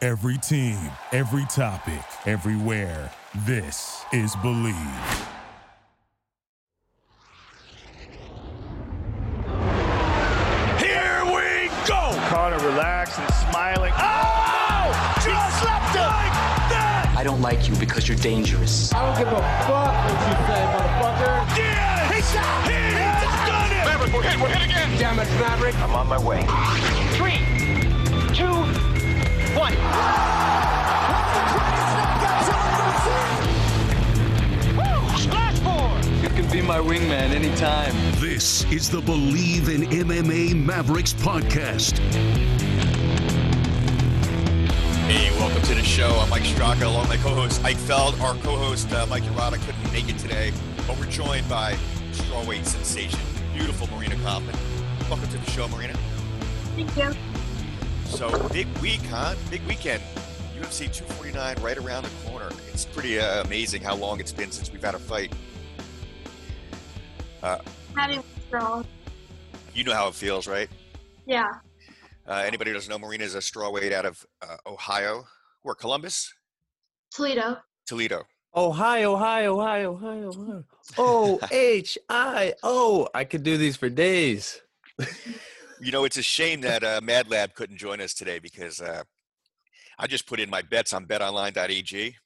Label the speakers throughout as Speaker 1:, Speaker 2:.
Speaker 1: Every team, every topic, everywhere. This is Believe.
Speaker 2: Here we go!
Speaker 3: Connor relaxed and smiling.
Speaker 2: Oh! Just slapped like that!
Speaker 4: I don't like you because you're dangerous.
Speaker 5: I don't give a fuck what you say, motherfucker.
Speaker 2: Yeah! He shot! He has done it! Maverick, we're hit, we're hit again!
Speaker 5: Damn it, Maverick.
Speaker 4: I'm on my way.
Speaker 6: three, two, one. Woo! Splashboard!
Speaker 7: You can be my wingman anytime.
Speaker 8: This is the Believe in MMA Mavericks podcast.
Speaker 9: Hey, welcome to the show. I'm Mike Straka, along with my co-host Ike Feld. Our co-host uh, Mike Errata couldn't make it today, but we're joined by strawweight sensation, beautiful Marina Kaufman. Welcome to the show, Marina.
Speaker 10: Thank you.
Speaker 9: So big week, huh? Big weekend. UFC 249 right around the corner. It's pretty uh, amazing how long it's been since we've had a fight.
Speaker 10: Having strong.
Speaker 9: You know how it feels, right?
Speaker 10: Yeah.
Speaker 9: Uh, anybody who doesn't know, Marina is a strawweight out of uh, Ohio, or Columbus,
Speaker 10: Toledo.
Speaker 9: Toledo.
Speaker 7: Ohio, Ohio, Ohio, Ohio, Ohio. O H I O. I could do these for days.
Speaker 9: You know, it's a shame that uh, Mad Lab couldn't join us today because uh, I just put in my bets on BetOnline.ag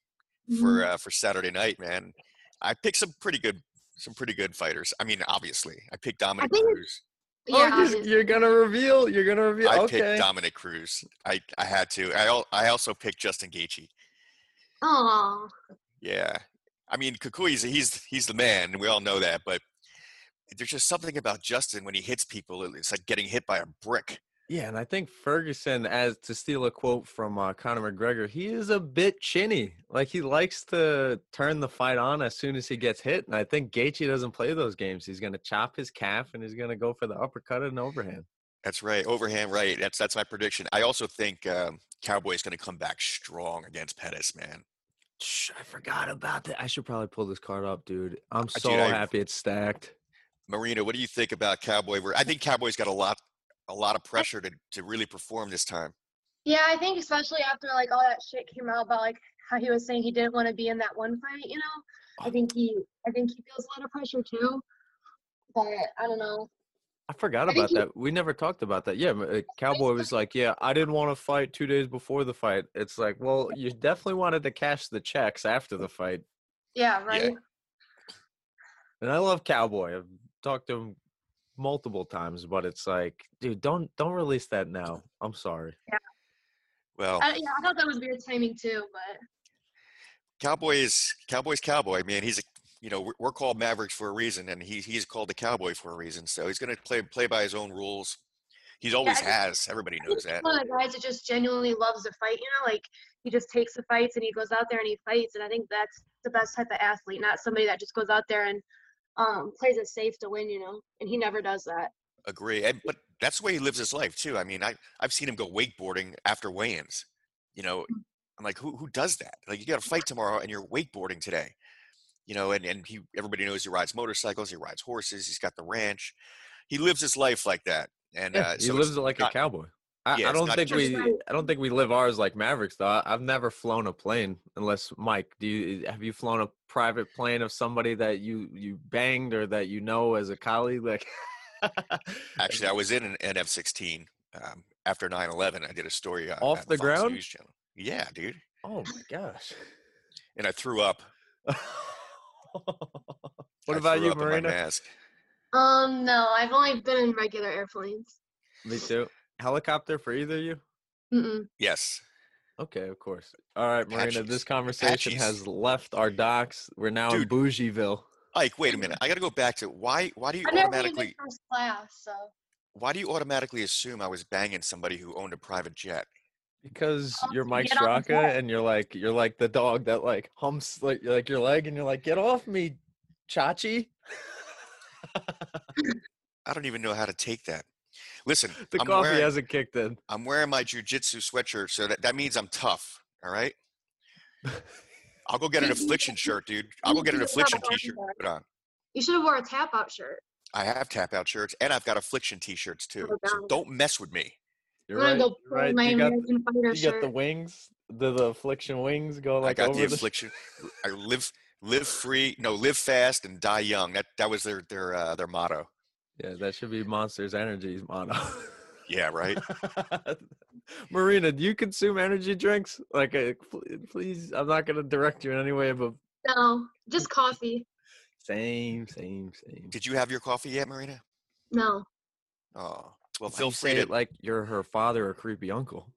Speaker 10: Mm-hmm.
Speaker 9: for uh, for Saturday night, man. I picked some pretty good some pretty good fighters. I mean, obviously, I picked Dominic
Speaker 10: think-
Speaker 9: Cruz.
Speaker 10: Yeah,
Speaker 7: oh, you're,
Speaker 10: obvious-
Speaker 7: you're gonna reveal. You're gonna reveal.
Speaker 9: I
Speaker 7: okay.
Speaker 9: picked Dominic Cruz. I, I had to. I al- I also picked Justin Gaethje.
Speaker 10: Aw.
Speaker 9: Yeah, I mean, Kukui's he's he's the man. and We all know that, but there's just something about Justin when he hits people. It's like getting hit by a brick.
Speaker 7: Yeah, and I think Ferguson, as to steal a quote from uh, Conor McGregor, he is a bit chinny. Like he likes to turn the fight on as soon as he gets hit, and I think Gaethje doesn't play those games. He's gonna chop his calf and he's gonna go for the uppercut and overhand.
Speaker 9: That's right, overhand right. That's that's my prediction. I also think um, Cowboy's going to come back strong against Pettis, man.
Speaker 7: Shh, I forgot about that. I should probably pull this card up, Uh, dude. I'm so
Speaker 9: I-
Speaker 7: happy it's stacked.
Speaker 9: Marina, what do you think about Cowboy? ver- I think Cowboy's got a lot, a lot of pressure to to really perform this time.
Speaker 10: Yeah, I think especially after like all that shit came out about like how he was saying he didn't want to be in that one fight, you know. I think he, I think he feels a lot of pressure too. But I don't know.
Speaker 7: I forgot
Speaker 10: I
Speaker 7: about
Speaker 10: think he-
Speaker 7: that. We never talked about that. Yeah, m- uh, Cowboy was like, "Yeah, I didn't want to fight two days before the fight." It's like, well, you definitely wanted to cash the checks after the fight.
Speaker 10: Yeah, right.
Speaker 7: And I love Cowboy. I've talked to him multiple times, but it's like, dude, don't don't release that now. I'm sorry.
Speaker 9: Well,
Speaker 10: I, yeah, I thought that was weird timing too, but
Speaker 9: Cowboy is Cowboy's Cowboy, man. He's a you know we're, we're called Mavericks for a reason, and he he's called the Cowboy for a reason. So he's going to play play by his own rules. He's always
Speaker 10: I think-
Speaker 9: has. Everybody
Speaker 10: he's
Speaker 9: knows that.
Speaker 10: one of the guys that just genuinely loves to fight. You know, like he just takes the fights and he goes out there and he fights, and I think that's the best type of athlete, not somebody that just goes out there and um, plays it safe to win. You know, and he never does that.
Speaker 9: Agree. And, but that's the way he lives his life too. I mean, I I've seen him go wakeboarding after weigh-ins. You know,
Speaker 7: Mm.
Speaker 9: I'm like, who who does that? Like, you got to fight tomorrow, and you're wakeboarding today. You know, and and he everybody knows he rides motorcycles, he rides horses, he's got the ranch. He lives his life like that, and
Speaker 7: Yeah,
Speaker 9: uh,
Speaker 7: he
Speaker 9: so it's
Speaker 7: lives it like
Speaker 9: not-
Speaker 7: a cowboy. I,
Speaker 9: Yeah,
Speaker 7: I
Speaker 9: it's
Speaker 7: don't
Speaker 9: not
Speaker 7: think
Speaker 9: just-
Speaker 7: we I don't think we live ours like Mavericks though. I, I've never flown a plane unless Mike, do you have you flown a private plane of somebody that you you banged or that you know as a colleague like
Speaker 9: Actually, I was in an NF16 um, after 9/11. I did a story uh,
Speaker 7: Off
Speaker 9: on
Speaker 7: the
Speaker 9: Fox
Speaker 7: ground?
Speaker 9: News Channel. Yeah, dude.
Speaker 7: Oh my gosh.
Speaker 9: And I threw up.
Speaker 7: what
Speaker 9: I
Speaker 7: about
Speaker 9: threw
Speaker 7: you,
Speaker 9: up in my
Speaker 7: Marina?
Speaker 9: mask.
Speaker 10: Um, no, I've only been in regular airplanes.
Speaker 7: Me too. Helicopter for either of you?
Speaker 10: Mm-mm.
Speaker 9: Yes.
Speaker 7: Okay, of course. All right, Marina,
Speaker 9: Apaches.
Speaker 7: this conversation
Speaker 9: Apaches.
Speaker 7: has left our docks. We're now in
Speaker 9: Dude.
Speaker 7: Bougieville.
Speaker 9: Ike, wait a minute. I got to go back to why. Why do you
Speaker 10: I never even
Speaker 9: automatically?
Speaker 10: been first class, so
Speaker 9: Why do you automatically assume I was banging somebody who owned a private jet?
Speaker 7: Because
Speaker 10: Oh,
Speaker 7: you're
Speaker 10: you
Speaker 7: Mike
Speaker 10: get off the
Speaker 7: Straka
Speaker 10: dog.
Speaker 7: and you're like you're like the dog that like humps like like your leg and you're like, get off me, Chachi.
Speaker 9: I don't even know how to take that. Listen,
Speaker 7: The
Speaker 9: I'm
Speaker 7: coffee
Speaker 9: wearing,
Speaker 7: hasn't kicked in.
Speaker 9: I'm wearing my jujitsu sweatshirt, so that, that means I'm tough. All right. I'll go get an
Speaker 10: Dude, you-
Speaker 9: affliction shirt, dude. I'll go
Speaker 10: you
Speaker 9: get an
Speaker 10: do not
Speaker 9: affliction
Speaker 10: want
Speaker 9: t-shirt.
Speaker 10: that.
Speaker 9: Put on.
Speaker 10: you should have wore a tap out shirt.
Speaker 9: I have tap out shirts and I've got affliction t shirts too. So
Speaker 10: God.
Speaker 9: don't mess with me.
Speaker 7: You're right.
Speaker 10: I'm gonna go
Speaker 7: you're
Speaker 10: pull
Speaker 7: right.
Speaker 10: my
Speaker 7: You got, the,
Speaker 10: American Fighter
Speaker 7: you got
Speaker 10: shirt.
Speaker 7: the wings. The, the affliction wings go like
Speaker 9: I got
Speaker 7: over
Speaker 9: the
Speaker 7: the-
Speaker 9: affliction. I live live free. No, live fast and die young. That that was their their uh, their motto.
Speaker 7: Yeah, that should be Monsters Energy's motto.
Speaker 9: Yeah, right.
Speaker 7: Marina, do you consume energy drinks? Like, uh, pl- please, I'm not gonna direct you in any way, but
Speaker 10: No, just coffee.
Speaker 7: same, same, same.
Speaker 9: Did you have your coffee yet, Marina?
Speaker 10: No.
Speaker 9: Oh, well,
Speaker 7: Why
Speaker 9: feel
Speaker 7: you
Speaker 9: free
Speaker 7: say
Speaker 9: to
Speaker 7: it like you're her father or creepy uncle.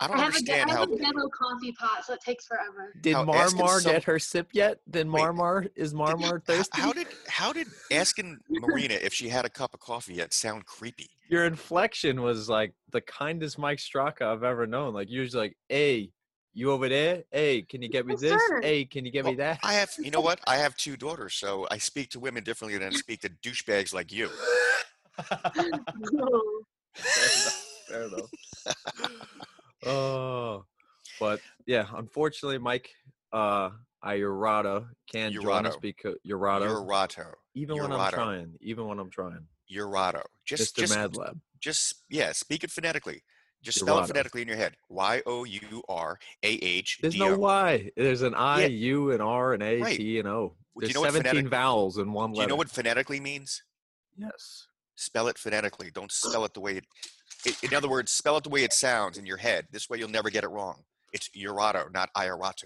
Speaker 9: I
Speaker 10: I
Speaker 9: don't
Speaker 10: have, a, de-
Speaker 9: understand
Speaker 10: I
Speaker 9: how.
Speaker 10: have a demo coffee pot, so it takes forever.
Speaker 7: Did
Speaker 9: How
Speaker 7: Marmar
Speaker 9: asking some-
Speaker 7: get her sip yet? Did
Speaker 9: Wait.
Speaker 7: Marmar is Marmar
Speaker 9: h-
Speaker 7: thirsty?
Speaker 9: How did how did asking Marina if she had a cup of coffee yet sound creepy?
Speaker 7: Your inflection was like the kindest Mike Straka I've ever known. Like usually, like, hey, you over there? Hey, can you get me
Speaker 10: Yes,
Speaker 7: this?
Speaker 10: sir.
Speaker 7: Hey, can you get me
Speaker 9: Well,
Speaker 7: that?
Speaker 9: I have you know what? I have two daughters, so I speak to women differently than I speak to douchebags like you.
Speaker 10: No.
Speaker 7: Fair enough. oh, but yeah, unfortunately, Mike uh Iorata can't join us
Speaker 9: Jurado.
Speaker 7: because Urado,
Speaker 9: Urato.
Speaker 7: even when I'm
Speaker 9: Jurado.
Speaker 7: trying, even when I'm trying,
Speaker 9: Urato. Just
Speaker 7: Mr.
Speaker 9: just
Speaker 7: Madlab.
Speaker 9: just yeah, speak it phonetically. Just spell
Speaker 7: Jurado.
Speaker 9: it phonetically in your head. Y O U R A H
Speaker 7: There's
Speaker 9: D
Speaker 7: no
Speaker 9: O.
Speaker 7: Y. There's an I,
Speaker 9: Yeah.
Speaker 7: U, an R, an A,
Speaker 9: Right.
Speaker 7: T, and O.
Speaker 9: you
Speaker 7: There's
Speaker 9: know what
Speaker 7: 17
Speaker 9: phonetic-
Speaker 7: vowels in one
Speaker 9: Do you
Speaker 7: letter.
Speaker 9: know what phonetically means?
Speaker 7: Yes.
Speaker 9: Spell it phonetically. Don't spell it the way it, i- in other words, spell it the way it sounds in your head. This way you'll never get it wrong. It's Urato, not Ioratu.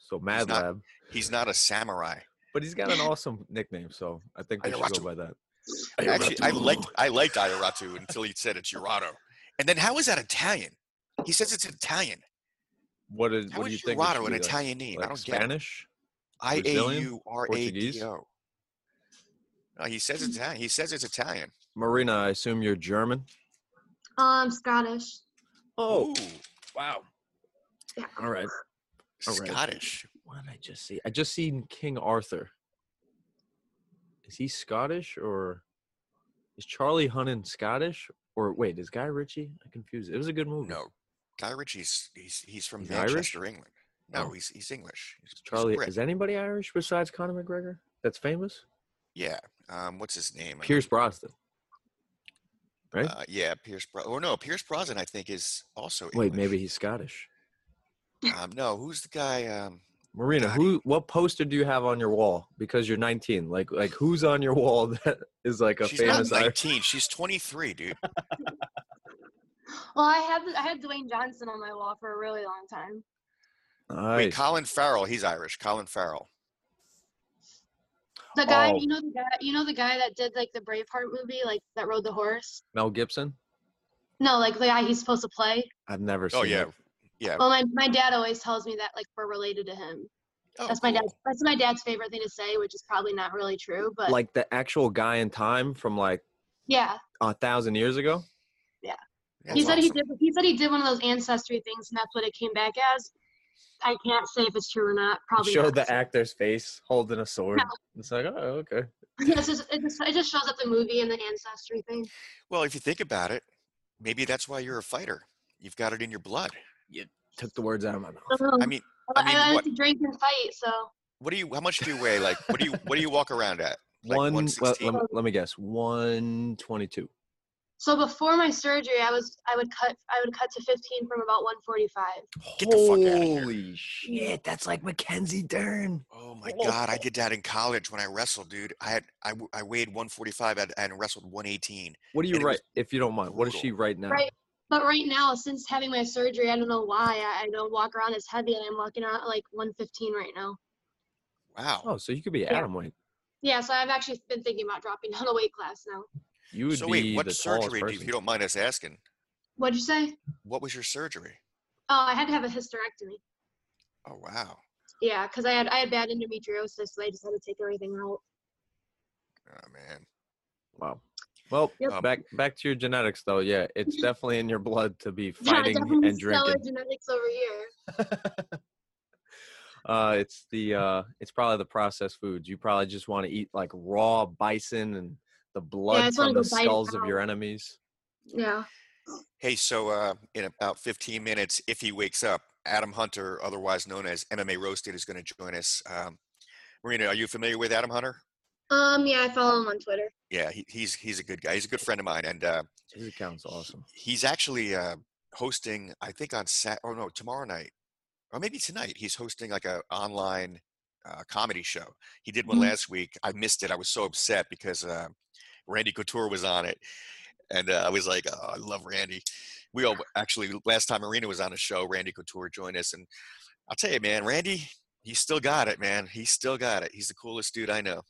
Speaker 7: So
Speaker 9: not-
Speaker 7: Madlab,
Speaker 9: He's not a samurai.
Speaker 7: but he's got an awesome nickname, so I think we should
Speaker 9: Ioratu.
Speaker 7: go by that.
Speaker 9: Actually, I liked I liked Ioratu until he said it's Urato. And then how is that Italian? He says it's Italian.
Speaker 7: What is?
Speaker 9: How
Speaker 7: what do you
Speaker 9: is
Speaker 7: think? it should
Speaker 9: Urato an
Speaker 7: be, like-
Speaker 9: Italian name? I
Speaker 7: like
Speaker 9: don't get it.
Speaker 7: Spanish.
Speaker 9: I A
Speaker 7: Brazilian?
Speaker 9: U R A
Speaker 7: Portuguese?
Speaker 9: D O. No, he says
Speaker 7: Hmm.
Speaker 9: it's Italian. He says it's Italian.
Speaker 7: Marina, I assume you're German.
Speaker 10: Um, Scottish.
Speaker 7: Oh,
Speaker 9: Ooh,
Speaker 7: wow!
Speaker 10: Yeah.
Speaker 7: All right. all right.
Speaker 9: Scottish.
Speaker 7: What did I just see? I just seen King Arthur. Is he Scottish or is Charlie Hunnam Scottish? Or wait, is Guy Ritchie? I confused. It was a good movie.
Speaker 9: No, Guy Ritchie's he's he's from
Speaker 7: He's Irish?
Speaker 9: Manchester, England. No,
Speaker 7: Oh.
Speaker 9: he's he's English. He's, he's
Speaker 7: Charlie.
Speaker 9: Brit.
Speaker 7: Is anybody Irish besides Conor McGregor? That's famous.
Speaker 9: yeah. Um, what's his name? Uh,
Speaker 7: Pierce Brosnan. right?
Speaker 9: Uh, yeah, Pierce. Bro- or no, Pierce Brosnan. I think is also.
Speaker 7: Wait,
Speaker 9: English.
Speaker 7: maybe he's Scottish.
Speaker 9: Um, no, who's the guy? Um,
Speaker 7: Marina,
Speaker 9: God.
Speaker 7: who? What poster do you have on your wall? Because you're 19. Like, like who's on your wall that is like a
Speaker 9: she's not
Speaker 7: famous Irish?
Speaker 9: 19. She's 23, dude.
Speaker 10: Well, I had I had Dwayne Johnson on my wall for a really long time.
Speaker 9: Wait,
Speaker 7: Nice.
Speaker 9: Colin Farrell. He's Irish. Colin Farrell.
Speaker 10: The guy,
Speaker 7: Oh.
Speaker 10: you know, the guy, you know, the guy that did like the Braveheart movie, like that rode the horse.
Speaker 7: Mel Gibson.
Speaker 10: No, like the guy he's supposed to play.
Speaker 7: I've never seen.
Speaker 9: Oh yeah,
Speaker 7: it.
Speaker 9: yeah.
Speaker 10: Well, my, my dad always tells me that like we're related to him.
Speaker 9: Oh,
Speaker 10: that's my
Speaker 9: cool.
Speaker 10: dad's that's my dad's favorite thing to say, which is probably not really true, but
Speaker 7: like the actual guy in time from like
Speaker 10: yeah.
Speaker 7: a thousand years ago.
Speaker 9: That's
Speaker 10: He said he
Speaker 9: awesome.
Speaker 10: did he said he did one of those ancestry things and that's what it came back as. I can't say if it's true or not. Probably
Speaker 7: Showed
Speaker 10: not.
Speaker 7: the actor's face holding a sword. It's like, oh, okay.
Speaker 10: It's just, it, just, it just shows up the movie and the ancestry thing.
Speaker 9: Well, if you think about it, maybe that's why you're a fighter. You've got it in your blood.
Speaker 7: Took the words out of my mouth.
Speaker 10: I, don't know.
Speaker 9: I mean,
Speaker 10: I,
Speaker 9: mean,
Speaker 10: I like
Speaker 9: what-
Speaker 10: to drink and fight, so
Speaker 9: what do you? How much do you weigh? Like, what do you? What do you walk around at? Like
Speaker 7: One. let- let,
Speaker 9: 116?
Speaker 7: me, let me guess. One twenty-two.
Speaker 10: so before my surgery, I was I would cut I would cut to 15 from about 145.
Speaker 9: Get the fuck outta here.
Speaker 7: Holy shit! That's like Mackenzie Dern.
Speaker 9: Oh my god, I did that in college when I wrestled, dude. I had I, w- I weighed 145 and, and wrestled 118.
Speaker 7: What do you
Speaker 9: And it was
Speaker 7: write? If you don't mind, what is she
Speaker 9: brutal.
Speaker 7: right now?
Speaker 10: Right. But right now, since having my surgery, I don't know why I, I don't walk around as heavy, and I'm walking around at like 115 right now.
Speaker 9: Wow.
Speaker 7: Oh, so you could be
Speaker 10: Yeah.
Speaker 7: Adam White.
Speaker 10: Yeah, so I've actually been thinking about dropping down a weight class now.
Speaker 7: You would
Speaker 9: so
Speaker 7: be
Speaker 9: wait,
Speaker 7: the
Speaker 9: what surgery?
Speaker 7: tallest
Speaker 9: Do you,
Speaker 7: person.
Speaker 9: if you don't mind us asking,
Speaker 10: What'd you say?
Speaker 9: what was your surgery?
Speaker 10: Oh, I had to have a hysterectomy.
Speaker 9: Oh wow.
Speaker 10: Yeah, because I had I had bad endometriosis, so I just had to take everything out.
Speaker 9: Oh man.
Speaker 7: Wow. Well,
Speaker 10: Yep.
Speaker 9: Um,
Speaker 7: back back to your genetics though. Yeah, it's definitely in your blood to be fighting
Speaker 10: definitely
Speaker 7: and
Speaker 10: stellar
Speaker 7: drinking.
Speaker 10: genetics over here.
Speaker 7: Uh, it's the uh, it's probably the processed foods. You probably just want to eat like raw bison and the blood
Speaker 10: just wanna
Speaker 7: from the
Speaker 10: go bite it
Speaker 7: skulls of
Speaker 10: down.
Speaker 7: your enemies.
Speaker 10: Yeah.
Speaker 9: Hey, so uh, in about 15 minutes, if he wakes up, Adam Hunter, otherwise known as MMA Roasted, is going to join us. Um, Marina, are you familiar with Adam Hunter?
Speaker 10: Um, yeah, I follow him on Twitter.
Speaker 9: Yeah, he, he's he's a good guy. He's a good friend of mine, and uh,
Speaker 7: His account's awesome.
Speaker 9: he's actually uh, hosting. I think on Sat. Oh no, tomorrow night, or maybe tonight. He's hosting like a online uh, comedy show. He did one
Speaker 10: Mhm.
Speaker 9: last week. I missed it. I was so upset because uh, Randy Couture was on it, and uh, I was like, oh, I love Randy. We all actually last time Arena was on a show, Randy Couture joined us, and I'll tell you, man, Randy, he still got it, man. He still got it. He's the coolest dude I know.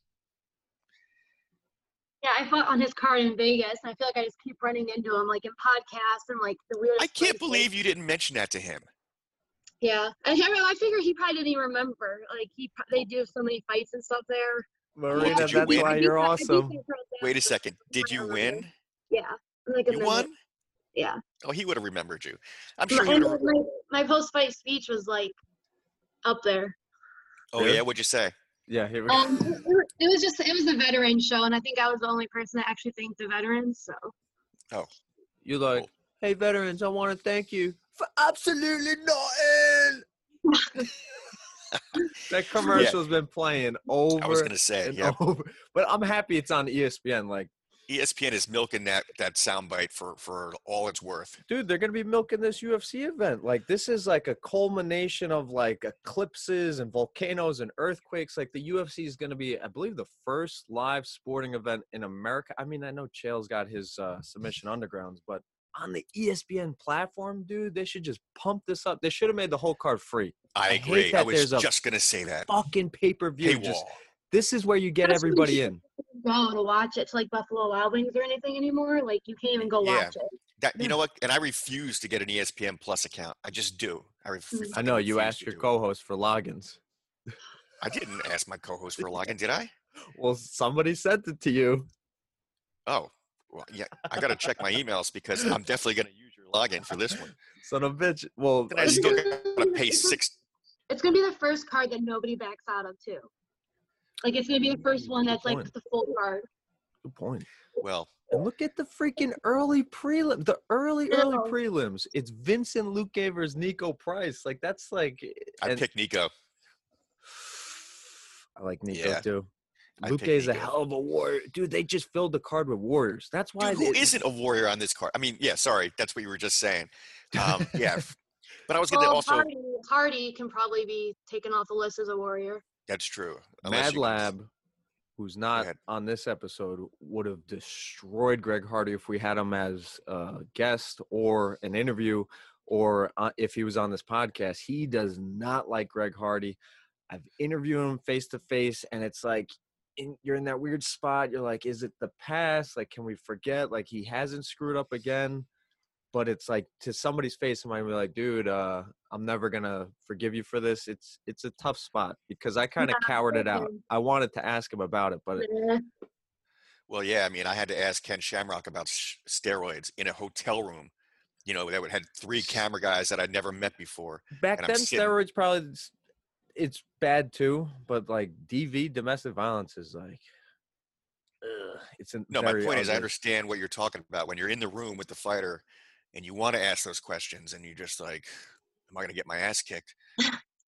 Speaker 10: Yeah, I fought on his card in Vegas, and I feel like I just keep running into him, like in podcasts and like the weirdest.
Speaker 9: I
Speaker 10: places.
Speaker 9: can't believe you didn't mention that to him.
Speaker 10: Yeah, and I, I figure he probably didn't even remember. Like he, pro- they do so many fights and stuff there.
Speaker 7: Marina,
Speaker 9: did you
Speaker 7: that's
Speaker 9: win?
Speaker 7: why
Speaker 10: I do
Speaker 7: you're
Speaker 10: pro- I do
Speaker 7: awesome.
Speaker 10: think pro wrestling
Speaker 9: Wait a
Speaker 10: is
Speaker 9: second. Did you
Speaker 10: somewhere around
Speaker 9: win?
Speaker 10: there. Yeah, I'm like a
Speaker 9: You
Speaker 10: member.
Speaker 9: won?
Speaker 10: Yeah.
Speaker 9: Oh, he would have remembered you. I'm
Speaker 10: My,
Speaker 9: sure he would have.
Speaker 10: and my, my post-fight speech was like up there.
Speaker 9: Oh yeah, what'd you say?
Speaker 7: Yeah, here we go.
Speaker 10: Um, it, it wa- it was just it was the veteran show, and I think I was the only person that actually thanked the veterans. So
Speaker 7: You're like,
Speaker 9: Cool.
Speaker 7: hey, veterans, I want to thank you for absolutely nothing. that commercial's been playing over
Speaker 9: I was gonna say,
Speaker 7: and oh.
Speaker 9: yeah. E
Speaker 7: over. But I'm happy it's on E ESPN. Like,
Speaker 9: ESPN is milking that that soundbite for for all it's worth.
Speaker 7: dude, they're gonna be milking this UFC event. Like, this is like a culmination of like eclipses and volcanoes and earthquakes. Like, the UFC is gonna be, I believe, the first live sporting event in America. I mean, I know Chael's got his uh, submission undergrounds, but on the E ESPN platform, dude, they should just pump this up. They should have made the whole card free.
Speaker 9: I,
Speaker 7: I hate
Speaker 9: agree. I
Speaker 7: that
Speaker 9: was
Speaker 7: there's a
Speaker 9: just gonna say that.
Speaker 7: Fucking pay per view.
Speaker 9: Paywall.
Speaker 7: Just this is where you get
Speaker 10: That's what
Speaker 7: everybody
Speaker 10: you-
Speaker 7: in.
Speaker 10: go to watch it to like Buffalo Wild Wings or anything anymore. Like you can't even go
Speaker 9: Yeah.
Speaker 10: watch it.
Speaker 9: That, you know what? And I refuse to get an E ESPN Plus account. I just do. I, ref-
Speaker 10: Mhm. I
Speaker 7: Mm. I
Speaker 9: fucking
Speaker 7: know you
Speaker 9: refuse
Speaker 7: asked
Speaker 9: to
Speaker 7: your
Speaker 9: do it.
Speaker 7: co-host for logins.
Speaker 9: I didn't ask my co-host for a login, did I?
Speaker 7: Well, somebody sent it to you.
Speaker 9: Oh, well, yeah. I gotta check my emails because I'm definitely gonna use your login for this one.
Speaker 7: Son of a bitch. Well,
Speaker 9: Then I
Speaker 7: you
Speaker 10: It's
Speaker 9: still
Speaker 7: get-
Speaker 9: gotta pay six.
Speaker 10: It's gonna be the first card that nobody backs out of too. Like it's gonna be the first one
Speaker 7: good
Speaker 10: that's like
Speaker 7: point.
Speaker 10: the full card.
Speaker 7: good point.
Speaker 9: Well,
Speaker 7: And look at the freaking early prelim, the early early
Speaker 10: No.
Speaker 7: prelims. It's Vincent Luque versus Nico Price. Like that's like eh,
Speaker 9: I
Speaker 7: and-
Speaker 9: picked Nico.
Speaker 7: I like Nico
Speaker 9: Yeah.
Speaker 7: too.
Speaker 9: I
Speaker 7: Luque
Speaker 9: picked
Speaker 7: is a
Speaker 9: Nico.
Speaker 7: hell of a warrior, dude. They just filled the card with warriors. That's why
Speaker 9: Dude, who
Speaker 7: they-
Speaker 9: isn't a warrior on this card? I mean, yeah, sorry, that's what you were just saying. Um, yeah, f- but I was going to
Speaker 10: Well,
Speaker 9: also.
Speaker 10: Hardy, Hardy can probably be taken off the list as a warrior.
Speaker 9: That's true. unless
Speaker 7: Mad
Speaker 9: you can-
Speaker 7: Lab, who's not
Speaker 9: ahead.
Speaker 7: on this episode, would have destroyed Greg Hardy if we had him as a guest or an interview or uh, if he was on this podcast. He does not like Greg Hardy. I've interviewed him face to face, and it's like in, you're in that weird spot. You're like, is it the past? Like, can we forget? Like, he hasn't screwed up again. But it's like to somebody's face, I might be like, dude, uh, I'm never gonna forgive you for this. It's it's a tough spot because I kind of
Speaker 10: Yeah,
Speaker 7: cowered it out.
Speaker 10: okay.
Speaker 7: I wanted to ask him about it, but
Speaker 10: Yeah.
Speaker 9: Well, yeah, I mean, I had to ask Ken Shamrock about sh- steroids in a hotel room. You know, that would had three camera guys that I'd never met before.
Speaker 7: back
Speaker 9: And I'm
Speaker 7: then
Speaker 9: sitting-
Speaker 7: steroids probably s- it's bad too. But like DV, domestic violence is like, ugh, it's an
Speaker 9: No, my point is, I understand what you're talking about when you're in the room with the fighter, and you want to ask those questions, and you're just like, "Am I going to get my ass kicked?"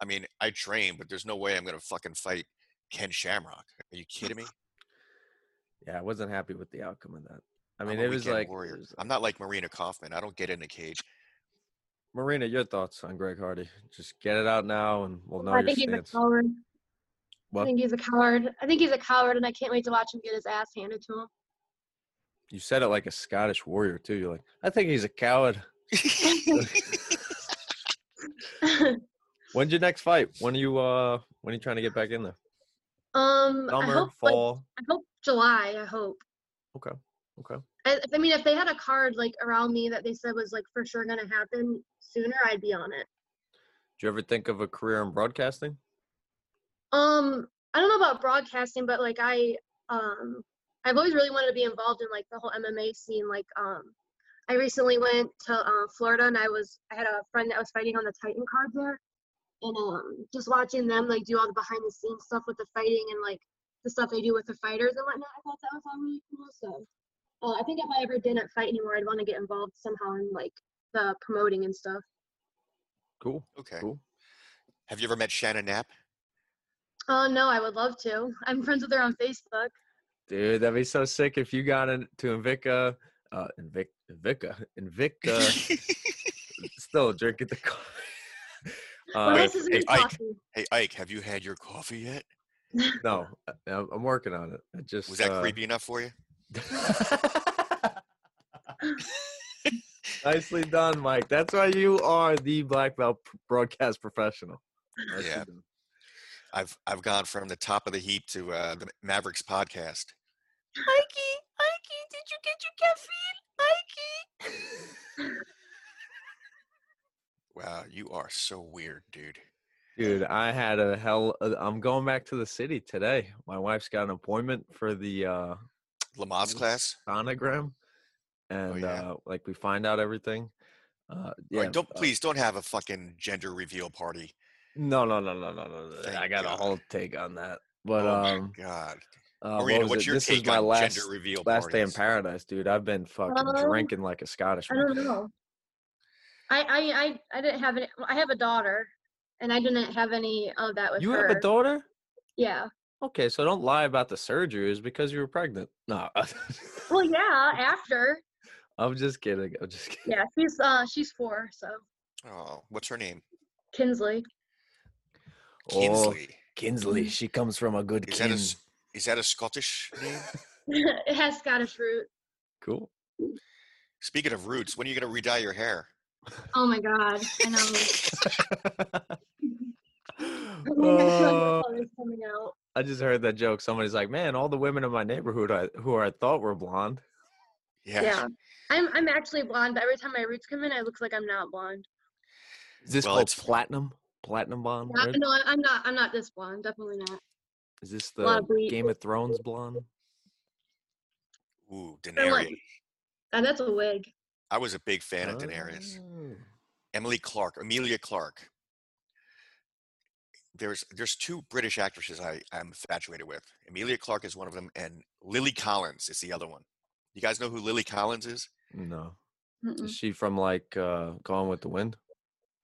Speaker 9: I mean, I train, but there's no way I'm going to fucking fight Ken Shamrock. Are you kidding me?
Speaker 7: Yeah, I wasn't happy with the outcome of that. I
Speaker 9: I'm
Speaker 7: mean,
Speaker 9: a
Speaker 7: it was
Speaker 9: weekend
Speaker 7: like
Speaker 9: warrior. I'm not like Marina Kaufman. I don't get in a cage.
Speaker 7: Marina, your thoughts on Greg Hardy? Just get it out now, and we'll know
Speaker 10: I
Speaker 7: your
Speaker 10: think he's
Speaker 7: stance.
Speaker 10: a coward.
Speaker 7: What?
Speaker 10: I think he's a coward. I think he's a coward, and I can't wait to watch him get his ass handed to him.
Speaker 7: You said it like a Scottish warrior too. You're like, I think he's a coward. When's your next fight? When are you uh when are you trying to get back in there?
Speaker 10: um, I
Speaker 7: Summer,
Speaker 10: hope like,
Speaker 7: fall.
Speaker 10: I hope July. I hope.
Speaker 7: Okay. Okay.
Speaker 10: I, I mean, if they had a card like around me that they said was like for sure gonna happen sooner, I'd be on it.
Speaker 7: Do you ever think of a career in broadcasting?
Speaker 10: Um, I don't know about broadcasting, but like I, um, I've always really wanted to be involved in like the whole MMA scene. Like, um, I recently went to uh, Florida and I was I had a friend that was fighting on the Titan card there, and um, just watching them like do all the behind the scenes stuff with the fighting and like the stuff they do with the fighters and whatnot. I thought that was all really cool. So, uh, I think if I ever didn't fight anymore, I'd want to get involved somehow in like the promoting and stuff.
Speaker 7: Cool.
Speaker 9: Okay.
Speaker 7: Cool.
Speaker 9: Have you ever met Shannon Knapp?
Speaker 10: Uh, Oh no, I would love to. I'm friends with her on Facebook.
Speaker 7: Dude, that'd be so sick if you got into Invicta, uh, Invic, Invicta, Invicta. still drinking the coffee.
Speaker 10: Well,
Speaker 7: Uh,
Speaker 10: this is
Speaker 9: hey,
Speaker 10: me
Speaker 9: Ike.
Speaker 10: talking.
Speaker 9: Hey, Ike, have you had your coffee yet?
Speaker 7: no, I- I'm I'm working on it. I just
Speaker 9: Was that
Speaker 7: uh,
Speaker 9: creepy enough for you?
Speaker 7: Nicely done, Mike. That's why you are the black belt p- broadcast professional. Nicely
Speaker 9: Yeah.
Speaker 7: done.
Speaker 9: I've I've gone from the top of the heap to uh, the Mavericks podcast. Ikey, Ikey, did you get your caffeine? Ikey. wow, you are so weird, dude.
Speaker 7: Dude, I had a hell. uh, I'm going back to the city today. My wife's got an appointment for the uh,
Speaker 9: Lamaze
Speaker 7: Mhm.
Speaker 9: class.
Speaker 7: sonogram, and
Speaker 9: Oh, yeah.
Speaker 7: uh, like we find out everything. Uh,
Speaker 9: Yeah,
Speaker 7: yeah,
Speaker 9: don't
Speaker 7: uh,
Speaker 9: please don't have a fucking gender reveal party.
Speaker 7: No, no, no, no, no, no. no, I
Speaker 9: Thank
Speaker 7: got a
Speaker 9: God.
Speaker 7: whole take on that. But
Speaker 9: oh my
Speaker 7: um,
Speaker 9: God,
Speaker 7: uh,
Speaker 9: Marina,
Speaker 7: was
Speaker 9: what's
Speaker 7: it?
Speaker 9: your
Speaker 7: this
Speaker 9: take
Speaker 7: is my
Speaker 9: on
Speaker 7: last
Speaker 9: gender reveal
Speaker 7: last day in
Speaker 9: parties?
Speaker 7: paradise, dude. I've been fucking
Speaker 10: Um,
Speaker 7: drinking like a Scottish.
Speaker 10: I
Speaker 7: man.
Speaker 10: don't know. I I I, I didn't have any. I have a daughter, and I didn't have any of that with
Speaker 7: You
Speaker 10: her.
Speaker 7: have a daughter?
Speaker 10: Yeah.
Speaker 7: Okay, so don't lie about the surgery. Is because you were pregnant. No,
Speaker 10: Well, yeah. After.
Speaker 7: I'm just kidding. I'm just kidding.
Speaker 10: Yeah, she's uh she's four, so
Speaker 9: oh, what's her name?
Speaker 10: Kinsley.
Speaker 7: Oh,
Speaker 9: Kinsley.
Speaker 7: Kinsley. She comes from a good
Speaker 9: Is that a
Speaker 7: kin.
Speaker 9: s- Is that a Scottish name?
Speaker 10: it has Scottish root.
Speaker 7: Cool.
Speaker 9: Speaking of roots, when are you gonna redye your hair?
Speaker 10: Oh my god. I know.
Speaker 7: Oh,
Speaker 10: color's coming out.
Speaker 7: I just heard that joke. Somebody's like, "Man, all the women in my neighborhood I, who I thought were blonde."
Speaker 9: Yeah.
Speaker 10: Yeah. I'm I'm actually blonde, but every time my roots come in I look like I'm not blonde.
Speaker 7: Is this
Speaker 9: Well,
Speaker 7: called
Speaker 9: it's-
Speaker 7: platinum? Platinum blonde?
Speaker 10: Not-
Speaker 7: red?
Speaker 10: no, I- I'm not I'm not this blonde, definitely not.
Speaker 7: Is this
Speaker 10: lot
Speaker 7: the
Speaker 10: of bleach.
Speaker 7: Game of Thrones blonde?
Speaker 9: Ooh,
Speaker 10: I'm like-
Speaker 9: Daenerys.
Speaker 10: And Uh, that's a wig.
Speaker 9: I was a big fan of Daenerys.
Speaker 7: Oh.
Speaker 9: Emily Clark, Amelia Clark. There's there's two British actresses I, I'm infatuated with. Amelia Clark is one of them, and Lily Collins is the other one. You guys know who Lily Collins is?
Speaker 7: No,
Speaker 10: Mm-mm.
Speaker 7: is she from like uh, Gone with the Wind?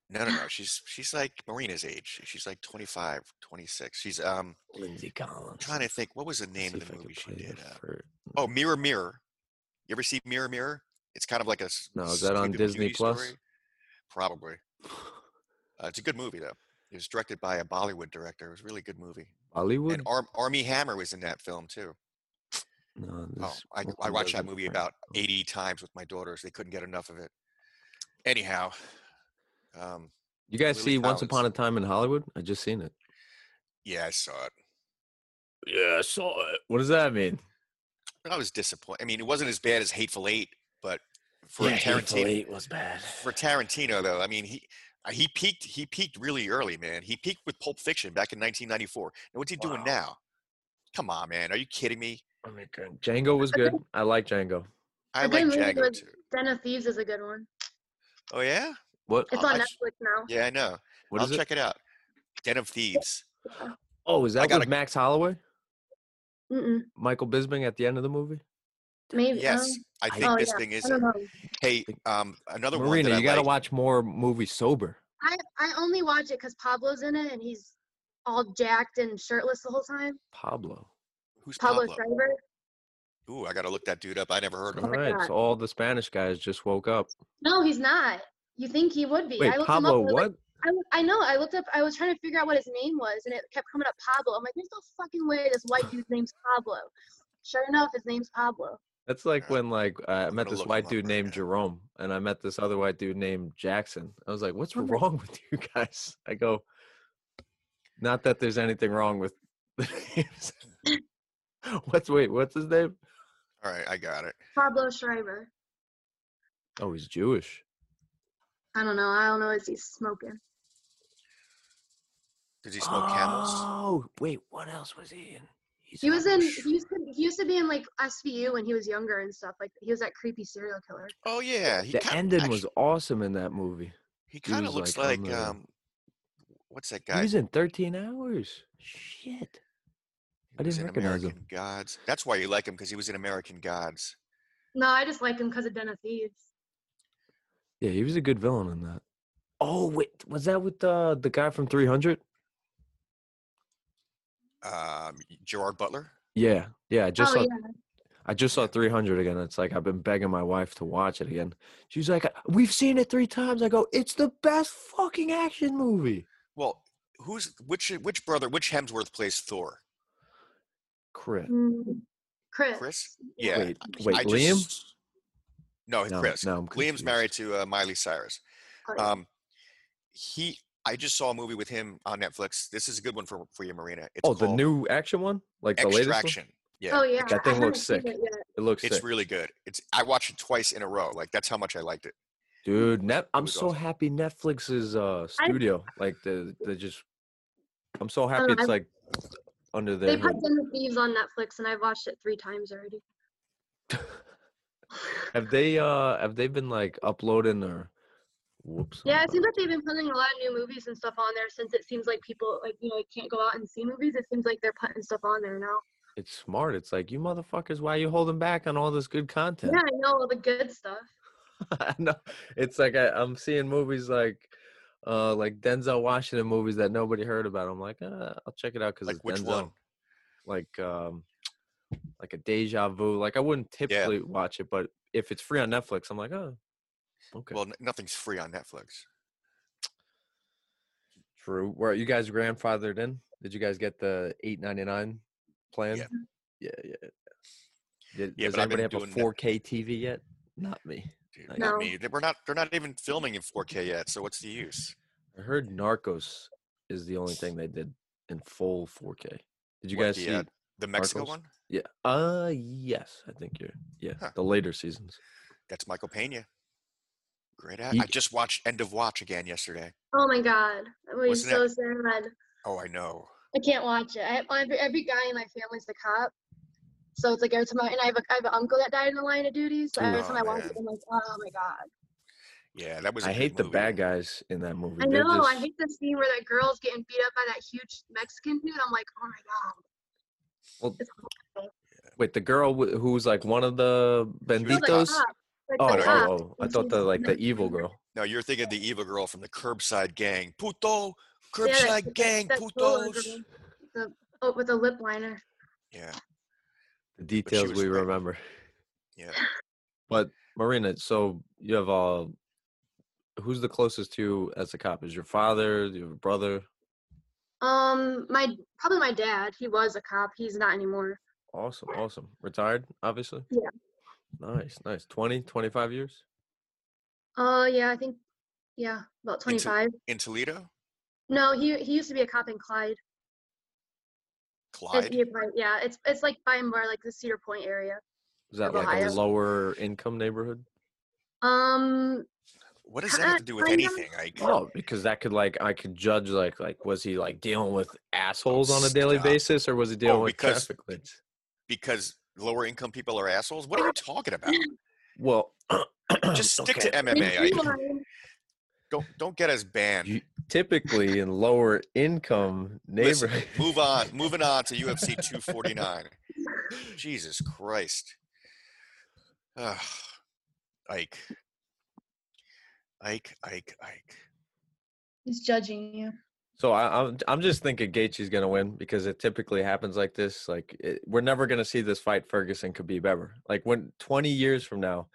Speaker 9: No, no, no. She's she's like Marina's age. She's like 25, 26. She's um
Speaker 7: Lindsay Collins.
Speaker 9: trying to think what was the name
Speaker 7: See
Speaker 9: of
Speaker 7: if
Speaker 9: the
Speaker 7: I can
Speaker 9: movie she
Speaker 7: play the
Speaker 9: did. Uh,
Speaker 7: fir-
Speaker 9: oh, Mirror Mirror. You ever see Mirror Mirror? It's kind of like a s-
Speaker 7: No, is that on
Speaker 9: Sleeping
Speaker 7: Disney
Speaker 9: Beauty
Speaker 7: Plus?
Speaker 9: story. Probably. Uh, it's a good movie though. It was directed by a Bollywood director. It was a really good movie.
Speaker 7: Hollywood.
Speaker 9: And Arm, Army Hammer was in that film too.
Speaker 7: no,
Speaker 9: Oh,
Speaker 7: this
Speaker 9: I,
Speaker 7: one
Speaker 9: I watched that
Speaker 7: doesn't
Speaker 9: movie
Speaker 7: ring-
Speaker 9: about 80 times with my daughters. They couldn't get enough of it. Anyhow, um,
Speaker 7: You guys
Speaker 9: Lily
Speaker 7: see Once
Speaker 9: Collins.
Speaker 7: Upon a Time in Hollywood? I just seen it.
Speaker 9: yeah, I saw it.
Speaker 7: Yeah, I saw it. What does that mean?
Speaker 9: I was disappointed. I mean, it wasn't as bad as Hateful Eight, but for a Tarantino,
Speaker 7: Eight was bad.
Speaker 9: for Tarantino though, I mean, he uh, he peaked he peaked really early, man. He peaked with Pulp Fiction back in 1994. And what's he doing
Speaker 7: Wow.
Speaker 9: now? Come on, man. Are you kidding me?
Speaker 7: I mean, Django was
Speaker 10: Okay.
Speaker 7: good. I like Django.
Speaker 9: I
Speaker 10: A good
Speaker 9: like
Speaker 10: movie
Speaker 9: Django
Speaker 10: was-
Speaker 9: too.
Speaker 10: Den of Thieves is a good one.
Speaker 9: Oh yeah,
Speaker 7: What?
Speaker 10: It's
Speaker 9: I'll
Speaker 10: on
Speaker 9: actu-
Speaker 10: Netflix now.
Speaker 9: yeah, I know.
Speaker 7: What
Speaker 9: I'll
Speaker 7: is it?
Speaker 9: check it out. Den of Thieves.
Speaker 7: Oh, is that
Speaker 9: got
Speaker 7: with
Speaker 9: a-
Speaker 7: Max Holloway?
Speaker 10: Mm-mm.
Speaker 7: Michael Bisping at the end of the movie?
Speaker 10: Maybe um,
Speaker 9: Yes, I think
Speaker 10: oh,
Speaker 9: this
Speaker 10: yeah.
Speaker 9: thing is.
Speaker 10: I
Speaker 9: it.
Speaker 10: don't know.
Speaker 9: Hey, um, another
Speaker 7: Marina,
Speaker 9: one.
Speaker 7: you
Speaker 9: that I
Speaker 7: gotta
Speaker 9: like-
Speaker 7: watch more movies sober.
Speaker 10: I, I only watch it because Pablo's in it and he's all jacked and shirtless the whole time.
Speaker 7: Pablo.
Speaker 9: Who's
Speaker 10: Pablo
Speaker 9: Pablo?
Speaker 10: Schreiber.
Speaker 9: Ooh, I gotta look that dude up. I never heard of
Speaker 7: All
Speaker 9: him.
Speaker 10: my
Speaker 7: right,
Speaker 10: God.
Speaker 7: so all the Spanish guys just woke up.
Speaker 10: No, he's not. You think he would be?
Speaker 7: Wait,
Speaker 10: I looked him up.
Speaker 7: Pablo,
Speaker 10: and I was like-
Speaker 7: what?
Speaker 10: I, w- I know. I looked up. I was trying to figure out what his name was, and it kept coming up Pablo. I'm like, there's no fucking way this white dude's name's Pablo. Sure enough, his name's Pablo.
Speaker 7: That's like
Speaker 9: Yeah.
Speaker 7: when like I
Speaker 9: I'm
Speaker 7: met
Speaker 9: gonna
Speaker 7: this
Speaker 9: look him
Speaker 7: white
Speaker 9: up
Speaker 7: dude
Speaker 9: right
Speaker 7: named
Speaker 9: now.
Speaker 7: Jerome, and I met this other white dude named Jackson. I was like, "What's
Speaker 10: Oh my-
Speaker 7: wrong with you guys?" I go, "Not that there's anything wrong with the names." what's wait? What's his name?
Speaker 9: All right, I got it.
Speaker 10: Pablo Schreiber.
Speaker 7: Oh, he's Jewish.
Speaker 10: I don't know. I don't know. Is he smoking?
Speaker 9: Does he smoke camels?
Speaker 7: Oh, wait, what else was he in? He's
Speaker 10: He was
Speaker 7: on
Speaker 10: in.
Speaker 7: the
Speaker 10: He used to, he used to be in like SVU when he was younger and stuff. Like he was that creepy serial killer.
Speaker 9: Oh yeah, he
Speaker 7: The
Speaker 9: kinda-
Speaker 7: ending was
Speaker 9: actu-
Speaker 7: awesome in that movie.
Speaker 9: He kind of
Speaker 7: was,
Speaker 9: looks
Speaker 7: like,
Speaker 9: like,
Speaker 7: on the-
Speaker 9: um, what's that
Speaker 7: He
Speaker 9: guy?
Speaker 7: was in 13 hours. Shit.
Speaker 9: He
Speaker 7: I
Speaker 9: was
Speaker 7: didn't
Speaker 9: in
Speaker 7: recognize him.
Speaker 9: American Gods. That's why you like him because he was in American Gods.
Speaker 10: No, I just like him because of Den of Thieves.
Speaker 7: Yeah, he was a good villain in that. Oh wait, was that with uh, the guy from 300?
Speaker 9: Um, Gerard Butler.
Speaker 7: Yeah, yeah. I just
Speaker 10: oh
Speaker 7: saw
Speaker 10: yeah.
Speaker 7: I just saw 300 again. It's like I've been begging my wife to watch it again. She's like, "Uh, "We've seen it three times." I go, "It's the best fucking action movie."
Speaker 9: Well, who's which? Which brother? Which Hemsworth plays Thor?
Speaker 7: Chris,
Speaker 10: Mm. Chris.
Speaker 9: Chris? Yeah.
Speaker 7: wait, wait,
Speaker 9: I
Speaker 7: Liam.
Speaker 9: just- no,
Speaker 7: No,
Speaker 9: Chris.
Speaker 7: no, I'm
Speaker 9: Liam's
Speaker 7: confused.
Speaker 9: married to uh, Miley Cyrus.
Speaker 10: Oh, yeah.
Speaker 9: Um, he, I just saw a movie with him on Netflix. This is a good one for for you, Marina. It's
Speaker 7: oh, the
Speaker 9: called
Speaker 7: new action one, like the latest one.
Speaker 9: Extraction. Yeah,
Speaker 10: Oh yeah.
Speaker 7: That
Speaker 10: I
Speaker 7: thing
Speaker 10: haven't
Speaker 7: looks
Speaker 10: seen
Speaker 7: sick.
Speaker 10: it yet.
Speaker 7: It looks
Speaker 9: it's
Speaker 7: sick,
Speaker 9: really good. It's I watched it twice in a row. Like that's how much I liked it.
Speaker 7: dude. Net, I'm
Speaker 9: was
Speaker 7: so
Speaker 9: awesome.
Speaker 7: happy Netflix's uh studio, like the they just. I'm so happy
Speaker 9: Um,
Speaker 10: know,
Speaker 7: it's
Speaker 10: I've-
Speaker 7: like under their.
Speaker 10: They
Speaker 7: hood.
Speaker 10: put Den of Thieves on Netflix, and I've watched it three times already.
Speaker 7: Have they uh have they been like uploading or? Whoops.
Speaker 10: Yeah,
Speaker 7: I'm
Speaker 10: it seems like they've been putting a lot of new movies and stuff on there since it seems like people like you know can't go out and see movies. It seems like they're putting stuff on there now.
Speaker 7: It's smart. It's like you motherfuckers. Why you holding back on all this good content?
Speaker 10: Yeah, I know all the good stuff.
Speaker 7: I know. It's like I, I'm seeing movies like, uh, like Denzel Washington movies that nobody heard about. I'm like, uh, I'll check it out because
Speaker 9: Like
Speaker 7: it's
Speaker 9: which
Speaker 7: Denzel.
Speaker 9: one?
Speaker 7: Like, um, like a Deja Vu. Like I wouldn't typically watch it, but if it's free on Netflix, I'm like, oh, okay,
Speaker 9: Well, n- nothing's free on Netflix.
Speaker 7: true. Were you guys grandfathered in? Did you guys get the 8.99 plan?
Speaker 9: Yeah.
Speaker 7: yeah, yeah. yeah. Did,
Speaker 9: Yeah,
Speaker 7: does
Speaker 9: but I've
Speaker 7: anybody
Speaker 9: been
Speaker 7: have a
Speaker 9: doing that-
Speaker 7: 4K TV yet? Not me.
Speaker 9: Dude,
Speaker 7: Like-
Speaker 9: not
Speaker 10: No.
Speaker 9: me. They- We're not. They're not even filming in 4K yet. So what's the use?
Speaker 7: I heard Narcos is the only thing they did in full 4K. Did you
Speaker 9: What,
Speaker 7: guys
Speaker 9: the,
Speaker 7: see?
Speaker 9: uh, The Mexico
Speaker 7: Narcos?
Speaker 9: one?
Speaker 7: yeah. Uh yes, I think you're. Yeah,
Speaker 9: Huh.
Speaker 7: the later seasons.
Speaker 9: That's Michael Pena. Great. act-
Speaker 7: He-
Speaker 9: I just watched End of Watch again yesterday.
Speaker 10: Oh my god, it was
Speaker 9: Wasn't
Speaker 10: so
Speaker 9: it-
Speaker 10: sad.
Speaker 9: Oh, I know.
Speaker 10: I can't watch it. I, every, every guy in my family's a cop, so it's like every time I and I have, a, I have an uncle that died in the line of duty. So every
Speaker 9: Oh,
Speaker 10: time I watch
Speaker 9: man.
Speaker 10: it, I'm like, oh my god.
Speaker 9: Yeah, that was. I
Speaker 7: I hate the bad guys in that movie.
Speaker 10: I
Speaker 7: They're
Speaker 10: know. I
Speaker 7: just-
Speaker 10: hate the scene where that girl's getting beat up by that huge Mexican dude. I'm like, oh my god.
Speaker 7: Well,
Speaker 10: It's
Speaker 7: Wait, the girl wh- who was like one of the
Speaker 10: She was a
Speaker 7: benditos.
Speaker 10: cop, like ah, the
Speaker 7: oh,
Speaker 9: no,
Speaker 10: cop,
Speaker 7: oh, oh! I
Speaker 10: and
Speaker 7: thought
Speaker 10: she's
Speaker 7: the like the
Speaker 10: like-
Speaker 7: evil girl.
Speaker 9: No, you're thinking the evil girl from the Curbside Gang. Puto,
Speaker 10: Yeah, that-
Speaker 9: Curbside Gang,
Speaker 10: that blonde
Speaker 9: putos.
Speaker 10: girl, the- oh, with a lip liner.
Speaker 9: Yeah,
Speaker 7: The details
Speaker 9: was
Speaker 7: we
Speaker 9: right.
Speaker 7: remember.
Speaker 9: yeah.
Speaker 7: But Marina, so you have uh, who's the closest to you as a cop? Is your father? Your brother?
Speaker 10: Um, my probably my dad. He was a cop. He's not anymore.
Speaker 7: Awesome, awesome. Retired, obviously?
Speaker 10: Yeah.
Speaker 7: Nice, nice. 20, 25 years?
Speaker 10: Oh yeah, I think yeah, about twenty
Speaker 9: Into-
Speaker 10: five.
Speaker 9: In Toledo,
Speaker 10: No, he he used to be a cop in Clyde. It's
Speaker 9: Clyde.
Speaker 10: near Clyde, yeah, it's it's like by more like the Cedar Point area.
Speaker 7: Is that
Speaker 10: Of
Speaker 7: like
Speaker 10: Ohio.
Speaker 7: a lower income neighborhood?
Speaker 10: Um,
Speaker 9: What does that have to do with
Speaker 10: Kind of.
Speaker 9: anything? Like,
Speaker 7: Oh, because that could like I could judge like like was he like dealing with assholes on a daily
Speaker 9: stop. Oh,
Speaker 7: basis or was he dealing with
Speaker 9: because-
Speaker 7: traffic lights?
Speaker 9: because lower income people are assholes. What are you talking about?
Speaker 7: Well,
Speaker 9: Just stick
Speaker 7: okay.
Speaker 9: to MMA.
Speaker 10: Maybe
Speaker 9: I,
Speaker 10: one.
Speaker 9: don't don't get us banned.
Speaker 7: You- typically in lower income
Speaker 9: Listen,
Speaker 7: neighborhoods.
Speaker 9: move on. Moving on to UFC 249. Jesus Christ. Ugh. Ike. Ike, Ike, Ike.
Speaker 10: he's judging you.
Speaker 7: So I, I'm I'm just thinking Gaethje's gonna win because it typically happens like this. Like it, we're never gonna see this fight Ferguson Khabib ever. Like when 20 years from now,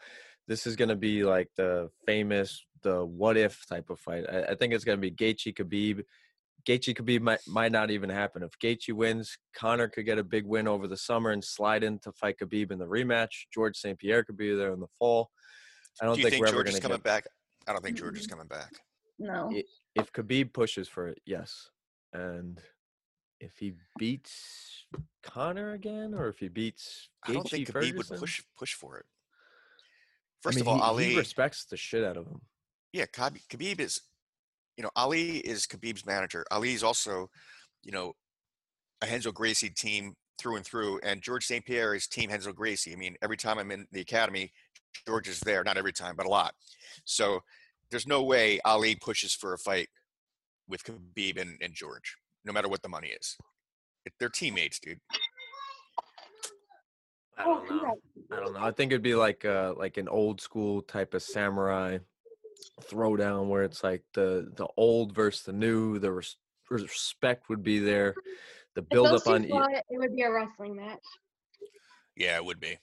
Speaker 7: this is gonna be like the famous the what if type of fight. I, I think it's gonna be Gaethje Khabib. Gaethje Khabib might might not even happen if Gaethje wins. Connor could get a big win over the summer and slide in to fight Khabib in the rematch. George St Pierre could be there in the fall. I don't
Speaker 9: Do you
Speaker 7: think,
Speaker 9: think
Speaker 7: we're
Speaker 9: George
Speaker 7: ever
Speaker 9: is
Speaker 7: gonna
Speaker 9: coming
Speaker 7: get Mm-hmm.
Speaker 9: back? I don't think George is coming back.
Speaker 10: No.
Speaker 7: Yeah. if Khabib pushes for it, yes. And if he beats Connor again, or if he beats
Speaker 9: I don't think
Speaker 7: Gaethje
Speaker 9: Khabib
Speaker 7: Ferguson,
Speaker 9: would push push for it.
Speaker 7: I
Speaker 9: First
Speaker 7: mean,
Speaker 9: of all,
Speaker 7: he-
Speaker 9: Ali.
Speaker 7: he respects the shit out of him.
Speaker 9: yeah, Khabib, Khabib is, you know, Ali is Khabib's manager. Ali is also, you know, a Henzo Gracie team through and through, and George St. Pierre is Team Henzo Gracie. I mean, every time I'm in the academy, George is there. Not every time, but a lot. So there's no way Ali pushes for a fight with Khabib and, and George, no matter what the money is. It- They're teammates, dude.
Speaker 7: I
Speaker 9: Oh,
Speaker 7: don't know. I don't know. I think it'd be like uh like an old school type of samurai throwdown where it's like the the old versus the new. The res- respect would be there. the
Speaker 10: If
Speaker 7: build
Speaker 10: those
Speaker 7: up
Speaker 10: two
Speaker 7: on E-
Speaker 10: fought, it would be a wrestling match.
Speaker 9: Yeah, it would be.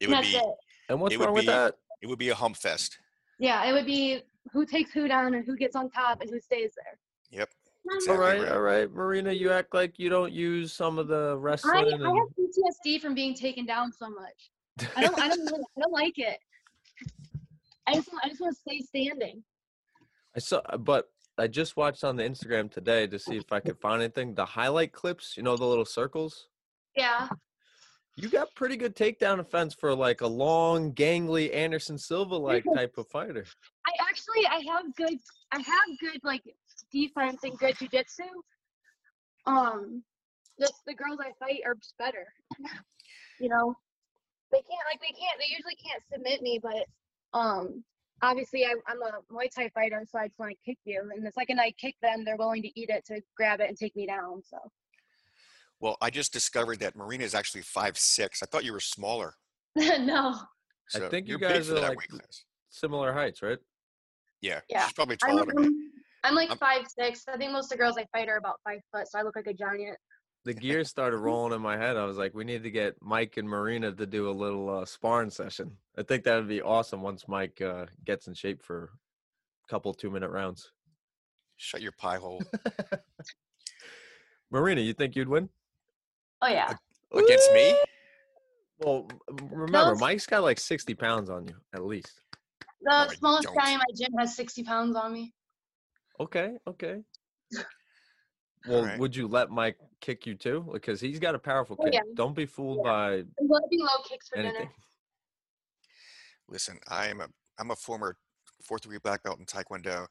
Speaker 9: It
Speaker 10: And
Speaker 9: would
Speaker 10: that's
Speaker 9: be.
Speaker 10: it.
Speaker 7: e-, and what's
Speaker 9: it would
Speaker 7: wrong with
Speaker 9: be-
Speaker 7: that?
Speaker 9: It would be a hump fest.
Speaker 10: Yeah, it would be who takes who down and who gets on top and who stays there.
Speaker 9: Yep,
Speaker 7: All
Speaker 9: exactly.
Speaker 7: right,
Speaker 9: right.
Speaker 7: all right, Marina, you act like you don't use some of the
Speaker 10: I,
Speaker 7: wrestling.
Speaker 10: I
Speaker 7: and-
Speaker 10: have PTSD from being taken down so much. I don't, I don't, really- I don't like it. I just, want- I just want to stay standing.
Speaker 7: I saw, uh, but I just watched on the Instagram today to see if I could find anything. The highlight clips, you know, the little circles.
Speaker 10: Yeah.
Speaker 7: You got pretty good takedown offense for like a long, gangly Anderson Silva like type of fighter.
Speaker 10: I actually, I have good, I have good like defense and good jujitsu. Um, just the girls I fight are just better. you know, they can't like they can't they usually can't submit me, but um, obviously I, I'm a Muay Thai fighter, so I just want to kick you. And the second I kick them, they're willing to eat it to grab it and take me down. So
Speaker 9: Well, I just discovered that Marina is actually five six. I thought you were smaller.
Speaker 10: no,
Speaker 7: I
Speaker 9: So
Speaker 7: think you
Speaker 9: you're big
Speaker 7: guys
Speaker 9: for
Speaker 7: are
Speaker 9: that
Speaker 7: like-
Speaker 9: weight class.
Speaker 7: Similar heights, right?
Speaker 9: Yeah,
Speaker 10: Yeah,
Speaker 9: she's probably
Speaker 10: I'm,
Speaker 9: taller. than me.
Speaker 10: I'm, I'm like
Speaker 9: I'm-
Speaker 10: five six. I think most of the girls I fight are about five foot, so I look like a giant.
Speaker 7: The gears started rolling in my head. I was like, we need to get Mike and Marina to do a little uh, sparring session. I think that would be awesome once Mike uh, gets in shape for a couple two minute rounds.
Speaker 9: Shut your pie hole
Speaker 7: Marina, you think you'd win?
Speaker 10: Oh yeah.
Speaker 9: against me.
Speaker 7: Well, m- remember,
Speaker 10: Those-
Speaker 7: Mike's got like 60 pounds on you at least.
Speaker 10: The
Speaker 9: No, I
Speaker 10: smallest
Speaker 9: don't.
Speaker 10: guy in my gym has 60 pounds on me.
Speaker 7: Okay, okay.
Speaker 9: All
Speaker 7: Well,
Speaker 9: right.
Speaker 7: would you let Mike kick you too? Because he's got a powerful
Speaker 10: Oh,
Speaker 7: kick.
Speaker 10: yeah.
Speaker 7: Don't be fooled by
Speaker 10: I'm going to be low kicks for
Speaker 7: anything.
Speaker 10: dinner.
Speaker 9: Listen, I am a I'm a former fourth degree black belt in Taekwondo,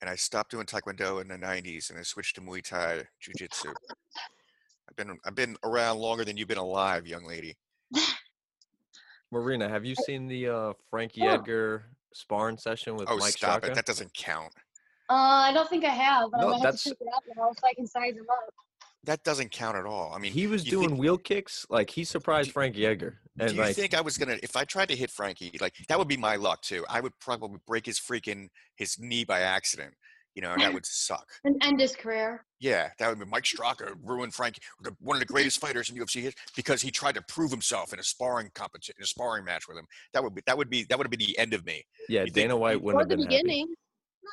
Speaker 9: and I stopped doing Taekwondo in the '90s, and I switched to Muay Thai Jiu Jitsu. I've been I've been around longer than you've been alive, young lady.
Speaker 7: Marina, have you seen the uh, Frankie
Speaker 10: Yeah.
Speaker 7: Edgar sparring session with
Speaker 9: Oh,
Speaker 7: Mike
Speaker 9: stop
Speaker 7: Shaka?
Speaker 9: it! That doesn't count.
Speaker 10: Uh, I don't think I have, but
Speaker 7: No,
Speaker 10: I'm going to have
Speaker 7: that's-
Speaker 10: to pick it up now so I can size him up.
Speaker 9: That doesn't count at all. I mean,
Speaker 7: he was
Speaker 9: you
Speaker 7: doing
Speaker 9: think-
Speaker 7: wheel kicks. Like he surprised
Speaker 9: Do-
Speaker 7: Frankie Edgar, and
Speaker 9: do you
Speaker 7: uh, like
Speaker 9: think I was gonna? If I tried to hit Frankie, like that would be my luck too. I would probably break his freaking his knee by accident. You know, and that would suck.
Speaker 10: And end his career.
Speaker 9: Yeah, that would be Mike Straka ruined Frankie, the- one of the greatest fighters in UFC history, because he tried to prove himself in a sparring competition, in a sparring match with him. That would be that would be that would have been the end of me,
Speaker 7: yeah,
Speaker 9: you think-
Speaker 7: Dana White wouldn't
Speaker 10: Or
Speaker 7: have
Speaker 10: the
Speaker 7: been happy.
Speaker 10: beginning.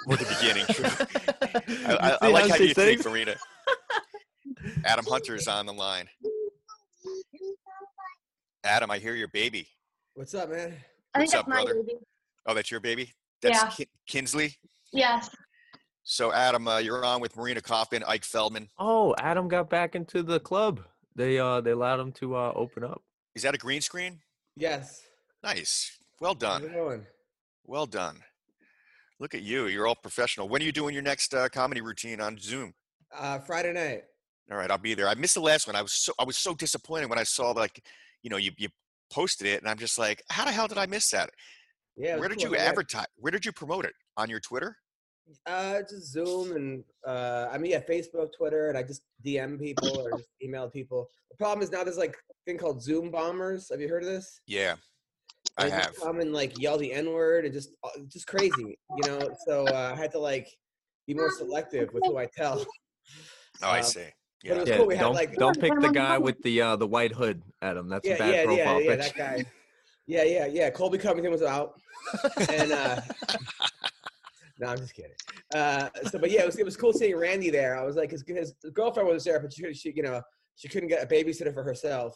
Speaker 9: or the beginning.
Speaker 7: You
Speaker 9: I, I, I
Speaker 7: see
Speaker 9: like how
Speaker 7: she
Speaker 9: you think,
Speaker 7: thinks?
Speaker 9: Marina. Adam Hunter is on the line. Adam, I hear your baby.
Speaker 5: What's up, man?
Speaker 10: I think
Speaker 9: What's
Speaker 10: that's
Speaker 9: up,
Speaker 10: my
Speaker 9: brother?
Speaker 10: baby.
Speaker 9: Oh, that's your baby. That's
Speaker 10: Yeah.
Speaker 9: Kin- Kinsley.
Speaker 10: Yes.
Speaker 9: So, Adam, uh, you're on with Marina Kaufman, Ike Feldman.
Speaker 7: Oh, Adam got back into the club. They uh they allowed him to uh open up.
Speaker 9: Is that a green screen?
Speaker 5: Yes.
Speaker 9: Nice. Well
Speaker 5: How's
Speaker 9: done.
Speaker 5: it going?
Speaker 9: Well done. Look at you. You're all professional. When are you doing your next uh, comedy routine on Zoom?
Speaker 5: Uh, Friday night.
Speaker 9: All right, I'll be there. I missed the last one. I was so I was so disappointed when I saw like, you know, you you posted it, and I'm just like, how the hell did I miss that?
Speaker 5: Yeah. it
Speaker 9: Where
Speaker 5: was
Speaker 9: did you
Speaker 5: cool. Yeah,
Speaker 9: advertise? Where did you promote it on your Twitter?
Speaker 5: Uh, just Zoom and uh, I mean, yeah, Facebook, Twitter, and I just DM people or just email people. The problem is now there's like thing called Zoom bombers. Have you heard of this?
Speaker 9: Yeah, I
Speaker 5: They just
Speaker 9: have.
Speaker 5: Come and like yell the N word and just uh, just crazy, you know. So uh, I had to like be more selective with who I tell.
Speaker 9: Oh, I
Speaker 5: Uh,
Speaker 9: see.
Speaker 5: but it
Speaker 9: Yeah,
Speaker 5: was
Speaker 7: Yeah,
Speaker 5: cool. We had
Speaker 7: don't
Speaker 5: like
Speaker 7: don't pick the guy with the uh the white hood, Adam. That's a
Speaker 5: yeah,
Speaker 7: bad
Speaker 5: yeah, yeah,
Speaker 7: profile
Speaker 5: yeah,
Speaker 7: picture.
Speaker 5: that guy. Yeah, yeah, yeah. Colby Covington was out, and uh, no, I'm just kidding. Uh, so, but yeah, it was it was cool seeing Randy there. I was like, his, his girlfriend was there, but she, she, you know, she couldn't get a babysitter for herself.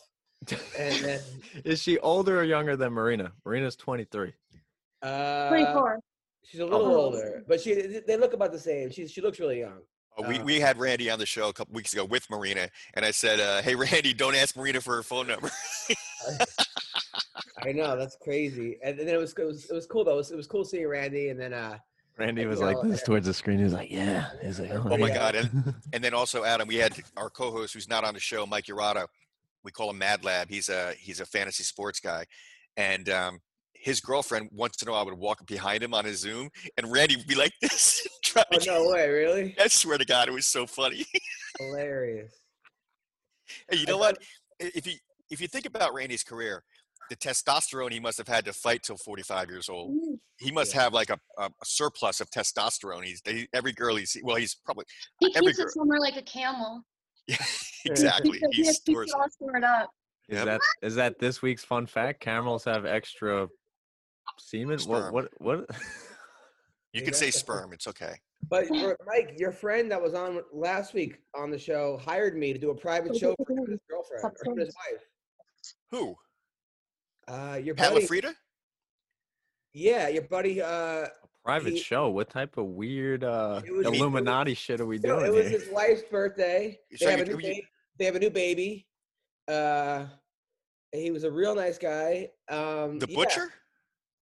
Speaker 5: And then,
Speaker 7: Is she older or younger than Marina? Marina's 23.
Speaker 5: uh,
Speaker 10: 24.
Speaker 5: she's a little
Speaker 10: Oh.
Speaker 5: older, but she they look about the same. She she looks really young.
Speaker 9: Uh, we
Speaker 5: uh,
Speaker 9: we had Randy on the show a couple weeks ago with Marina, and I said, uh, "Hey, Randy, don't ask Marina for her phone number."
Speaker 5: I know that's crazy. And then it was it was, it was cool though. It was, it was cool seeing Randy, and then uh,
Speaker 7: Randy
Speaker 5: Like,
Speaker 7: was
Speaker 5: you
Speaker 7: like
Speaker 5: know,
Speaker 7: this towards the screen. He was like, yeah. He was like,
Speaker 9: Oh my
Speaker 5: Yeah.
Speaker 9: God. And, and then also, Adam, we had our co host who's not on the show, Mike Urata. We call him Mad Lab. He's a, he's a fantasy sports guy. And um, his girlfriend, once in a while, would walk behind him on his Zoom, and Randy would be like this. trying
Speaker 5: oh
Speaker 9: to
Speaker 5: no way, really
Speaker 9: I swear to God, it was so funny.
Speaker 5: hilarious.
Speaker 9: And you
Speaker 5: I
Speaker 9: know what? I- If you, if you think about Randy's career, the testosterone he must have had to fight till 45 years old. He must have like a, a, a surplus of testosterone. He's he, every girl he's well, he's probably
Speaker 10: He
Speaker 9: every
Speaker 10: keeps
Speaker 9: girl-
Speaker 10: it somewhere like a camel.
Speaker 9: Yeah, exactly.
Speaker 10: He,
Speaker 9: He
Speaker 10: he, he,
Speaker 9: stores
Speaker 10: all
Speaker 9: it.
Speaker 10: stored up.
Speaker 7: Is
Speaker 9: Yep.
Speaker 7: that is that this week's fun fact? Camels have extra semen. What
Speaker 9: Sperm.
Speaker 7: what what?
Speaker 9: You can say
Speaker 5: Exactly.
Speaker 9: sperm. It's okay.
Speaker 5: But for- Mike, your friend that was on last week on the show hired me to do a private show for him and his girlfriend or him and his wife.
Speaker 9: Who?
Speaker 5: Uh, your
Speaker 9: Pat
Speaker 5: buddy,
Speaker 9: LaFrida?
Speaker 5: yeah, your buddy. Uh,
Speaker 7: Private
Speaker 5: He-
Speaker 7: show. What type of weird uh,
Speaker 5: It was-
Speaker 7: Illuminati shit are we
Speaker 5: no,
Speaker 7: doing
Speaker 5: it was
Speaker 7: here?
Speaker 5: his wife's birthday.
Speaker 9: You're
Speaker 5: They have, a
Speaker 9: talking-
Speaker 5: new
Speaker 9: you-
Speaker 5: baby. they have a new baby. Uh, he was a real nice guy. Um,
Speaker 9: The
Speaker 5: yeah,
Speaker 9: butcher?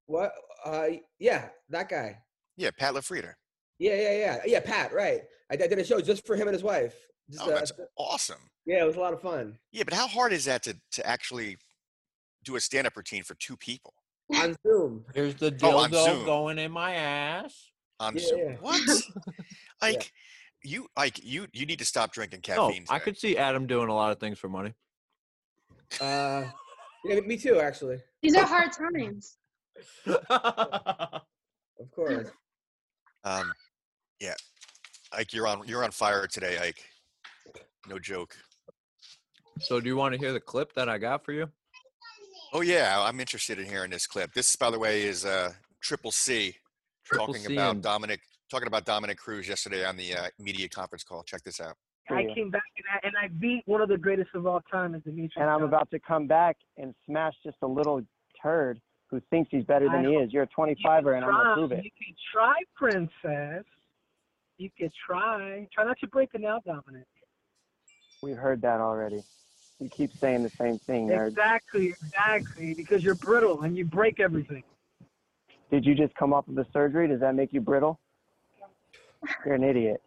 Speaker 5: What? Uh, yeah, that guy.
Speaker 9: Yeah, Pat LaFrida.
Speaker 5: Yeah, yeah, yeah, yeah. Pat, right? I, I did a show just for him and his wife. Just,
Speaker 9: Oh,
Speaker 5: uh,
Speaker 9: that's awesome.
Speaker 5: yeah, it was a lot of fun.
Speaker 9: Yeah, but how hard is that to, to actually do a stand up routine for two people
Speaker 5: On Zoom.
Speaker 7: Here's the
Speaker 9: Oh, on dildo Zoom.
Speaker 7: going in my ass.
Speaker 9: on
Speaker 5: Yeah,
Speaker 9: Zoom?
Speaker 5: yeah.
Speaker 9: What? Like, you, like you, you need to stop drinking
Speaker 7: No,
Speaker 9: caffeine.
Speaker 7: Oh, I
Speaker 9: today.
Speaker 7: could see Adam doing a lot of things for money.
Speaker 5: Uh, yeah, me too, actually.
Speaker 10: These are hard times.
Speaker 5: Of course.
Speaker 9: Um, yeah, Ike, you're on, you're on fire today, Ike. No joke.
Speaker 7: so, do you want to hear the clip that I got for you?
Speaker 9: Oh yeah, I'm interested in hearing this clip. This, by the way, is uh, Triple C
Speaker 7: Triple
Speaker 9: talking
Speaker 7: C
Speaker 9: about
Speaker 7: and-
Speaker 9: Dominic talking about Dominic Cruz yesterday on the uh, media conference call. Check this out.
Speaker 11: I came back and I, and I beat one of the greatest of all time, is Demetrius.
Speaker 12: and I'm about to come back and smash just a little turd who thinks he's better than he is. You're a 25er, and I'm gonna prove it.
Speaker 11: You can try, princess. You can try. Try not to break the nail, Dominic.
Speaker 12: We heard that already. You keep saying the same thing, nerd.
Speaker 11: Exactly, exactly. Because you're brittle and you break everything.
Speaker 12: Did you just come off of the surgery? Does that make you brittle? You're an idiot.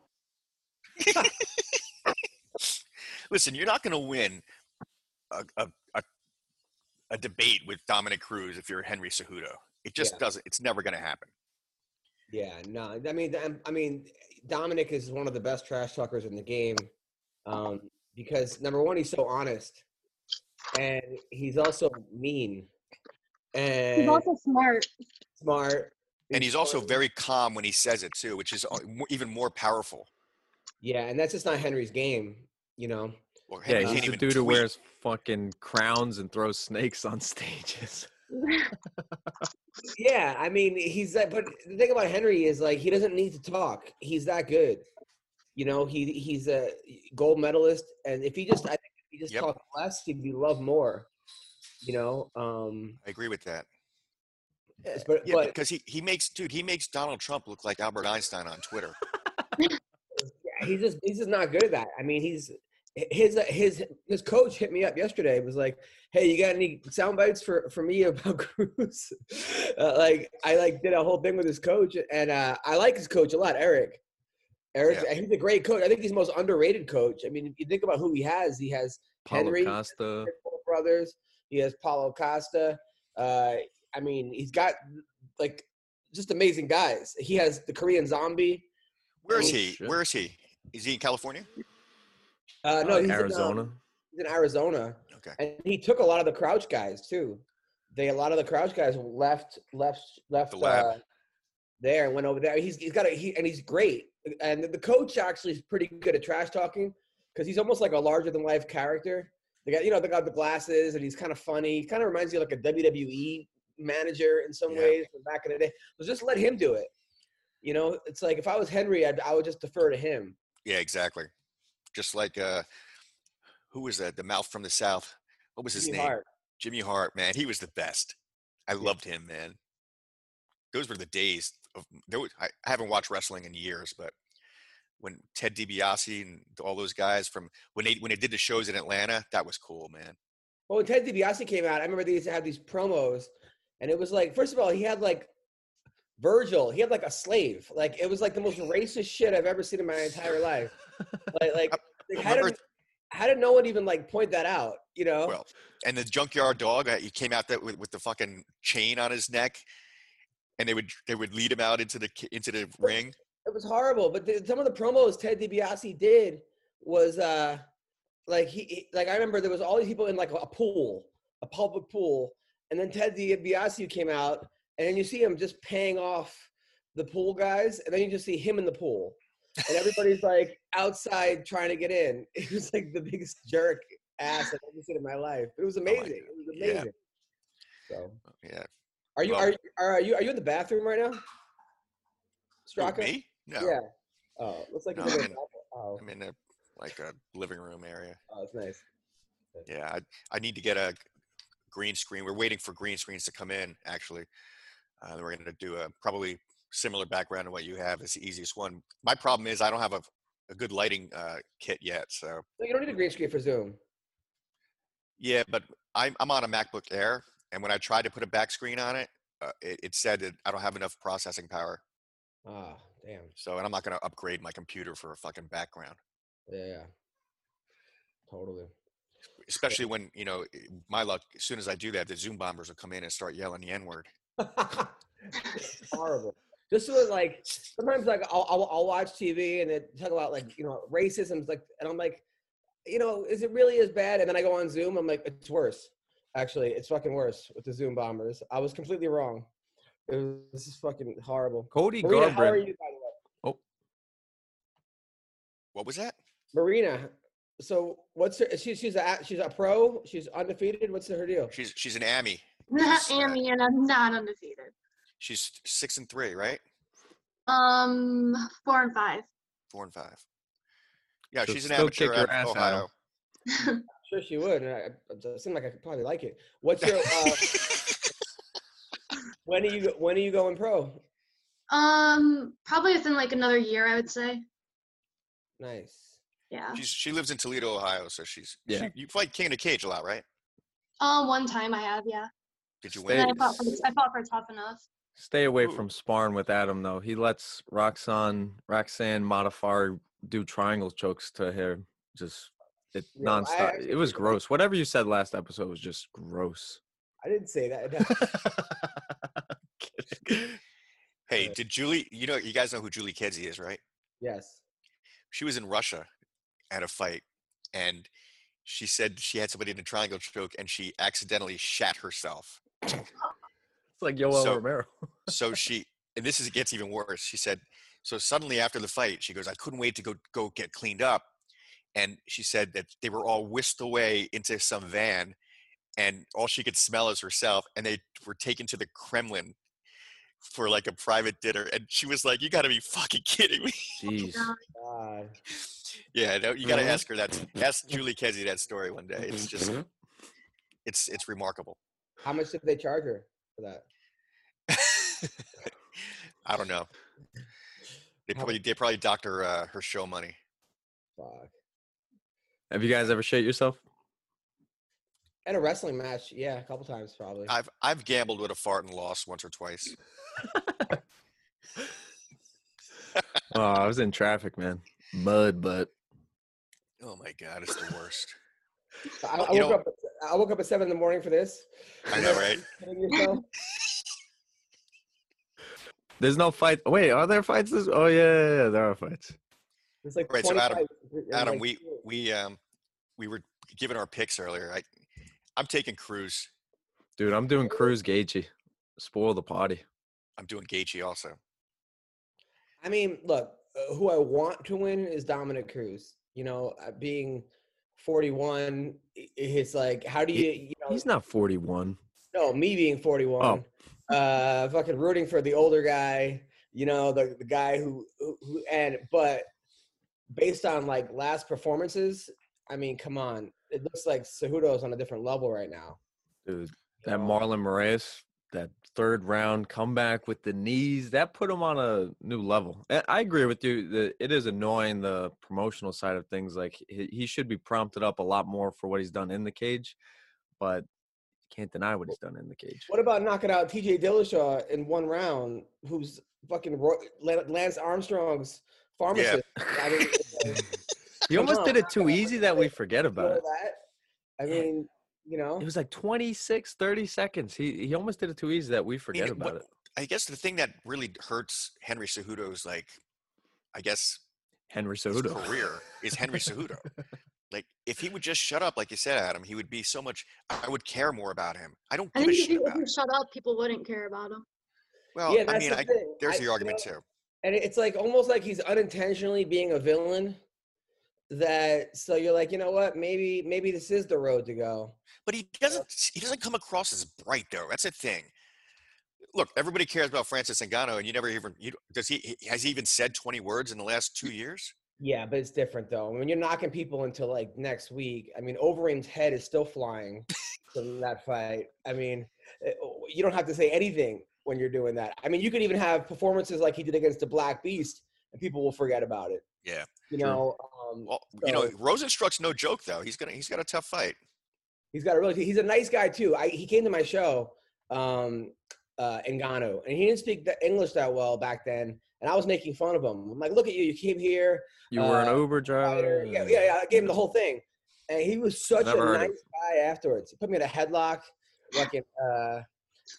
Speaker 9: Listen, you're not going to win a, a, a a debate with Dominic Cruz if you're Henry Cejudo. It just
Speaker 5: Yeah.
Speaker 9: doesn't. It's never going to happen.
Speaker 5: Yeah, no. I mean, I'm- I mean, Dominic is one of the best trash talkers in the game um, because number one, he's so honest, and he's also mean
Speaker 10: He's
Speaker 5: and
Speaker 10: also smart.
Speaker 5: smart.
Speaker 9: And he's also
Speaker 5: funny.
Speaker 9: very calm when he says it too, which is uh, mo- even more powerful.
Speaker 5: yeah, and that's just not Henry's game, you know.
Speaker 9: Well, Henry
Speaker 7: Yeah,
Speaker 9: can't
Speaker 7: he's the
Speaker 9: even
Speaker 7: dude who
Speaker 9: tweet.
Speaker 7: wears fucking crowns and throws snakes on stages.
Speaker 5: Yeah, I mean, he's that. But the thing about Henry is like he doesn't need to talk. He's that good. You know, he he's a gold medalist, and if he just, I think if he just
Speaker 9: Yep.
Speaker 5: talked less, he'd be loved more. You know, um,
Speaker 9: I agree with that.
Speaker 5: yes, but
Speaker 9: Yeah,
Speaker 5: but
Speaker 9: because he, he makes dude he makes Donald Trump look like Albert Einstein on Twitter.
Speaker 5: he's just he's just not good at that. I mean, he's his his his coach hit me up yesterday. Was like, "Hey, you got any sound bites for for me about Cruz?" uh, like I like did a whole thing with his coach, and uh, I like his coach a lot, Eric. Eric, he's a great coach. I think he's the most underrated coach. I mean, if you think about who he has, he has
Speaker 7: Paulo
Speaker 5: Henry-
Speaker 7: Costa.
Speaker 5: Paul brothers. He has Paulo Costa. Uh, I mean, he's got like just amazing guys. He has the Korean Zombie.
Speaker 9: Where is
Speaker 7: Oh,
Speaker 9: he?
Speaker 7: shit.
Speaker 9: Where is he? Is he in California?
Speaker 5: Uh,
Speaker 7: uh,
Speaker 5: no, he's in, um,
Speaker 7: Arizona.
Speaker 5: he's in Arizona.
Speaker 9: Okay.
Speaker 5: and he took a lot of the crouch guys too they a lot of the crouch guys left left left
Speaker 9: The lab.
Speaker 5: uh, there and went over there he's, he's got a he and he's great and the coach actually is pretty good at trash talking because he's almost like a larger than life character they got you know they got the glasses and he's kind of funny he kind of reminds you of like a wwe manager in some
Speaker 9: Yeah.
Speaker 5: ways from back in the day so just let him do it you know it's like if i was henry I'd, i would just defer to him
Speaker 9: Yeah, exactly. Just like uh, who was that? The mouth from the south. What was his
Speaker 5: Jimmy
Speaker 9: name?
Speaker 5: Hart.
Speaker 9: Jimmy Hart. Man, he was the best. I loved him, man. Those were the days of. There was, I, I haven't watched wrestling in years, but when Ted DiBiase and all those guys from when they when they did the shows in Atlanta, that was cool, man.
Speaker 5: Well, when Ted DiBiase came out, I remember they used to have these promos, and it was like, first of all, he had like Virgil, he had like a slave, like it was like the most racist shit I've ever seen in my entire life. Like, like, like, how did
Speaker 9: remember-
Speaker 5: how did no one even like point that out? You know?
Speaker 9: Well, and the junkyard dog, uh, he came out that with, with the fucking chain on his neck, and they would they would lead him out into the ki- into the ring.
Speaker 5: it was horrible. But the, some of the promos Ted DiBiase did was uh, like he- he like I remember there was all these people in like a pool, a public pool, and then Ted DiBiase came out, and then you see him just paying off the pool guys, and then you just see him in the pool. and everybody's like outside trying to get in. It was like the biggest jerk ass I've ever seen in my life. It was amazing. it was
Speaker 9: Oh Yeah.
Speaker 5: amazing. So,
Speaker 9: Yeah.
Speaker 5: are you
Speaker 9: Well-
Speaker 5: are you, are you are you in the bathroom right now? Straka?
Speaker 9: me? No.
Speaker 5: Yeah. Oh, looks like
Speaker 9: No, I'm
Speaker 5: you're in
Speaker 9: in,
Speaker 5: the bathroom. Oh,
Speaker 9: I'm in a like a living room area.
Speaker 5: oh, that's nice.
Speaker 9: Yeah, I, I need to get a green screen. We're waiting for green screens to come in. Actually, uh, we're going to do a probably similar background to what you have. It's the easiest one. My problem is I don't have a, a good lighting uh, kit yet. So
Speaker 5: No, you don't need a green screen for Zoom.
Speaker 9: yeah, but I'm I'm on a MacBook Air, and when I tried to put a back screen on it, uh, it, it said that I don't have enough processing power.
Speaker 5: Ah, damn.
Speaker 9: So and I'm not going to upgrade my computer for a fucking background.
Speaker 5: Yeah, yeah. Totally.
Speaker 9: especially when you know i- my luck as soon as i do that the zoom bombers will come in and start yelling the n-word
Speaker 5: horrible. Just so that, like sometimes like I'll, I'll I'll watch TV and they talk about like you know racism's like and I'm like you know is it really as bad and then I go on Zoom I'm like it's worse actually it's fucking worse with the Zoom bombers I was completely wrong it was this is fucking horrible
Speaker 7: Cody
Speaker 5: Marina, how are
Speaker 7: Garbrandt-
Speaker 5: you by the way
Speaker 9: what was that
Speaker 5: Marina so what's her she, she's a she's a pro she's undefeated what's her deal
Speaker 9: she's she's an ammy
Speaker 10: Not Amy, and I'm not undefeated.
Speaker 9: she's six and three right
Speaker 10: Um, four and five.
Speaker 9: four and five yeah
Speaker 7: So
Speaker 9: she's an
Speaker 7: still
Speaker 9: amateur
Speaker 7: kick your
Speaker 9: out
Speaker 7: ass,
Speaker 9: of ohio
Speaker 7: Adam.
Speaker 5: sure she would and I, it seemed like I could probably like it what's your uh, when are you when are you going pro
Speaker 10: Um, probably within like another year, I would say.
Speaker 5: nice.
Speaker 10: Yeah.
Speaker 9: she's she lives in toledo ohio so she's
Speaker 7: Yeah.
Speaker 9: she, you fight king in a cage a lot right
Speaker 10: Um, one time I have, yeah.
Speaker 9: did you
Speaker 10: And
Speaker 9: win
Speaker 10: I fought, for, I fought for tough enough.
Speaker 7: Stay away from sparring with Adam though. He lets Roxanne Roxanne Modafari do triangle chokes to her. Just it
Speaker 5: Yeah, I
Speaker 7: nonstop.
Speaker 5: actually
Speaker 7: it was gross. Whatever you said last episode was just gross.
Speaker 5: I didn't say that. No.
Speaker 9: hey did julie you know you guys know who julie kedzie is right
Speaker 5: yes.
Speaker 9: she was in russia at a fight and she said she had somebody in a triangle choke and she accidentally shat herself
Speaker 7: It's like Yoel
Speaker 9: So-
Speaker 7: Romero.
Speaker 9: so she and this is it gets even worse she said so suddenly after the fight she goes i couldn't wait to go go get cleaned up and she said that they were all whisked away into some van and all she could smell is herself and they were taken to the kremlin for like a private dinner and she was like you gotta be fucking kidding me
Speaker 7: Jeez.
Speaker 5: God.
Speaker 9: yeah no, you gotta
Speaker 7: Mhm.
Speaker 9: ask her that ask julie kedzie that story one day it's just it's it's remarkable
Speaker 5: How much did they charge her for that?
Speaker 9: i don't know they
Speaker 5: How-
Speaker 9: probably they probably doctor uh, her show money
Speaker 5: Fuck.
Speaker 7: Have you guys ever shit yourself?
Speaker 5: At a wrestling match, yeah, a couple times probably.
Speaker 9: I've I've gambled with a fart and lost once or twice.
Speaker 7: Oh, I was in traffic, man. Mud, but
Speaker 9: Oh my god, it's the worst.
Speaker 5: I, I
Speaker 9: you
Speaker 5: woke
Speaker 9: know-
Speaker 5: up. I woke up at seven in the morning for this.
Speaker 9: I know, right?
Speaker 5: Kidding yourself?
Speaker 7: there's no fight. Wait, are there fights? This- oh yeah, yeah, yeah, there are fights.
Speaker 5: It's like
Speaker 9: Right, so
Speaker 5: 20
Speaker 9: Adam-
Speaker 5: fights. It was
Speaker 9: Adam,
Speaker 5: like-
Speaker 9: we we um we were giving our picks earlier. I I'm taking Cruz.
Speaker 7: Dude, I'm doing Cruz Gaethje. Spoil the party.
Speaker 9: I'm doing Gaethje also.
Speaker 5: I mean, look, uh, who I want to win is Dominic Cruz. You know, uh, being forty-one, i- it's like, how do you? You know,
Speaker 7: He's not 41.
Speaker 5: No, me being 41. Uh, fucking rooting for the older guy, you know, the, the guy who, who, who, and, but based on like last performances, I mean, come on. It looks like Cejudo's on a different level right now.
Speaker 7: Dude, that
Speaker 5: Yeah.
Speaker 7: Marlon Moraes, that third round comeback with the knees, that put him on a new level. I- I agree with you. That it is annoying the promotional side of things. Like he he should be prompted up a lot more for what he's done in the cage, but can't deny what he's done in the cage.
Speaker 5: What about knocking out TJ Dillashaw in one round, who's fucking Roy, Lan- Lance Armstrong's pharmacist? I mean, like,
Speaker 7: He
Speaker 5: Come
Speaker 7: almost
Speaker 5: on,
Speaker 7: did it
Speaker 5: knock
Speaker 7: too
Speaker 5: out
Speaker 7: easy that we forget
Speaker 5: you know
Speaker 7: about it.
Speaker 5: that? I mean, you know,
Speaker 7: It was like 26, 30 seconds. He he almost did it too easy that we
Speaker 9: I mean,
Speaker 7: forget
Speaker 9: what-
Speaker 7: about it.
Speaker 9: I guess the thing that really hurts Henry Cejudo's like, I guess
Speaker 7: Henry
Speaker 9: his
Speaker 7: Cejudo.
Speaker 9: career is Henry Cejudo. like if he would just shut up, like you said, Adam, he would be so much. I would care more about him. I don't
Speaker 10: I
Speaker 9: give a
Speaker 10: think if
Speaker 9: shit
Speaker 10: you, if
Speaker 9: about
Speaker 10: you
Speaker 9: him.
Speaker 10: shut up, people wouldn't care about him.
Speaker 9: Well,
Speaker 5: Yeah,
Speaker 9: I
Speaker 5: that's
Speaker 9: mean,
Speaker 5: the
Speaker 9: I,
Speaker 5: thing.
Speaker 9: there's
Speaker 5: I-
Speaker 9: the
Speaker 5: you
Speaker 9: argument
Speaker 5: know,
Speaker 9: too.
Speaker 5: and it's like almost like he's unintentionally being a villain. That so you're like, you know what? Maybe maybe this is the road to go.
Speaker 9: But he doesn't. He doesn't come across as bright though. That's a thing. Look, everybody cares about Francis Ngannou, and you never even you, does he has he even said twenty words in the last two years?
Speaker 5: Yeah, but it's different though. When you're knocking people until like next week, I mean, Overeem's head is still flying from that fight. I mean, it- you don't have to say anything when you're doing that. I mean, you could even have performances like he did against the Black Beast, and people will forget about it.
Speaker 9: Yeah,
Speaker 5: You
Speaker 9: True.
Speaker 5: know, um,
Speaker 9: Well, you know,
Speaker 5: so-
Speaker 9: Rosenstruck's no joke though. He's gonna he's got a tough fight.
Speaker 5: He's got a really. He's a nice guy too. I, he came to my show, um, uh, Ngannou, and he didn't speak the English that well back then. And I was making fun of him. I'm like, look at you. You came here.
Speaker 7: You were an
Speaker 5: Uh,
Speaker 7: Uber driver.
Speaker 5: Yeah, yeah, yeah. I gave him the whole thing, and he was such
Speaker 7: Never
Speaker 5: a
Speaker 7: heard
Speaker 5: nice
Speaker 7: it.
Speaker 5: guy afterwards. He put me in a headlock, fucking, uh,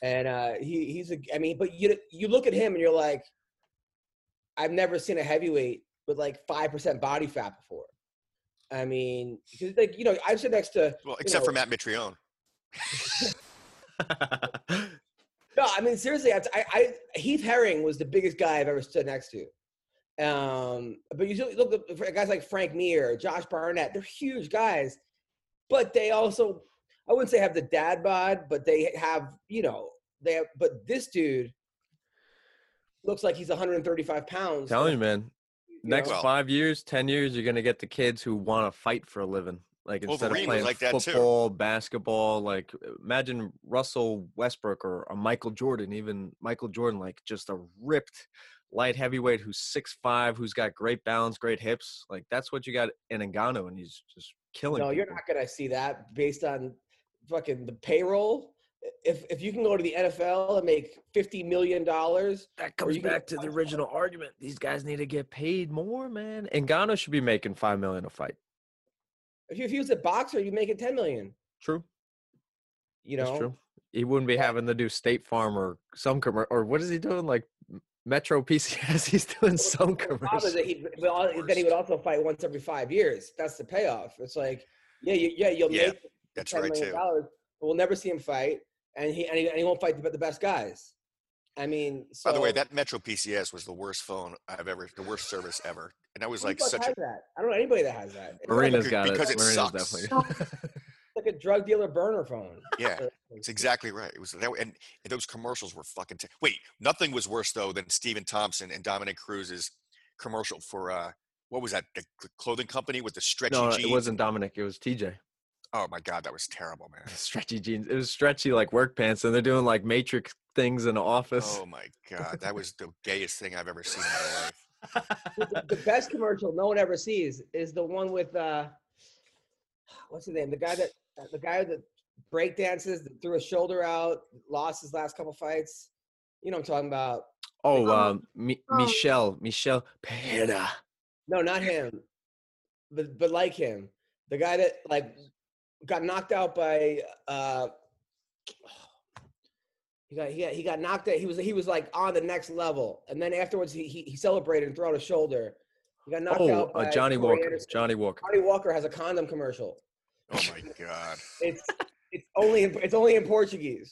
Speaker 5: and uh, he he's a. I mean, but you you look at him and you're like, I've never seen a heavyweight with like five percent body fat before. I mean, 'cause, like you know, I sit next to
Speaker 9: Well,
Speaker 5: you
Speaker 9: except for
Speaker 5: know,
Speaker 9: Matt Mitrione.
Speaker 5: No, I mean seriously. I, I, I Heath Herring was the biggest guy I've ever stood next to. Um, but you still look at fr- guys like Frank Mir, Josh Barnett. They're huge guys, but they also I wouldn't say have the dad bod, but they have you know they have. But this dude looks like he's 135 pounds.
Speaker 7: Telling you, man. Next
Speaker 9: Well-
Speaker 7: five years, ten years, you're gonna get the kids who want to fight for a living. Like instead
Speaker 9: Wolverine was
Speaker 7: of playing
Speaker 9: like that too.
Speaker 7: football, basketball, like imagine Russell Westbrook or a Michael Jordan, even Michael Jordan, like just a ripped light heavyweight who's six five, who's got great balance, great hips. Like that's what you got in Engano, and he's just killing.
Speaker 5: No, you're
Speaker 7: people.
Speaker 5: not gonna see that based on fucking the payroll. If if you can go to the NFL and make 50 million dollars,
Speaker 7: That
Speaker 5: or
Speaker 7: comes
Speaker 5: you can-
Speaker 7: back to the original argument. These guys need to get paid more, man. Engano should be making five million a fight.
Speaker 5: If, you, if he was a boxer, you make it 10 million.
Speaker 7: True.
Speaker 5: You
Speaker 7: That's
Speaker 5: know,
Speaker 7: true. He wouldn't be having to do State Farm or some commercial. Or what is he doing? Like M- Metro PCS? He's doing some
Speaker 5: problem
Speaker 7: commercial.
Speaker 5: is that he but al- then he would also fight once every five years. That's the payoff. It's like, yeah, you, yeah, you'll
Speaker 9: Yeah,
Speaker 5: make
Speaker 9: that's
Speaker 5: $10
Speaker 9: right
Speaker 5: million
Speaker 9: too.
Speaker 5: dollars, but we'll never see him fight, and he and he, and he won't fight the, the best guys. I mean, so,
Speaker 9: By the way, that Metro PCS was the worst phone I've ever, the worst service ever, and that was
Speaker 5: who the
Speaker 9: like
Speaker 5: fuck
Speaker 9: such
Speaker 5: has
Speaker 9: a
Speaker 5: that? I don't know anybody that has that. It's like,
Speaker 7: Marina's
Speaker 9: Because-
Speaker 7: got
Speaker 9: because
Speaker 7: it.
Speaker 9: it
Speaker 7: Marina's
Speaker 9: sucks.
Speaker 7: definitely.
Speaker 5: like a drug dealer burner phone.
Speaker 9: yeah. It's exactly right. It was that, and those commercials were fucking. T- Wait, nothing was worse though than Steven Thompson and Dominic Cruz's commercial for uh, what was that? The c- clothing company with the stretchy
Speaker 7: No,
Speaker 9: jeans.
Speaker 7: it wasn't Dominic. It was TJ.
Speaker 9: Oh my god, that was terrible, man.
Speaker 7: Stretchy jeans. It was stretchy like work pants, and they're doing like Matrix things in the office.
Speaker 9: Oh my god, that was the gayest thing I've ever seen in my life.
Speaker 5: the, the best commercial no one ever sees is the one with uh, what's his name? The guy that the guy that breakdances that threw his shoulder out, lost his last couple fights. You know what I'm talking about?
Speaker 7: Oh,
Speaker 10: Oh.
Speaker 7: um, Mi-
Speaker 10: Oh.
Speaker 7: Michelle, Michelle Pena.
Speaker 5: No, not him, but but like him, the guy that like got knocked out by uh, he got he got, he got knocked out. He was he was like on the next level, and then afterwards he he, he celebrated and threw out his shoulder. He got knocked
Speaker 7: Oh,
Speaker 5: out by
Speaker 7: uh, Johnny
Speaker 5: Corey
Speaker 7: Walker.
Speaker 5: Anderson.
Speaker 7: Johnny Walker.
Speaker 5: Johnny Walker has a condom commercial.
Speaker 9: Oh my god.
Speaker 5: It's it's only in, it's only in Portuguese,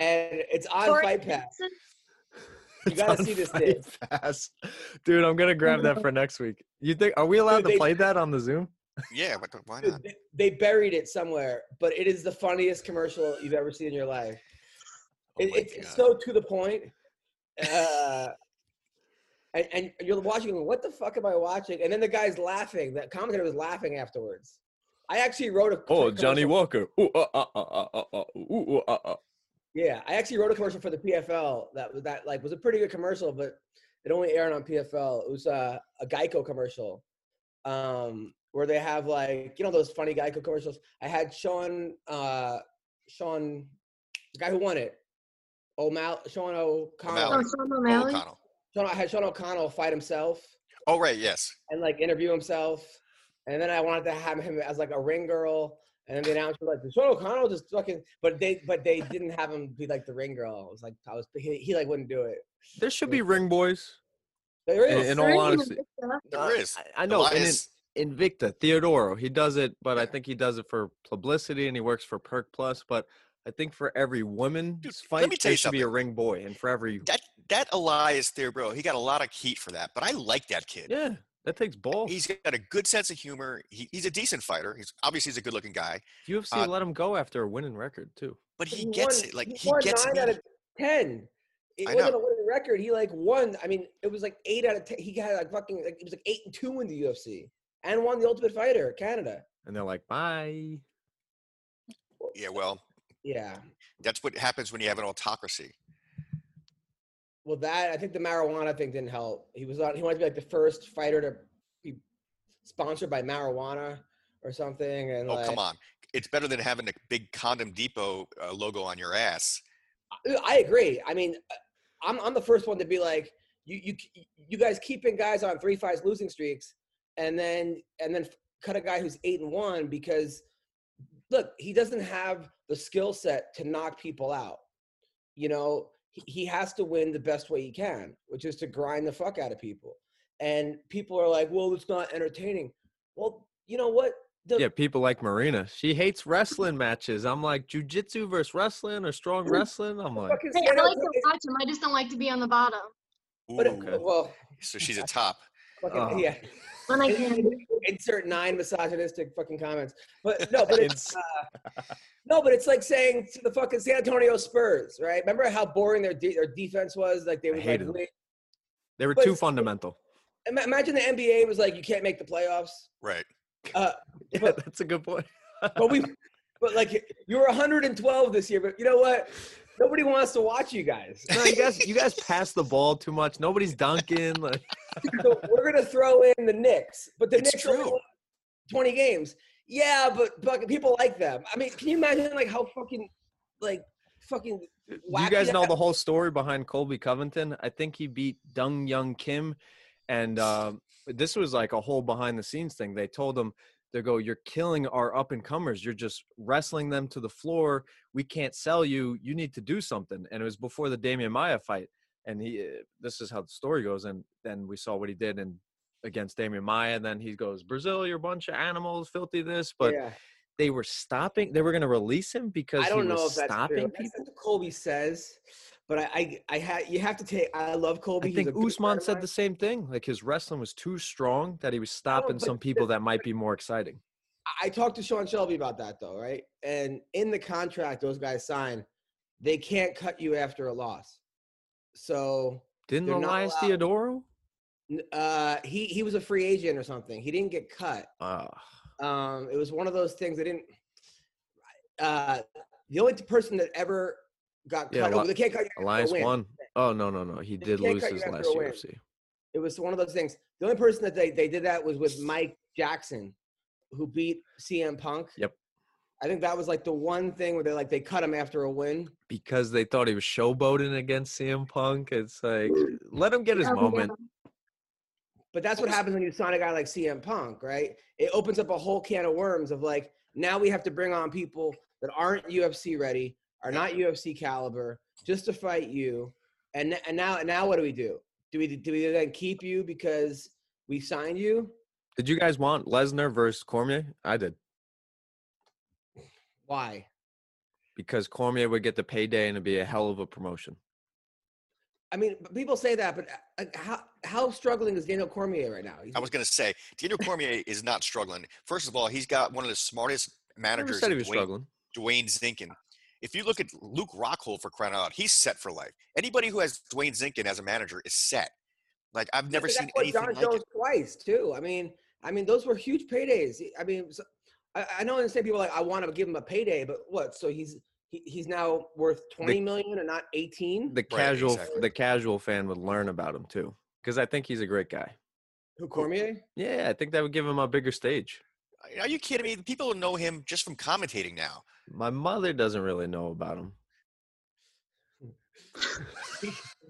Speaker 5: and it's on
Speaker 10: Corey
Speaker 5: Fight Pass.
Speaker 10: Anderson?
Speaker 5: You
Speaker 7: It's
Speaker 5: gotta
Speaker 7: on
Speaker 5: see this
Speaker 7: Fight
Speaker 5: thing.
Speaker 7: Pass. dude. I'm gonna grab that for next week. You think? Are we allowed
Speaker 5: Dude,
Speaker 7: to
Speaker 5: they-
Speaker 7: play that on the Zoom?
Speaker 9: Yeah, but why
Speaker 5: Dude,
Speaker 9: not?
Speaker 5: they- They buried it somewhere, but it is the funniest commercial you've ever seen in your life.
Speaker 9: Oh
Speaker 5: It,
Speaker 9: my
Speaker 5: it's, it's
Speaker 9: God.
Speaker 5: so to the point. Uh, and, and you're watching, what the fuck am I watching? And then the guy's laughing. That commentator was laughing afterwards. I actually wrote a
Speaker 7: Oh,
Speaker 5: commercial-
Speaker 7: Johnny Walker. Ooh, uh, uh, uh, uh, uh, uh, ooh, uh, uh, uh.
Speaker 5: Yeah, I actually wrote a commercial for the PFL that was that like was a pretty good commercial, but it only aired on PFL. It was uh, a Geico commercial, um, where they have like you know those funny Geico commercials. I had Sean, uh, Sean, the guy who won it, O'Mal, Sean O'Connell.
Speaker 10: Oh,
Speaker 9: O'Malley.
Speaker 10: Sean
Speaker 9: Oh,
Speaker 10: O'Malley?
Speaker 9: O'Connell.
Speaker 5: Sean, I had Sean O'Connell fight himself
Speaker 9: Oh right, yes.
Speaker 5: and like interview himself, and then I wanted to have him as like a ring girl. And then the announcer was like, "Sean O'Connell just fucking," but they but they didn't have him be like the ring girl. It was like I was he, he like wouldn't do it.
Speaker 7: There should be ring boys.
Speaker 5: There
Speaker 7: In,
Speaker 5: is.
Speaker 7: in all honesty,
Speaker 9: There is.
Speaker 7: Uh, I- I know. And in,
Speaker 9: Elias-
Speaker 7: Invicta Theodoro, he does it, but I
Speaker 9: Yeah.
Speaker 7: think he does it for publicity, and he works for Perk Plus. But I think for every woman's
Speaker 9: Dude, let
Speaker 7: fight,
Speaker 9: me tell
Speaker 7: there
Speaker 9: you
Speaker 7: should be a
Speaker 9: something.
Speaker 7: ring boy, and for every
Speaker 9: that that Elias there, bro, he got a lot of heat for that, but I like that kid.
Speaker 7: Yeah, that takes balls.
Speaker 9: He's got a good sense of humor. He, he's a decent fighter. He's obviously he's a good looking guy.
Speaker 7: UFC
Speaker 9: Uh,
Speaker 7: let him go after a winning record too.
Speaker 9: But he,
Speaker 5: won-
Speaker 9: gets it. Like he,
Speaker 5: won
Speaker 9: gets
Speaker 5: nine
Speaker 9: me.
Speaker 5: out of ten. It
Speaker 9: I
Speaker 5: wasn't
Speaker 9: know.
Speaker 5: a winning record. He like won. I mean, it was like eight out of ten. He got like fucking. Like, it was like eight and two in the UFC, and won the Ultimate Fighter Canada.
Speaker 7: And they're like, bye.
Speaker 9: yeah, well,
Speaker 5: Yeah.
Speaker 9: that's what happens when you have an autocracy.
Speaker 5: Well, that I think the marijuana thing didn't help. He was on. He wanted to be like the first fighter to be sponsored by marijuana or something. And
Speaker 9: Oh, come
Speaker 5: like-
Speaker 9: on. It's better than having a big Condom Depot uh, logo on your ass.
Speaker 5: I- Uh, I agree. I mean, uh, I'm I'm the first one to be like, you you you guys keeping guys on three fights losing streaks, and then and then cut a guy who's eight and one because, look, he doesn't have the skill set to knock people out. You know, he, he has to win the best way he can, which is to grind the fuck out of people. And people are like, well, it's not entertaining. Well, you know what? The-
Speaker 7: Yeah, people like Marina. She hates wrestling matches. I'm like, jujitsu versus wrestling or strong wrestling. I'm like,
Speaker 5: fuck is-
Speaker 10: Hey, I like to watch him. I just don't like to be on the bottom.
Speaker 5: but it-
Speaker 9: Ooh,
Speaker 5: well,
Speaker 9: so she's a top.
Speaker 5: fucking,
Speaker 7: Oh.
Speaker 5: yeah.
Speaker 10: When I can.
Speaker 5: insert nine misogynistic fucking comments. But no, but it's uh, no, but it's like saying to the fucking San Antonio Spurs, right? Remember how boring their de- their defense was? Like they would like
Speaker 7: hated them.
Speaker 5: win.
Speaker 7: they were
Speaker 5: but
Speaker 7: too
Speaker 5: it's-
Speaker 7: fundamental.
Speaker 5: Ima- Imagine the NBA was like, you can't make the playoffs.
Speaker 9: Right.
Speaker 5: Uh,
Speaker 7: Yeah,
Speaker 5: but-
Speaker 7: that's a good point.
Speaker 5: but we, but like you were 112 this year. But you know what? Nobody wants to watch you guys.
Speaker 7: No, you guys, you guys pass the ball too much. Nobody's dunking. Like,
Speaker 5: So we're gonna throw in the Knicks, but the
Speaker 9: It's
Speaker 5: Knicks only
Speaker 9: true.
Speaker 5: won 20 games. Yeah, but fucking people like them. I mean, can you imagine like how fucking like fucking
Speaker 7: do you
Speaker 5: wacky
Speaker 7: guys
Speaker 5: that-
Speaker 7: know the whole story behind Colby Covington? I think he beat Dung Young Kim, and um, this was like a whole behind the scenes thing. They told him, "They go, you're killing our up and comers. You're just wrestling them to the floor. We can't sell you. You need to do something." And it was before the Damian Maya fight, and he. uh, This is how the story goes, and then we saw what he did and against Damian Maya, and then he goes, "Brazil, you're a bunch of animals, filthy this," but.
Speaker 5: Yeah.
Speaker 7: They were stopping. They were going to release him because
Speaker 5: I don't
Speaker 7: he
Speaker 5: know
Speaker 7: was
Speaker 5: if that's
Speaker 7: stopping
Speaker 5: true.
Speaker 7: people.
Speaker 5: That's what Colby says, but I, I, I ha- you have to take. I love
Speaker 7: I
Speaker 5: Colby. He's a
Speaker 7: think
Speaker 5: good friend
Speaker 7: Usman
Speaker 5: of
Speaker 7: said
Speaker 5: mine.
Speaker 7: the same thing. Like his wrestling was too strong that he was stopping
Speaker 5: but
Speaker 7: some people that might be more exciting.
Speaker 5: I- I talked to Sean Shelby about that though, right? And in the contract those guys sign, they can't cut you after a loss. So
Speaker 7: Didn't
Speaker 5: They're not
Speaker 7: Elias
Speaker 5: allowed.
Speaker 7: Theodoro?
Speaker 5: n- uh, he he was a free agent or something. He didn't get cut.
Speaker 7: Uh,
Speaker 5: Um, it was one of those things. I didn't. Uh, the only person that ever got cut.
Speaker 7: Yeah,
Speaker 5: oh,
Speaker 7: Eli-
Speaker 5: they can't cut you after a
Speaker 7: Elias
Speaker 5: win.
Speaker 7: won. Oh no no no! He
Speaker 5: They
Speaker 7: did
Speaker 5: can't
Speaker 7: lose
Speaker 5: cut you
Speaker 7: his
Speaker 5: after
Speaker 7: last
Speaker 5: a win.
Speaker 7: UFC.
Speaker 5: it was one of those things. The only person that they, they did that was with Mike Jackson, who beat CM Punk.
Speaker 7: Yep.
Speaker 5: I think that was like the one thing where they like they cut him after a win.
Speaker 7: Because they thought he was showboating against CM Punk. It's like let him get
Speaker 10: Oh,
Speaker 7: his moment.
Speaker 5: But that's what happens when you sign a guy like CM Punk, right? It opens up a whole can of worms of like now we have to bring on people that aren't UFC ready, are not UFC caliber, just to fight you. And and now now what do we do? Do we do we then keep you because we signed you?
Speaker 7: Did you guys want Lesnar versus Cormier? I did
Speaker 5: Why?
Speaker 7: because Cormier would get the payday and it'd be a hell of a promotion.
Speaker 5: I mean, but people say that, but uh, how how struggling is Daniel Cormier right now? He's-
Speaker 9: I
Speaker 7: Mm-hmm.
Speaker 9: was going to say, Daniel Cormier is not struggling. First of all, he's got one of the smartest
Speaker 7: I never
Speaker 9: managers,
Speaker 7: said he
Speaker 9: in
Speaker 7: was
Speaker 9: Dwayne-
Speaker 7: struggling.
Speaker 9: Dwayne Zinkin. If you look at Luke Rockhold for crying out, loud, he's set for life. Anybody who has Dwayne Zinkin as a manager is set. Like I've never
Speaker 5: But
Speaker 9: seen
Speaker 5: that's what
Speaker 9: anything
Speaker 5: John
Speaker 9: like
Speaker 5: Jones
Speaker 9: it.
Speaker 5: twice too. I mean, I mean, those were huge paydays. I mean, so, I, I don't understand people like I want to give him a payday, but what? So he's he, he's now worth twenty million and not eighteen.
Speaker 7: The
Speaker 9: Right,
Speaker 7: casual
Speaker 9: exactly.
Speaker 7: the casual fan would learn about him too because I think he's a great guy.
Speaker 5: Who Cormier?
Speaker 7: Yeah, I think that would give him a bigger stage.
Speaker 9: Are you kidding me? People know him just from commentating now.
Speaker 7: My mother doesn't really know about him.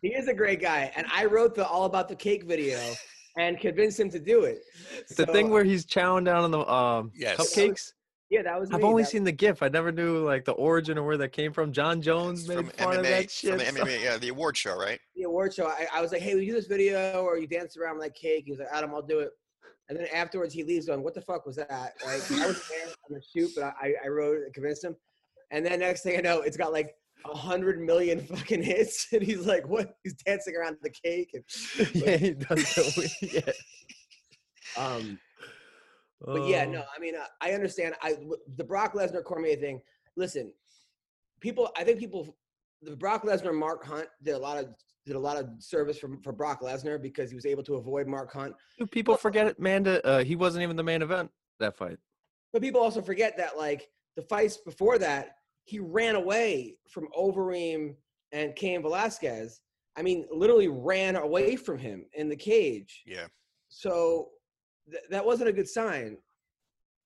Speaker 5: He is a great guy, and I wrote the all about the cake video and convinced him to do it.
Speaker 7: The
Speaker 5: So,
Speaker 7: thing where he's chowing down on the um,
Speaker 9: Yes.
Speaker 7: cupcakes.
Speaker 5: yeah, that was
Speaker 7: I've
Speaker 5: me.
Speaker 7: only
Speaker 5: That-
Speaker 7: seen the GIF. I never knew like the origin or where that came from. John Jones made
Speaker 9: From
Speaker 7: fun of that
Speaker 9: MMA,
Speaker 7: shit.
Speaker 9: from the
Speaker 7: so-
Speaker 9: MMA, yeah, the award show, right?
Speaker 5: the award show, I, I was like, "Hey, we do this video, or you dance around like cake." He was like, "Adam, I'll do it." And then afterwards, he leaves going, "What the fuck was that?" Right? I was there on the shoot, but I, I wrote it, and convinced him. And then next thing I know, it's got like a hundred million fucking hits, and he's like, what? He's dancing around the cake. And,
Speaker 7: yeah, he does. Go, yeah.
Speaker 5: Um, but
Speaker 7: Uh, Oh.
Speaker 5: yeah, no, I mean, uh, I, I understand. I w- the Brock Lesnar Cormier thing. Listen, people. I think people. The Brock Lesnar Mark Hunt did a lot of did a lot of service for for Brock Lesnar because he was able to avoid Mark Hunt.
Speaker 7: Do people forget it, Manda? Uh, he wasn't even the main event that fight.
Speaker 5: But people also forget that like the fights before that, he ran away from Overeem and Cain Velasquez. I mean, literally ran away from him in the cage.
Speaker 9: Yeah.
Speaker 5: So th- that wasn't a good sign.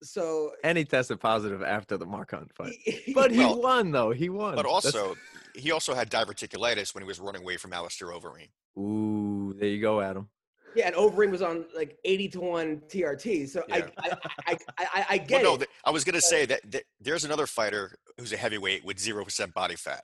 Speaker 5: So
Speaker 7: And he tested positive after the Mark Hunt fight. But he
Speaker 9: Well,
Speaker 7: won though. He won.
Speaker 9: But
Speaker 7: That's-
Speaker 9: also, he also had diverticulitis when he was running away from Alistair Overeem.
Speaker 7: Ooh, there you go, Adam.
Speaker 5: yeah, and Overeem was on like eighty to one TRT. So
Speaker 9: Yeah.
Speaker 5: I, I, I, I, I, I
Speaker 9: Well,
Speaker 5: get
Speaker 9: no,
Speaker 5: it.
Speaker 9: th- I was gonna say that, that there's another fighter who's a heavyweight with zero percent body fat.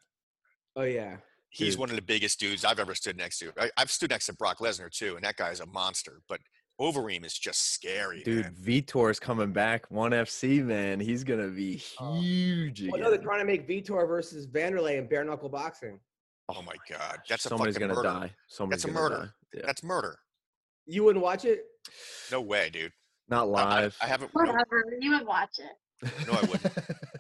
Speaker 5: oh yeah.
Speaker 9: He's
Speaker 7: Dude.
Speaker 9: one of the biggest dudes I've ever stood next to. I, I've stood next to Brock Lesnar too, and that guy is a monster. But Overeem is just scary,
Speaker 7: Dude,
Speaker 9: man.
Speaker 7: Vitor is coming back. One FC man. He's gonna be
Speaker 9: Oh.
Speaker 7: huge
Speaker 5: Well,
Speaker 7: again.
Speaker 5: Oh, no, they're trying to make Vitor versus Vanderlei in bare knuckle boxing.
Speaker 9: Oh my God, that's a
Speaker 7: Somebody's
Speaker 9: fucking
Speaker 7: gonna
Speaker 9: murder.
Speaker 7: die. Somebody's
Speaker 9: That's a
Speaker 7: gonna
Speaker 9: murder.
Speaker 7: die. Yeah.
Speaker 9: That's murder.
Speaker 5: You wouldn't watch it?
Speaker 9: No way, dude.
Speaker 7: Not
Speaker 9: I- I-
Speaker 7: live.
Speaker 9: I, haven't. No,
Speaker 10: Whatever. You would watch it.
Speaker 9: no, I wouldn't.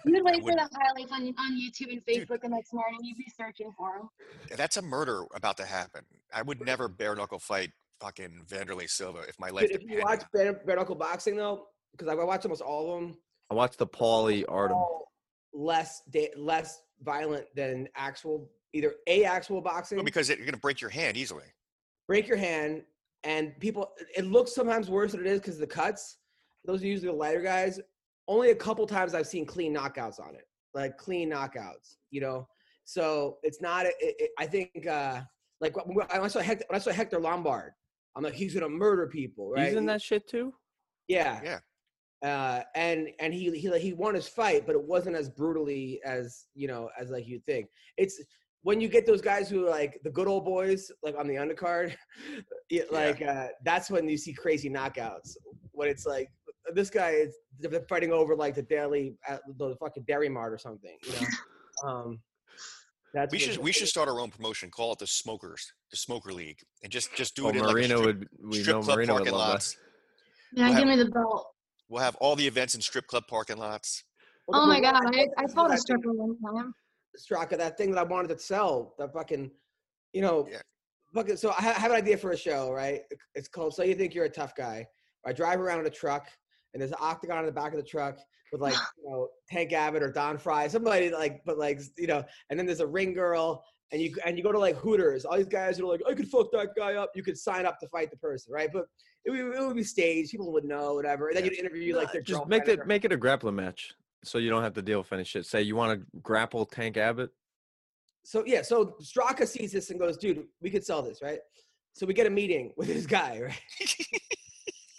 Speaker 10: You would wait for
Speaker 9: would-
Speaker 10: the highlights on, on YouTube and
Speaker 9: Dude.
Speaker 10: Facebook the next morning. You'd be searching for them.
Speaker 9: That's a murder about to happen. I would never bare knuckle fight fucking Vanderlei Silva if my life
Speaker 5: Dude, if you
Speaker 9: depended.
Speaker 5: watch bare, bare knuckle boxing though, because I watch almost all of them,
Speaker 7: I watched the Paulie Artem.
Speaker 5: all less da- less violent than actual either a actual boxing.
Speaker 9: Well, because it, you're gonna break your hand easily.
Speaker 5: break your hand and people it looks sometimes worse than it is because the cuts those are usually the lighter guys only a couple times i've seen clean knockouts on it like clean knockouts you know so it's not it, it, i think uh like when when i saw hector, when I saw hector lombard i'm like he's gonna murder people right
Speaker 7: He's in that shit too.
Speaker 5: yeah
Speaker 9: Yeah.
Speaker 5: uh, and and he he like, he won his fight, but it wasn't as brutally as you know as like you'd think. It's when you get those guys who are like the good old boys, like on the undercard, yeah, like uh, that's when you see crazy knockouts. When it's like this guy is they're fighting over like the daily uh, the fucking Dairy Mart or something. You know, um, that's
Speaker 9: We
Speaker 5: what-
Speaker 9: should we should start our own promotion. Call it the Smokers, the Smoker League, and just just do
Speaker 7: Oh,
Speaker 9: it in like a
Speaker 7: Marina
Speaker 9: strip,
Speaker 7: would. We
Speaker 9: strip
Speaker 7: know
Speaker 9: club
Speaker 7: Marina would
Speaker 9: parking
Speaker 7: love
Speaker 9: lots.
Speaker 7: that.
Speaker 10: Yeah,
Speaker 9: Wow.
Speaker 10: give me the belt.
Speaker 9: We'll have all the events in strip club parking lots.
Speaker 10: Oh my god, I, I
Speaker 5: that's
Speaker 10: fought
Speaker 5: what
Speaker 10: a
Speaker 5: I think.
Speaker 10: stripper one time.
Speaker 5: Straka, that thing that I wanted to sell, that fucking, you know,
Speaker 9: Yeah.
Speaker 5: fucking. So I ha- have an idea for a show, right? It's called "So You Think You're a Tough Guy." I drive around in a truck, and there's an octagon in the back of the truck with like, you know, Tank Abbott or Don Fry, somebody like, but like, you know, and then there's a ring girl, and you and you go to like Hooters. All these guys are like, I could fuck that guy up. You could sign up to fight the person, right? But it would, it would be staged. People would know, whatever. And then you'd interview like
Speaker 7: Nah,
Speaker 5: their
Speaker 7: just
Speaker 5: girlfriend
Speaker 7: make
Speaker 5: and
Speaker 7: it
Speaker 5: their-
Speaker 7: make it a grappling match, so you don't have to deal with any shit. Say you want to grapple Tank Abbott.
Speaker 5: so yeah, so Straka sees this and goes, dude, we could sell this, right? So we get a meeting with this guy, right?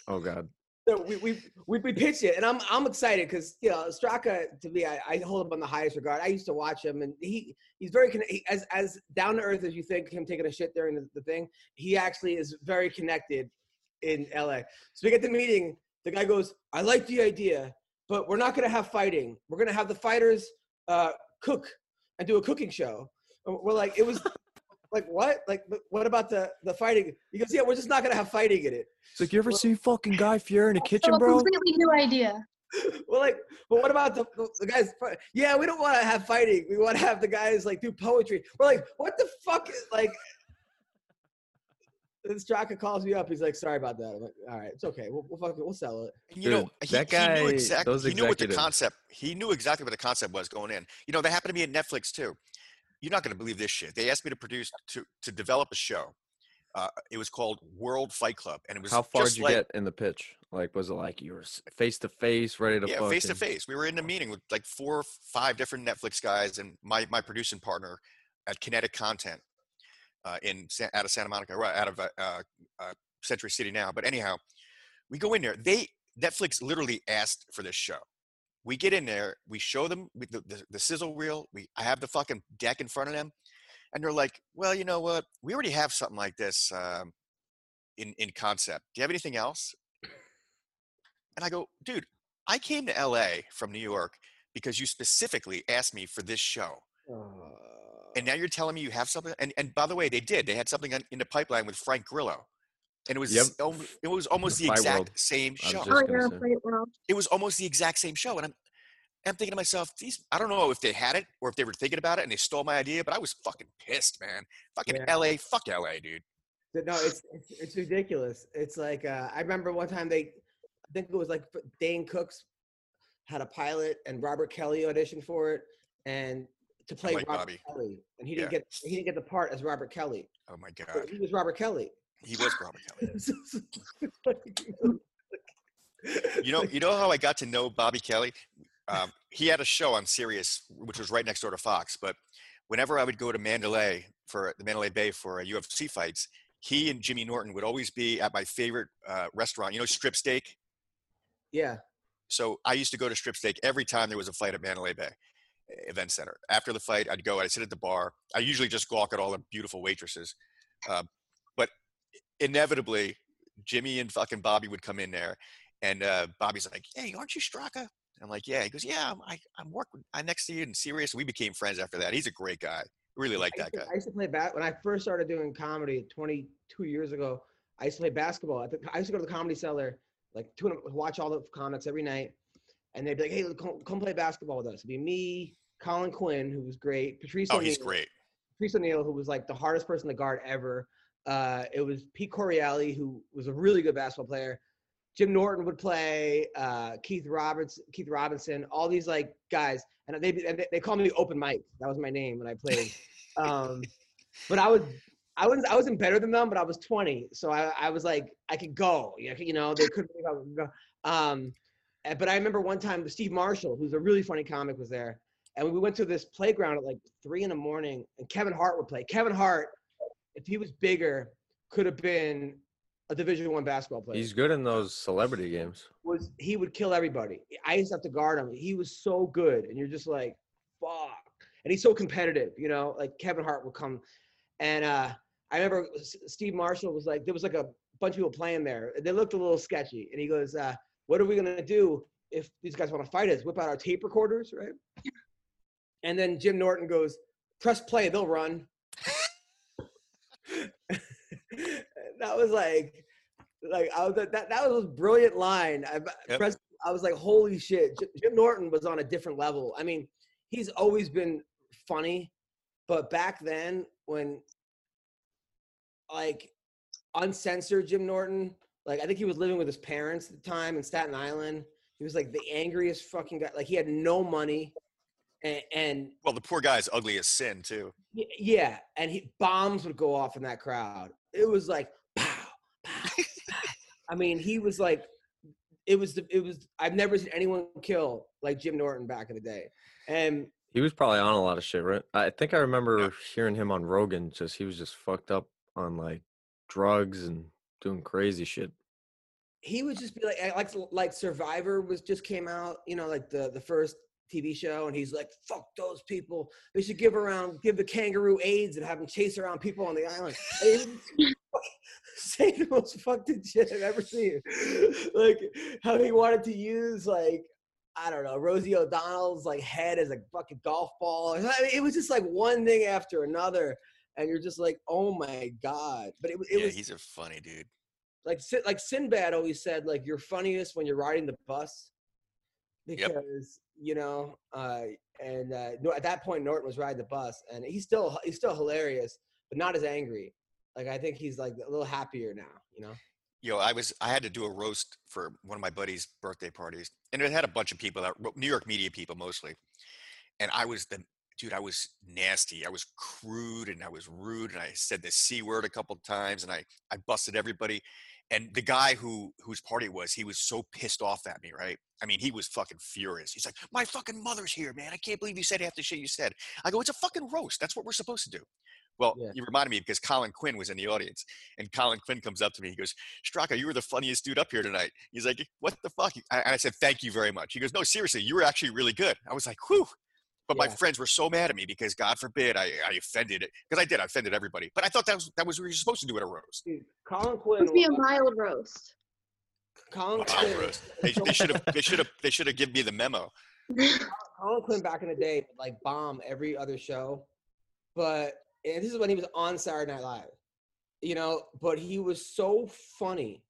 Speaker 7: Oh God.
Speaker 5: So we we we, we pitch it, and I'm I'm excited because you know Straka to me, I, I hold him on the highest regard. I used to watch him, and he he's very conne- he, as as down to earth as you think him taking a shit during the, the thing. He actually is very connected in LA. So we get the meeting. The guy goes, I like the idea, but we're not gonna have fighting. We're gonna have the fighters uh, cook and do a cooking show. And We're like, it was. Like what? Like but what about the the fighting? He goes, yeah, we're just not gonna have fighting in it.
Speaker 7: It's like you ever see fucking Guy Fieri in a
Speaker 10: so
Speaker 7: kitchen,
Speaker 10: a
Speaker 7: bro?
Speaker 10: completely new idea.
Speaker 5: Well, like, but what about the, the guys? fi- Yeah, we don't want to have fighting. We want to have the guys like do poetry. We're like, what the fuck is like? This Straka calls me up. He's like, sorry about that. I'm like, all right, it's okay. We'll, we'll fucking we'll sell it.
Speaker 9: And you know,
Speaker 7: Dude,
Speaker 9: he,
Speaker 7: that
Speaker 9: he
Speaker 7: guy-
Speaker 9: knew exactly
Speaker 7: those
Speaker 9: he knew what the
Speaker 7: executives.
Speaker 9: concept he knew exactly what the concept was going in. You know, that happened to me at Netflix too. You're not gonna believe this shit. They asked me to produce to to develop a show. Uh, it was called World Fight Club, and it was
Speaker 7: How far
Speaker 9: just
Speaker 7: did you
Speaker 9: like,
Speaker 7: get in the pitch? Like, was it like you were s- face to face, ready to?
Speaker 9: yeah, face to
Speaker 7: fucking-
Speaker 9: face. We were in a meeting with like four or five different Netflix guys and my my producing partner at Kinetic Content uh, in Sa- out of Santa Monica, right out of uh, uh, uh, Century City now. But anyhow, we go in there. They Netflix literally asked for this show. We get in there. We show them with the, the, the sizzle reel. We I have the fucking deck in front of them, and they're like, "Well, you know what? We already have something like this um, in in concept. Do you have anything else?" And I go, "Dude." I came to LA from New York because you specifically asked me for this show.
Speaker 5: Uh,
Speaker 9: And now you're telling me you have something. And and by the way, they did. They had something on, in the pipeline with Frank Grillo, and it was
Speaker 7: Yep.
Speaker 9: al- it was almost the,
Speaker 7: Fight
Speaker 9: exact
Speaker 7: World.
Speaker 9: same
Speaker 7: I was
Speaker 9: show.
Speaker 7: just Oh, gonna yeah, say.
Speaker 9: It was almost the exact same show, and I'm I'm thinking to myself, these I don't know if they had it or if they were thinking about it and they stole my idea, but I was fucking pissed, man. Fucking
Speaker 5: Yeah.
Speaker 9: L.A. Fuck L.A. Dude.
Speaker 5: Th- No, it's it's- it's ridiculous. It's like uh, I remember one time they, I think it was like f- Dane Cooks had a pilot and Robert Kelly auditioned for it and to play
Speaker 9: like
Speaker 5: Robert
Speaker 9: Bobby.
Speaker 5: Kelly and he didn't
Speaker 9: Yeah.
Speaker 5: get he didn't get the part as Robert Kelly.
Speaker 9: Oh my
Speaker 5: but
Speaker 9: god,
Speaker 5: He was Robert Kelly.
Speaker 9: he was Robert Kelly.
Speaker 5: That's
Speaker 9: You know, you know how I got to know Bobby Kelly. Um, he had a show on Sirius, which was right next door to Fox. But whenever I would go to Mandalay for the Mandalay Bay for uh, UFC fights, he and Jimmy Norton would always be at my favorite uh, restaurant. You know, Strip Steak.
Speaker 5: Yeah.
Speaker 9: So I used to go to Strip Steak every time there was a fight at Mandalay Bay uh, Event Center. After the fight, I'd go. I'd sit at the bar. I usually just gawk at all the beautiful waitresses. Uh, but inevitably, Jimmy and fucking Bobby would come in there, and uh, Bobby's like, "Hey, aren't you Straka?" I'm like, "Yeah." He goes, "Yeah, I'm, I, I'm working. I'm next to you in Sirius." We became friends after that. He's a great guy. Really like
Speaker 5: I
Speaker 9: that
Speaker 5: used,
Speaker 9: guy.
Speaker 5: to, I used to play bat when I first started doing comedy 22 years ago. I used to play basketball. At the, I used to go to the comedy cellar, like two in the- watch all the comics every night, and they'd be like, "Hey, come, come play basketball with us." It'd be me, Colin Quinn, who was great, Patrice.
Speaker 9: Oh, he's
Speaker 5: O'Neill-
Speaker 9: great.
Speaker 5: Patrice O'Neill, who was like the hardest person to guard ever. Uh, it was Pete Corielli, who was a really good basketball player. Jim Norton would play. Uh, Keith Roberts, Keith Robinson, all these like guys, and they and they, they called me Open Mike. That was my name when I played. Um, but I was. I wasn't, I wasn't better than them, but I was 20. So I, I was like, I could go. Yeah, You know, they couldn't believe I would go. Um, and- but I remember one time Steve Marshall, who's a really funny comic, was there, and we went to this playground at like three in the morning, and Kevin Hart would play. Kevin Hart, if he was bigger, could have been a Division One basketball player.
Speaker 7: He's good in those celebrity games.
Speaker 5: was he would kill everybody. I used to have to guard him. He was so good, and you're just like, fuck. And he's so competitive, you know. Like Kevin Hart would come, and uh, I remember S- Steve Marshall was like, there was like a bunch of people playing there. They looked a little sketchy, and he goes, uh, "What are we gonna do if these guys want to fight us? Whip out our tape recorders, right?" And then Jim Norton goes, "Press play, they'll run." that was like like I was that that that was a brilliant line. I
Speaker 9: Yep.
Speaker 5: press- I was like, holy shit, J- Jim Norton was on a different level. I mean, he's always been funny, but back then when like uncensored Jim Norton, like I think he was living with his parents at the time in Staten Island. He was like the angriest fucking guy. Like he had no money, and, and
Speaker 9: Well, the poor guy's ugly as sin too.
Speaker 5: Y- Yeah, and he, bombs would go off in that crowd. It was like pow, pow, pow. I mean, he was like, it was the, it was. I've never seen anyone kill like Jim Norton back in the day, and
Speaker 7: He was probably on a lot of shit, right? I think I remember hearing him on Rogan. Just he was just fucked up on like drugs and doing crazy shit.
Speaker 5: he would just be like, I- like, like Survivor was just came out, you know, like the the first TV show, and he's like, fuck those people. They should give around, give the kangaroo AIDS and have him chase around people on the island. I mean, he was Saying the most fucked up shit I've ever seen. like how he wanted to use like I don't know Rosie O'Donnell's like head as a fucking golf ball. I mean, it was just like one thing after another, and you're just like, oh my god. But it, it
Speaker 9: yeah,
Speaker 5: was
Speaker 9: he's a funny dude.
Speaker 5: like Sin- like Sinbad always said, like you're funniest when you're riding the bus, because you know. Uh, and uh, no- at that point, Norton was riding the bus, and he's still he's still hilarious, but not as angry. Like I think he's like a little happier now, you know.
Speaker 9: you know, I was I had to do a roast for one of my buddies' birthday parties, and it had a bunch of people that New York media people mostly, and I was the dude. I was nasty. I was crude, and I was rude, and I said the c word a couple times, and I I busted everybody. And the guy who whose party it was, he was so pissed off at me, right? I mean, he was fucking furious. He's like, "My fucking mother's here, man! I can't believe you said half the shit you said." I go, "It's a fucking roast. That's what we're supposed to do." Well,
Speaker 5: Yeah.
Speaker 9: you reminded me because Colin Quinn was in the audience, and Colin Quinn comes up to me. He goes, Straka, you were the funniest dude up here tonight. He's like, what the fuck? I- And I said, thank you very much. He goes, no, seriously, you were actually really good. I was like, whew. But my
Speaker 5: Yeah.
Speaker 9: friends were so mad at me because God forbid I, I offended it because I did I offended everybody. But I thought that was that was what you're supposed to do at a roast.
Speaker 5: Dude, Colin Quinn,
Speaker 10: Supposed to be a mild roast.
Speaker 5: Colin
Speaker 9: Wow,
Speaker 5: Quinn,
Speaker 9: roast. They they should have they should have they should have given me the memo.
Speaker 5: Colin Quinn back in the day would like bomb every other show, but and this is when he was on Saturday Night Live, you know. But he was so funny,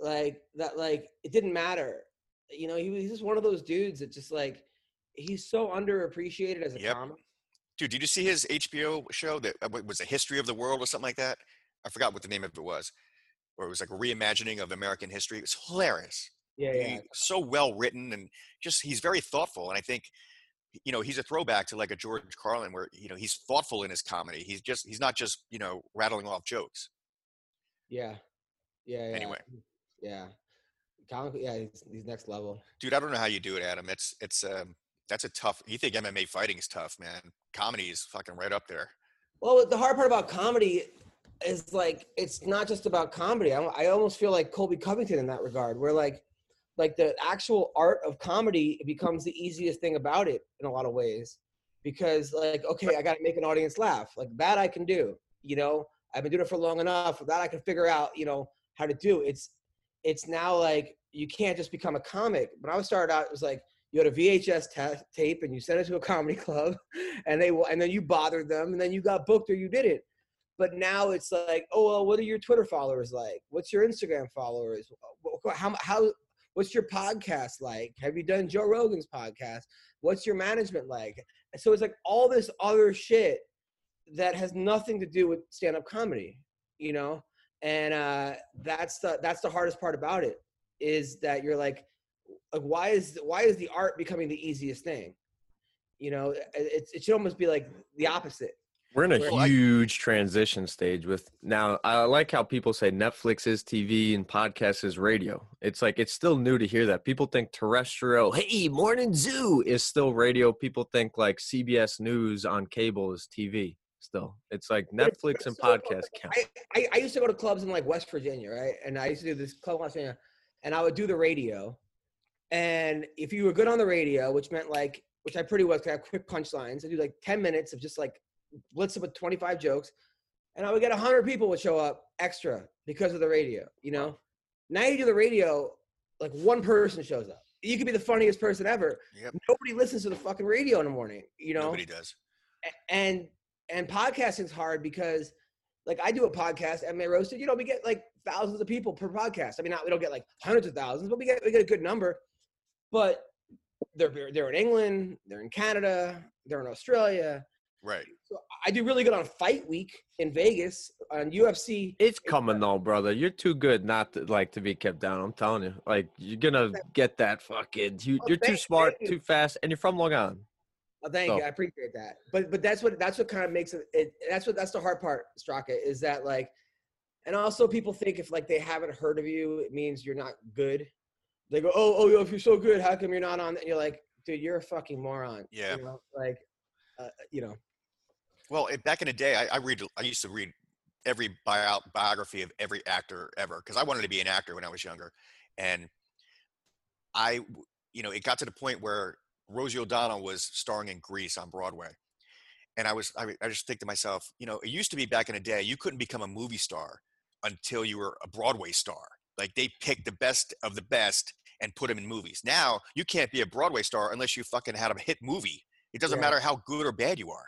Speaker 5: like that. Like it didn't matter, you know. He was he's just one of those dudes that just like he's so underappreciated as a
Speaker 9: Yep.
Speaker 5: comic.
Speaker 9: Dude, did you see his HBO show that uh, what was the history of the world or something like that? I forgot what the name of it was. Or it was like a reimagining of American history. It's hilarious.
Speaker 5: Yeah, yeah.
Speaker 9: He- so well written and just he's very thoughtful. And I think you know he's a throwback to like a George Carlin where you know he's thoughtful in his comedy. He's just he's not just you know rattling off jokes.
Speaker 5: Yeah. Yeah. yeah.
Speaker 9: Anyway.
Speaker 5: Yeah. Comic, yeah, he's, he's next level.
Speaker 9: Dude, I don't know how you do it, Adam. It's it's um that's a tough. You think MMA fighting is tough, man? Comedy is fucking right up there.
Speaker 5: Well, the hard part about comedy is like it's not just about comedy. I, I almost feel like Colby Covington in that regard, where like like the actual art of comedy becomes the easiest thing about it in a lot of ways because like okay, I got to make an audience laugh. Like that I can do. You know, I've been doing it for long enough that I can figure out you know how to do. It's it's now like you can't just become a comic. When I was started out, it was like you had a VHS ta- tape and you sent it to a comedy club, and they wa- and then you bothered them, and then you got booked or you didn't. But now it's like, oh well, what are your Twitter followers like? What's your Instagram followers? Wh- wh- How how what's your podcast like? Have you done Joe Rogan's podcast? What's your management like? So it's like all this other shit that has nothing to do with stand-up comedy, you know. And uh, that's the that's the hardest part about it is that you're like like why is why is the art becoming the easiest thing you know it, it, it should almost be like the opposite
Speaker 7: We're in a
Speaker 5: Well, I-
Speaker 7: huge transition stage with now. I like how people say Netflix is TV and podcast is radio. It's like it's still new to hear that. People think terrestrial, hey, morning zoo is still radio. People think like CBS News on cable is TV still. It's like Netflix and podcast count.
Speaker 5: I, I, I used to go to clubs in like west virginia right and i used to do this club in west virginia and i would do the radio and if you were good on the radio which meant like which i pretty was 'cause i have quick punchlines i do like 10 minutes of just like blitz with 25 jokes and i would get 100 people would show up extra because of the radio you know now you do the radio like one person shows up you could be the funniest person ever
Speaker 9: Yep.
Speaker 5: nobody listens to the fucking radio in the morning you know
Speaker 9: Nobody does.
Speaker 5: A- and and podcasting's hard because like i do a podcast and they roasted you know we get like thousands of people per podcast i mean not, we don't get like hundreds of thousands but we get we get a good number but they're they're in england they're in canada they're in australia
Speaker 9: Right.
Speaker 5: i do really good on fight week in vegas on ufc
Speaker 7: It's coming though, brother. You're too good not to like to be kept down. I'm telling you, like you're gonna get that fucking. You,
Speaker 5: Well,
Speaker 7: you're too
Speaker 5: thank-
Speaker 7: smart,
Speaker 5: thank you.
Speaker 7: too fast, and you're from Long Island.
Speaker 5: Oh, thank
Speaker 7: So-
Speaker 5: you. I appreciate that. But but that's what that's what kind of makes it, it. That's what that's the hard part, Straka, is that like, and also people think if like they haven't heard of you, it means you're not good. They go, oh oh yo, if you're so good, how come you're not on? And you're like, dude, you're a fucking moron.
Speaker 9: Yeah.
Speaker 5: You know? Like, uh, you know.
Speaker 9: Well, it, back in the day, I, I read. I used to read every bio, biography of every actor ever because I wanted to be an actor when I was younger, and I, w- you know, it got to the point where Rosie O'Donnell was starring in Grease on Broadway, and I was. I, w- I just think to myself, you know, it used to be back in the day you couldn't become a movie star until you were a Broadway star. Like they picked the best of the best and put them in movies. Now you can't be a Broadway star unless you fucking had a hit movie. It doesn't
Speaker 5: Yeah.
Speaker 9: matter how good or bad you are.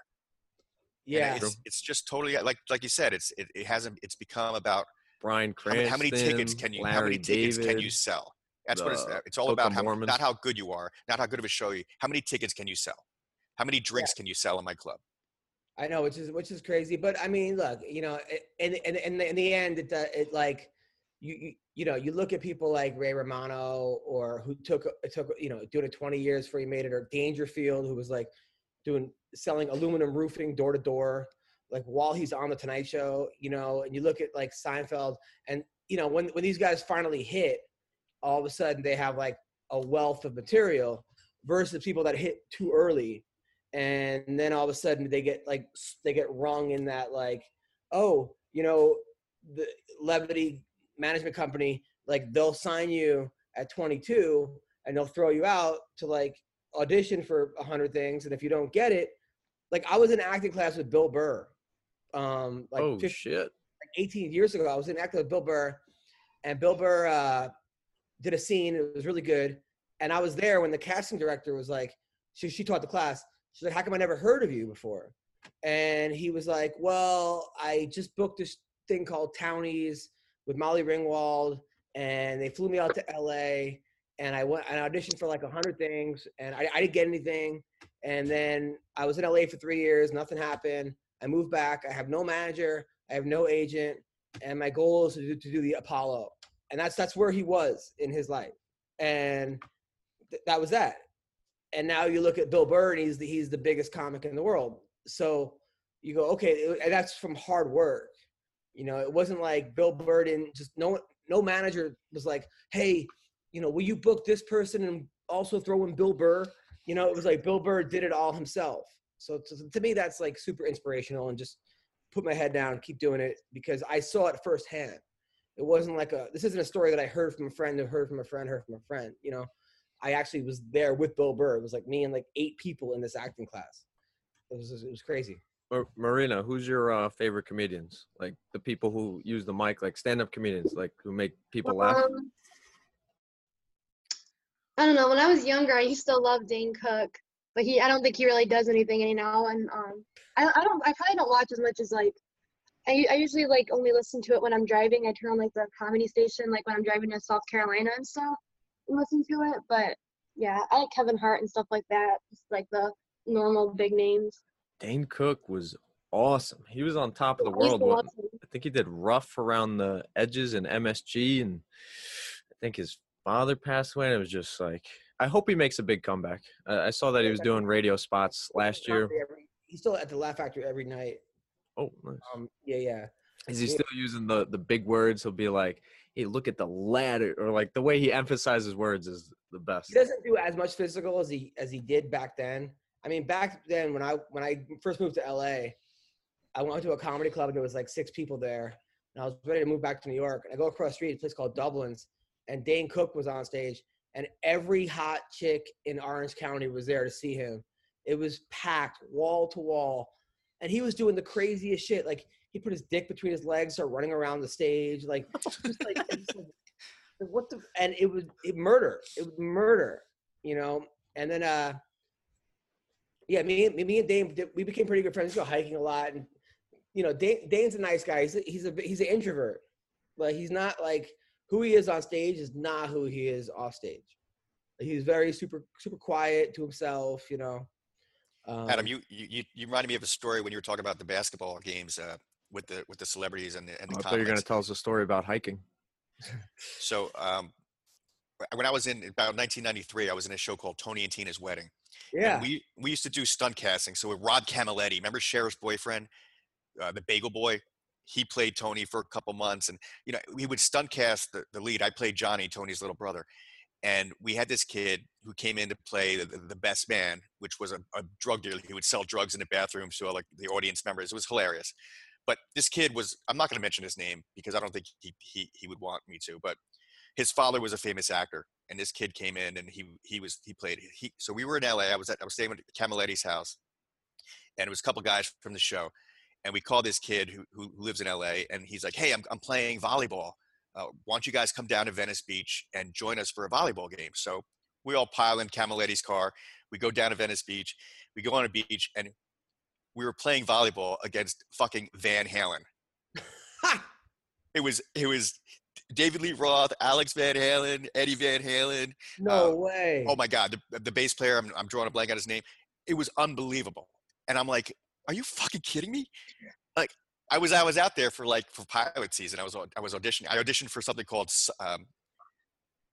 Speaker 9: And
Speaker 5: Yeah.
Speaker 9: it's, it's just totally like like you said. It's it, it hasn't. It's become about
Speaker 7: Brian
Speaker 9: how many,
Speaker 7: Cranston.
Speaker 9: how many tickets can you how many
Speaker 7: Larry
Speaker 9: tickets can you
Speaker 7: David.
Speaker 9: sell. That's what it's.
Speaker 7: the
Speaker 9: It's all
Speaker 7: Book
Speaker 9: about
Speaker 7: of
Speaker 9: how
Speaker 7: Mormon.
Speaker 9: not how good you are, not how good of a show you. How many tickets can you sell? How many drinks can you sell in my club?
Speaker 5: I know, which is which is crazy, but I mean, look, you know, it- and and and in the end, it do- it like you you you know, you look at people like Ray Romano or who took took you know doing it twenty years before he made it, or Dangerfield who was like doing selling aluminum roofing door to door, like while he's on the Tonight Show, you know, and you look at like Seinfeld, and you know when when these guys finally hit, all of a sudden they have like a wealth of material versus people that hit too early and then all of a sudden they get like s- they get wrong in that like oh you know the levity management company like they'll sign you at 22 and they'll throw you out to like audition for 100 things and if you don't get it like i was in acting class with bill burr um like
Speaker 7: oh
Speaker 5: 15
Speaker 7: shit!
Speaker 5: like 18 years ago. I was in acting with Bill Burr, and Bill Burr uh, did a scene. It was really good, and I was there when the casting director was like, she she taught the class. She's like, "How come I never heard of you before?" and he was like, "Well, I just booked this thing called Townies with Molly Ringwald, and they flew me out to L.A. and I went and I auditioned for like a hundred things, and I, I didn't get anything. And then I was in L.A. for three years, nothing happened. I moved back. I have no manager. I have no agent, and my goal is to do, to do the Apollo, and that's that's where he was in his life, and th- that was that. And now you look at Bill Burr, and he's the, he's the biggest comic in the world. So you go, okay, it- and that's from hard work. You know, it wasn't like Bill Burr didn't just no no manager was like, hey, you know, will you book this person and also throw in Bill Burr? You know, it was like Bill Burr did it all himself. So to, to me, that's like super inspirational and just put my head down, keep doing it because I saw it firsthand. It wasn't like a this isn't a story that I heard from a friend who heard from a friend, heard from a friend. You know, I actually was there with Bill Burr. It was like me and like eight people in this acting class. It was it was crazy.
Speaker 7: Mar- Marina, who's your uh, favorite comedians? Like the people who use the mic, like stand-up comedians, like who make people laugh.
Speaker 10: Um, I don't know. When I was younger, I used to love Dane Cook, but he I don't think he really does anything any now. And um, I, I don't I probably don't watch as much as like I, I usually like only listen to it when I'm driving. I turn on like the comedy station, like when I'm driving to South Carolina and stuff, and listen to it. But yeah, I like Kevin Hart and stuff like that. Just like the normal big names.
Speaker 7: Dane Cook was awesome. He was on top of the
Speaker 10: I
Speaker 7: world.
Speaker 10: used to
Speaker 7: When,
Speaker 10: love him.
Speaker 7: I think he did rough around the edges and MSG, and I think his father passed away. And it was just like, I hope he makes a big comeback. I, I saw that he was doing radio spots last year.
Speaker 5: Every- He's still at the Laugh Factory every night.
Speaker 7: Oh, nice.
Speaker 5: Um, yeah, yeah.
Speaker 7: Is he still using the the big words? He'll be like, "Hey, look at the ladder," or like the way he emphasizes words is the best.
Speaker 5: He doesn't do as much physical as he as he did back then. I mean, back then when I when I first moved to LA, I went to a comedy club and there was like six people there, and I was ready to move back to New York. And I go across the street, a place called Dublin's, and Dane Cook was on stage, and every hot chick in Orange County was there to see him. It was packed wall to wall, and he was doing the craziest shit. Like he put his dick between his legs, start running around the stage, like just like, just like what the and it was it murder it was murder you know and then uh yeah me and- me and dane did- we became pretty good friends we go hiking a lot and you know dane, dane's a nice guy he's a, he's a he's an introvert but he's not like who he is on stage is not who he is off stage he's very super super quiet to himself you know
Speaker 7: Uh,
Speaker 5: um,
Speaker 9: Adam, you, you you- you reminded me of a story when you were talking about the basketball games uh, with the with the celebrities and the and the
Speaker 7: Oh, I thought you were
Speaker 9: comics.
Speaker 7: going to tell us a story about hiking.
Speaker 9: So um, when I was in about 1993, I was in a show called Tony and Tina's Wedding.
Speaker 5: yeah
Speaker 9: And we we used to do stunt casting. So with Rob Camaletti, remember Cher's boyfriend, uh, the Bagel Boy, he played Tony for a couple months, and you know we would stunt cast the, the lead. I played Johnny, Tony's little brother, and we had this kid who came in to play the, the, the best man, which was a, a drug dealer. He would sell drugs in the bathroom to like the audience members. It was hilarious. But this kid was I'm not going to mention his name because I don't think he, he he would want me to. But his father was a famous actor and this kid came in and he he was he played he so we were in LA I was at I was staying at Camaletti's house and it was a couple guys from the show and we called this kid who, who lives in LA and he's like hey I'm, I'm playing volleyball uh, why don't you guys come down to Venice Beach and join us for a volleyball game so we all pile in Camaletti's car we go down to Venice Beach we go on a beach and we were playing volleyball against fucking Van Halen um, it was it was David Lee Roth, Alex Van Halen, Eddie Van Halen.
Speaker 5: no
Speaker 9: uh,
Speaker 5: way
Speaker 9: Oh my God, the, the bass player. I'm, I'm drawing a blank on his name. It was unbelievable, and I'm like, are you fucking kidding me? Like, I was I was out there for like for pilot season. I was au- I was auditioning. I auditioned for something called S- um,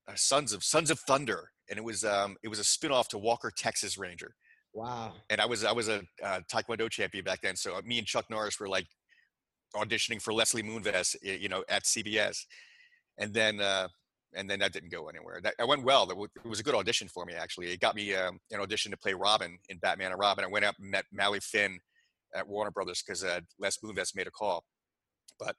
Speaker 9: uh, Sons of Sons of Thunder, and it was um it was a spinoff to Walker Texas Ranger.
Speaker 5: wow
Speaker 9: And I was I was a uh, Taekwondo champion back then, so uh, me and Chuck Norris were like auditioning for Leslie Moonves, y- you know, at CBS, and then uh, and then that didn't go anywhere. That I went well. That wa- It was a good audition for me actually. It got me um, an audition to play Robin in Batman and Robin. I went up and met Mally Finn at Warner Brothers because uh, Les Moonves made a call. But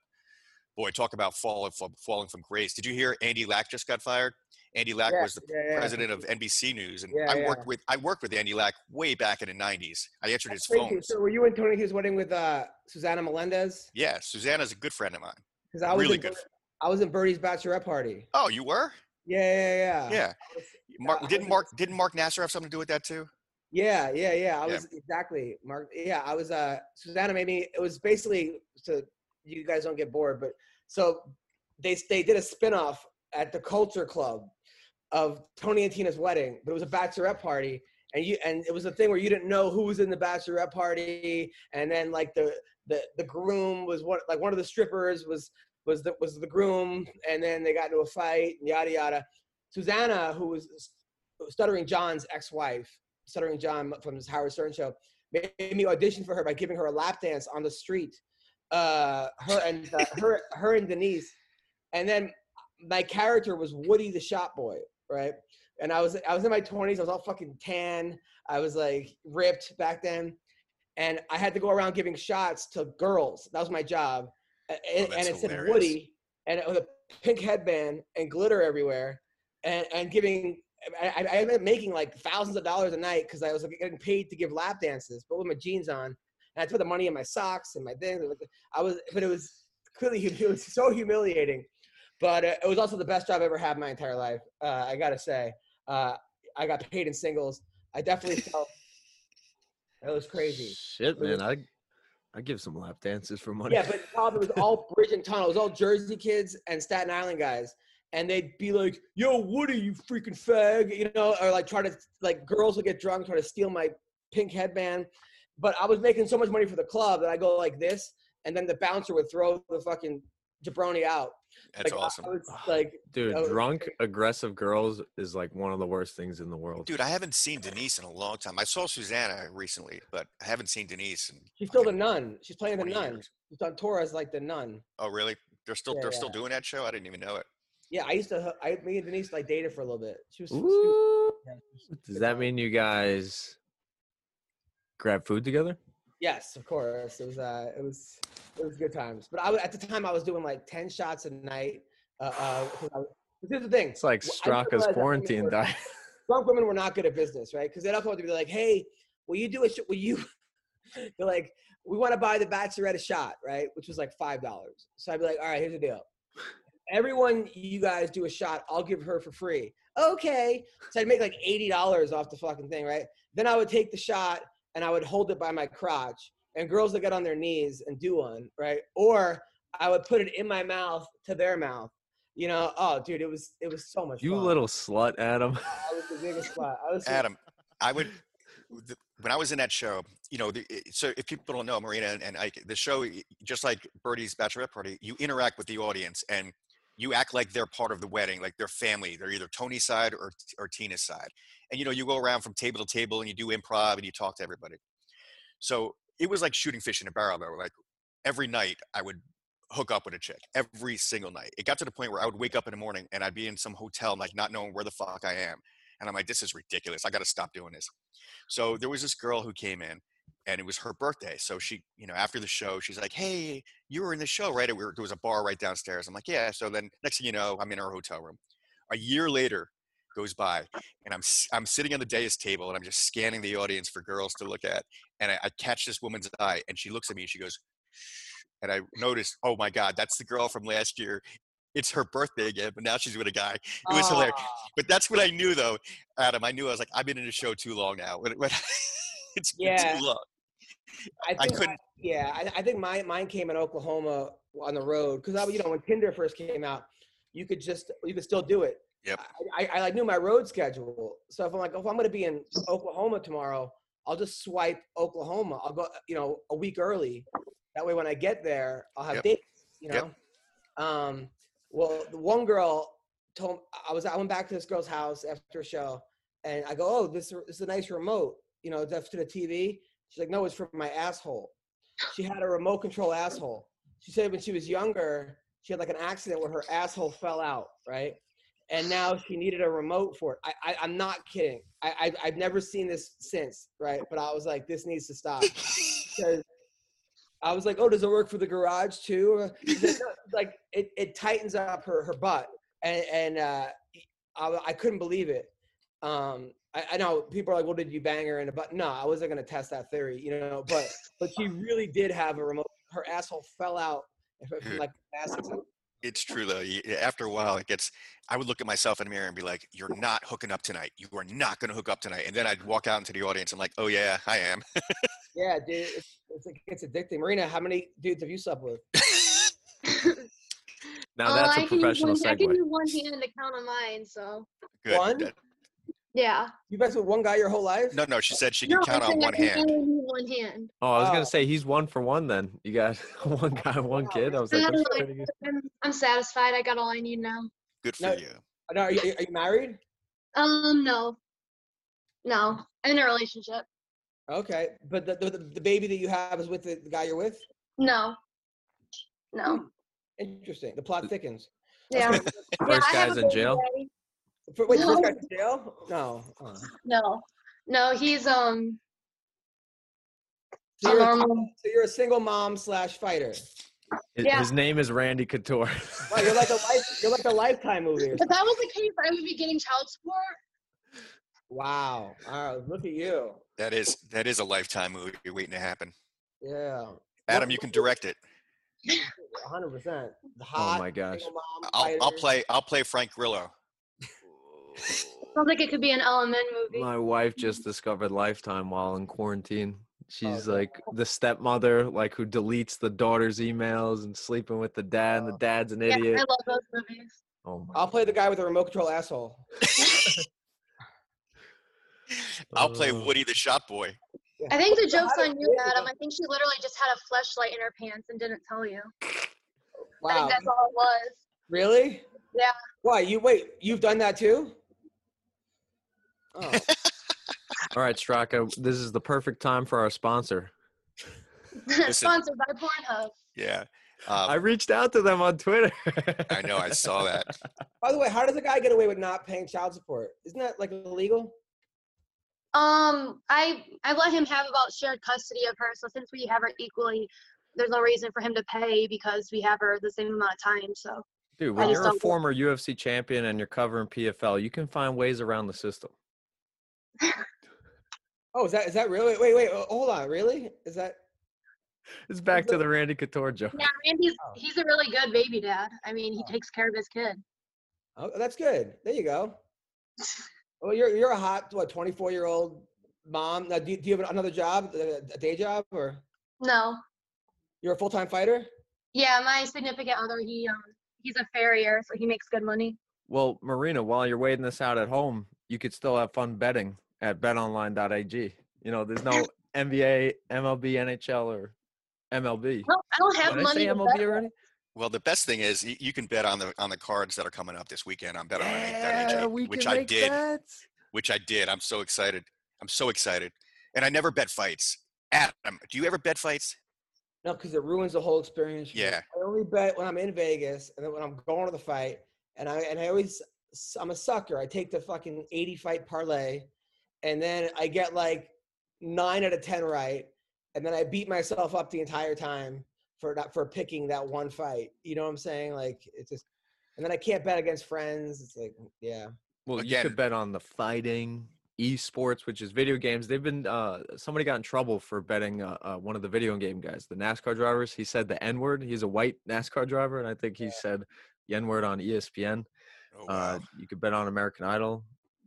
Speaker 9: boy, talk about falling from, falling from grace. Did you hear Andy Lack just got fired? Andy Lack
Speaker 5: Yeah,
Speaker 9: was the
Speaker 5: yeah, yeah.
Speaker 9: president of NBC News, and
Speaker 5: Yeah,
Speaker 9: I
Speaker 5: yeah.
Speaker 9: worked with I worked with Andy Lack way back in the '90s. I answered his
Speaker 5: Thank you.
Speaker 9: phone.
Speaker 5: so were you in Tony Hughes' wedding with uh, Susanna Melendez?
Speaker 9: Yeah, Susanna's a good friend of mine.
Speaker 5: Because I was
Speaker 9: Really
Speaker 5: in
Speaker 9: good
Speaker 5: Ber- I was in Birdie's bachelorette party.
Speaker 9: Oh, you were?
Speaker 5: Yeah, yeah, yeah.
Speaker 9: Yeah. Mark,
Speaker 5: I
Speaker 9: didn't
Speaker 5: Uh, was- uh,
Speaker 9: Mark didn't Mark Nasser have something to do with that too?
Speaker 5: Yeah, yeah, yeah. I
Speaker 9: Yeah.
Speaker 5: was exactly Mark. Yeah, I was. Uh, Susanna made me. It was basically so you guys don't get bored, but so they they did a spinoff at the Culture Club of Tony and Tina's wedding, but it was a bachelorette party, and you and it was a thing where you didn't know who was in the bachelorette party, and then like the the the groom was what like one of the strippers was was the was the groom, and then they got into a fight, and yada yada. Susanna, who was Stuttering John's ex-wife, Stuttering John from his Howard Stern show, made me audition for her by giving her a lap dance on the street. Uh, her and uh, her, her and Denise, and then my character was Woody the Shop Boy, right? And I was I was in my twenties. I was all fucking tan. I was like ripped back then, and I had to go around giving shots to girls. That was my job, A- and,
Speaker 9: Oh, that's
Speaker 5: and it said
Speaker 9: hilarious.
Speaker 5: Woody, and it was a pink headband and glitter everywhere, and and giving. I, I- I ended up making like thousands of dollars a night because I was like, getting paid to give lap dances, but with my jeans on, and I had to put the money in my socks and my things. I was, but it was clearly it was so humiliating but uh, it was also the best job I ever had in my entire life. Uh, I gotta say, uh, I got paid in singles. I definitely felt it was crazy.
Speaker 7: Shit, man. I I give some lap dances for money.
Speaker 5: Yeah, but the problem was all bridge and tunnel. It was all Jersey kids and Staten Island guys, and they'd be like, "Yo, Woody, you freaking fag," you know, or like try to like girls would get drunk, try to steal my pink headband. But I was making so much money for the club that I go like this, and then the bouncer would throw the fucking jabroni out.
Speaker 9: That's
Speaker 5: Like, I-
Speaker 9: awesome.
Speaker 5: I was like,
Speaker 7: Dude,
Speaker 5: I was-
Speaker 7: drunk, aggressive girls is like one of the worst things in the world.
Speaker 9: Dude, I haven't seen Denise in a long time. I saw Susanna recently, but I haven't seen Denise. In,
Speaker 5: She's still the nun. She's playing the
Speaker 9: 20
Speaker 5: nun.
Speaker 9: years.
Speaker 5: She's on tour as like the nun.
Speaker 9: oh, really? They're still
Speaker 5: Yeah,
Speaker 9: they're
Speaker 5: yeah.
Speaker 9: still doing that show. I didn't even know it.
Speaker 5: Yeah, I used to. h- I me and Denise like dated for a little bit. She was. she-
Speaker 7: Ooh.
Speaker 5: yeah, she was
Speaker 7: Does
Speaker 5: good
Speaker 7: that
Speaker 5: time.
Speaker 7: mean you guys grab food together?
Speaker 5: Yes, of course. It was. Uh, it was. It was good times. But I was, at the time I was doing like ten shots a night. Uh, uh, 'cause I was- 'cause here's the thing.
Speaker 7: It's like
Speaker 5: wh- I didn't
Speaker 7: Straka's
Speaker 5: realize that women
Speaker 7: quarantine
Speaker 5: were-
Speaker 7: diet.
Speaker 5: Drunk women were not good at business, right? Because they'd also have to be like, "Hey, will you do a? Sh- will you?" They're like, "We want to buy the bachelorette a shot, right?" Which was like five dollars. So I'd be like, "All right, here's the deal. everyone you guys do a shot i'll give her for free okay so i'd make like $80 off the fucking thing right then i would take the shot and i would hold it by my crotch and girls would get on their knees and do one right or i would put it in my mouth to their mouth you know oh dude it was it was so much
Speaker 7: You
Speaker 5: fun.
Speaker 7: little slut, Adam.
Speaker 5: i was the biggest spot i was
Speaker 9: Adam, I would th- when I was in that show, you know, the, it- so if people don't know Marina and, and I, the show, y- just like Birdie's Bachelorette Party, you interact with the audience and you act like they're part of the wedding, like they're family. They're either Tony's side or or Tina's side, and you know, you go around from table to table and you do improv and you talk to everybody. So it was like shooting fish in a barrel, though. Like every night, I would hook up with a chick every single night. It got to the point where I would wake up in the morning and I'd be in some hotel, like not knowing where the fuck I am. And I'm like, this is ridiculous. I got to stop doing this. So there was this girl who came in and it was her birthday. So she, you know, after the show, she's like, hey, you were in the show, right? We were, there was a bar right downstairs. I'm like, yeah. So then next thing you know, I'm in her hotel room. A year later goes by and I'm, s- I'm sitting on the dais table and I'm just scanning the audience for girls to look at. And I, I catch this woman's eye and she looks at me and she goes, and I noticed, oh my God, that's the girl from last year. It's her birthday again, but now she's with a guy. It was hilarious.
Speaker 5: Ah.
Speaker 9: But that's what I knew, though, Adam. I knew I was like, I've been in the show too long now. When, when it's been
Speaker 5: Yeah.
Speaker 9: too long.
Speaker 5: I,
Speaker 9: I
Speaker 5: think
Speaker 9: couldn't-
Speaker 5: yeah, I, I think my, mine came in Oklahoma on the road because I, you know, when Tinder first came out, you could just you could still do it.
Speaker 9: Yep.
Speaker 5: I, I, I like knew my road schedule, so if I'm like, oh, if I'm going to be in Oklahoma tomorrow, I'll just swipe Oklahoma. I'll go, you know, a week early. That way, when I get there, I'll have
Speaker 9: Yep.
Speaker 5: dates. You know.
Speaker 9: Yep.
Speaker 5: Um, well, the one girl told I was I went back to this girl's house after a show, and I go, "Oh, this, this is a nice remote, you know, that's to the TV." She's like, "No, it's for my asshole." She had a remote control asshole. She said when she was younger, she had like an accident where her asshole fell out, right? And now she needed a remote for it. I, I I'm not kidding. I, I I've never seen this since, right? But I was like, this needs to stop. Because I was like, oh, does it work for the garage too? She said, "No," like it, it tightens up her, her butt. And, and uh, I, I couldn't believe it. Um, I, I know people are like, well, did you bang her in the butt? No, I wasn't going to test that theory, you know, but, but she really did have a remote. Her asshole fell out from like an accident.
Speaker 9: It's true though. You- After a while, it gets. I would look at myself in the mirror and be like, "You're not hooking up tonight. You are not going to hook up tonight." And then I'd walk out into the audience and like, "Oh yeah, I am."
Speaker 5: Yeah, dude, it's, it's, like- it's addicting. Marina, how many dudes have you slept with?
Speaker 7: Now
Speaker 10: Oh,
Speaker 7: that's
Speaker 10: I
Speaker 7: a
Speaker 10: can use
Speaker 7: professional
Speaker 10: one- I can
Speaker 7: segue.
Speaker 10: do one hand to count on mine. So
Speaker 9: Good.
Speaker 5: One?
Speaker 10: yeah.
Speaker 5: You've been with one guy your whole life?
Speaker 9: No, no. She said she could count
Speaker 10: I
Speaker 9: on
Speaker 10: think I
Speaker 9: one
Speaker 10: can
Speaker 9: hand.
Speaker 10: only do one hand.
Speaker 7: Oh, I was gonna say he's one for one. Then you got one guy, one kid. I was like,
Speaker 10: I
Speaker 7: that's
Speaker 10: don't
Speaker 7: pretty good.
Speaker 10: I'm, I'm satisfied. I got all I need now.
Speaker 9: Good for
Speaker 5: No.
Speaker 9: you.
Speaker 5: Oh, No, are, you, are you married?
Speaker 10: Um, no, no, I'm in a relationship.
Speaker 5: Okay, but the, the, the baby that you have is with the, the guy you're with?
Speaker 10: No,
Speaker 9: Hmm.
Speaker 10: no.
Speaker 5: Interesting. The plot thickens.
Speaker 10: Yeah. yeah,
Speaker 7: First
Speaker 10: I have
Speaker 7: guy's
Speaker 10: a
Speaker 7: in
Speaker 10: baby
Speaker 7: jail.
Speaker 10: daddy.
Speaker 5: For- wait, the
Speaker 10: No.
Speaker 5: first guy's in jail? No. uh.
Speaker 10: No, no, he's um
Speaker 5: So, you're a,
Speaker 10: normal.
Speaker 5: so you're a single mom slash fighter.
Speaker 7: His,
Speaker 10: Yeah.
Speaker 7: his name is Randy Couture.
Speaker 5: Wow, you're like a life, you're like a lifetime movie. Or
Speaker 10: If that was the case, I would be getting child support.
Speaker 5: Wow. All right, look at you.
Speaker 9: That is that is a lifetime movie waiting to happen.
Speaker 5: Yeah.
Speaker 9: Adam, you can direct it.
Speaker 5: 100%. The
Speaker 7: oh
Speaker 5: hot
Speaker 7: my gosh.
Speaker 5: single mom
Speaker 9: I'll, I'll
Speaker 5: fighter.
Speaker 9: play I'll play Frank Grillo.
Speaker 10: Sounds like it could be an LMN movie.
Speaker 7: My wife just discovered Lifetime while in quarantine.
Speaker 9: Oh,
Speaker 7: She's
Speaker 5: no.
Speaker 7: like the stepmother, like who deletes the daughter's emails and sleeping with the dad,
Speaker 9: Oh.
Speaker 7: and the dad's an
Speaker 10: yeah,
Speaker 7: idiot.
Speaker 10: I love those movies.
Speaker 7: oh my!
Speaker 5: I'll play the guy with the remote control asshole.
Speaker 9: I'll play
Speaker 7: Oh.
Speaker 9: Woody the Shop Boy.
Speaker 10: I think the
Speaker 5: So how
Speaker 10: joke's
Speaker 5: did
Speaker 10: on you,
Speaker 5: you-
Speaker 10: Adam. I think she literally just had a flashlight in her pants and didn't tell you. I
Speaker 5: Wow.
Speaker 10: think that's all it was.
Speaker 5: Really?
Speaker 10: Yeah.
Speaker 5: Why? You wait. You've done that too? Oh,
Speaker 7: All right, Straka, this is the perfect time for our sponsor.
Speaker 10: Sponsored by Pornhub.
Speaker 9: Yeah.
Speaker 7: I
Speaker 9: Um,
Speaker 7: reached out to them on Twitter.
Speaker 9: I know. I saw that.
Speaker 5: by the way, how does a guy get away with not paying child support? Isn't that like illegal?
Speaker 10: Um, I I let him have about shared custody of her. So since we have her equally, there's no reason for him to pay because we have her the same amount of time. So
Speaker 7: Dude, when
Speaker 10: I just
Speaker 7: you're a
Speaker 10: don't-
Speaker 7: former UFC champion and you're covering PFL, you can find ways around the system.
Speaker 5: Oh, is that is that really? Wait, wait, oh, hold on. Really? Is that?
Speaker 7: It's back to the Randy Couture joke.
Speaker 10: yeah, Randy's
Speaker 5: Oh.
Speaker 10: he's a really good baby dad. I mean, he takes care of his kid.
Speaker 5: Oh, that's good. There you go. Well, you're you're a hot what 24 year old mom. Now, do you, do you have another job, a a day job, or
Speaker 10: No,
Speaker 5: you're a full time fighter?
Speaker 10: yeah, my significant other he um he's a farrier, so he makes good money.
Speaker 7: Well, Marina, while you're waiting this out at home, you could still have fun betting at betonline.ag. You know, there's no NBA, MLB, NHL, or MLB.
Speaker 10: No, I don't have
Speaker 7: Did I
Speaker 10: money.
Speaker 7: say
Speaker 10: to
Speaker 7: MLB
Speaker 10: bet.
Speaker 7: already?
Speaker 9: Well, the best thing is y- you can bet on the on the cards that are coming up this weekend. I'm betting
Speaker 7: Yeah,
Speaker 9: on
Speaker 7: we
Speaker 9: it, which
Speaker 7: can
Speaker 9: I
Speaker 7: make
Speaker 9: did,
Speaker 7: bets.
Speaker 9: which I did. I'm so excited. I'm so excited, and I never bet fights. Adam, do you ever bet fights?
Speaker 5: No, because it ruins the whole experience. for me.
Speaker 9: Yeah.
Speaker 5: I only bet when I'm in Vegas and then when I'm going to the fight, and I and I always s- I'm a sucker. I take the fucking 80 fight parlay, and then I get like nine out of ten right, and then I beat myself up the entire time for not for picking that one fight. You know what I'm saying? Like it's just, and then I can't bet against friends. It's like mm, yeah.
Speaker 7: Well, you
Speaker 9: Again.
Speaker 7: could bet on the fighting, esports, which is video games. They've been uh, somebody got in trouble for betting uh, uh, one of the video game guys, the NASCAR drivers. He said the N word. He's a white NASCAR driver, and I think he said the N word on ESPN.
Speaker 9: Oh,
Speaker 7: Uh,
Speaker 9: wow.
Speaker 7: you could bet on American Idol,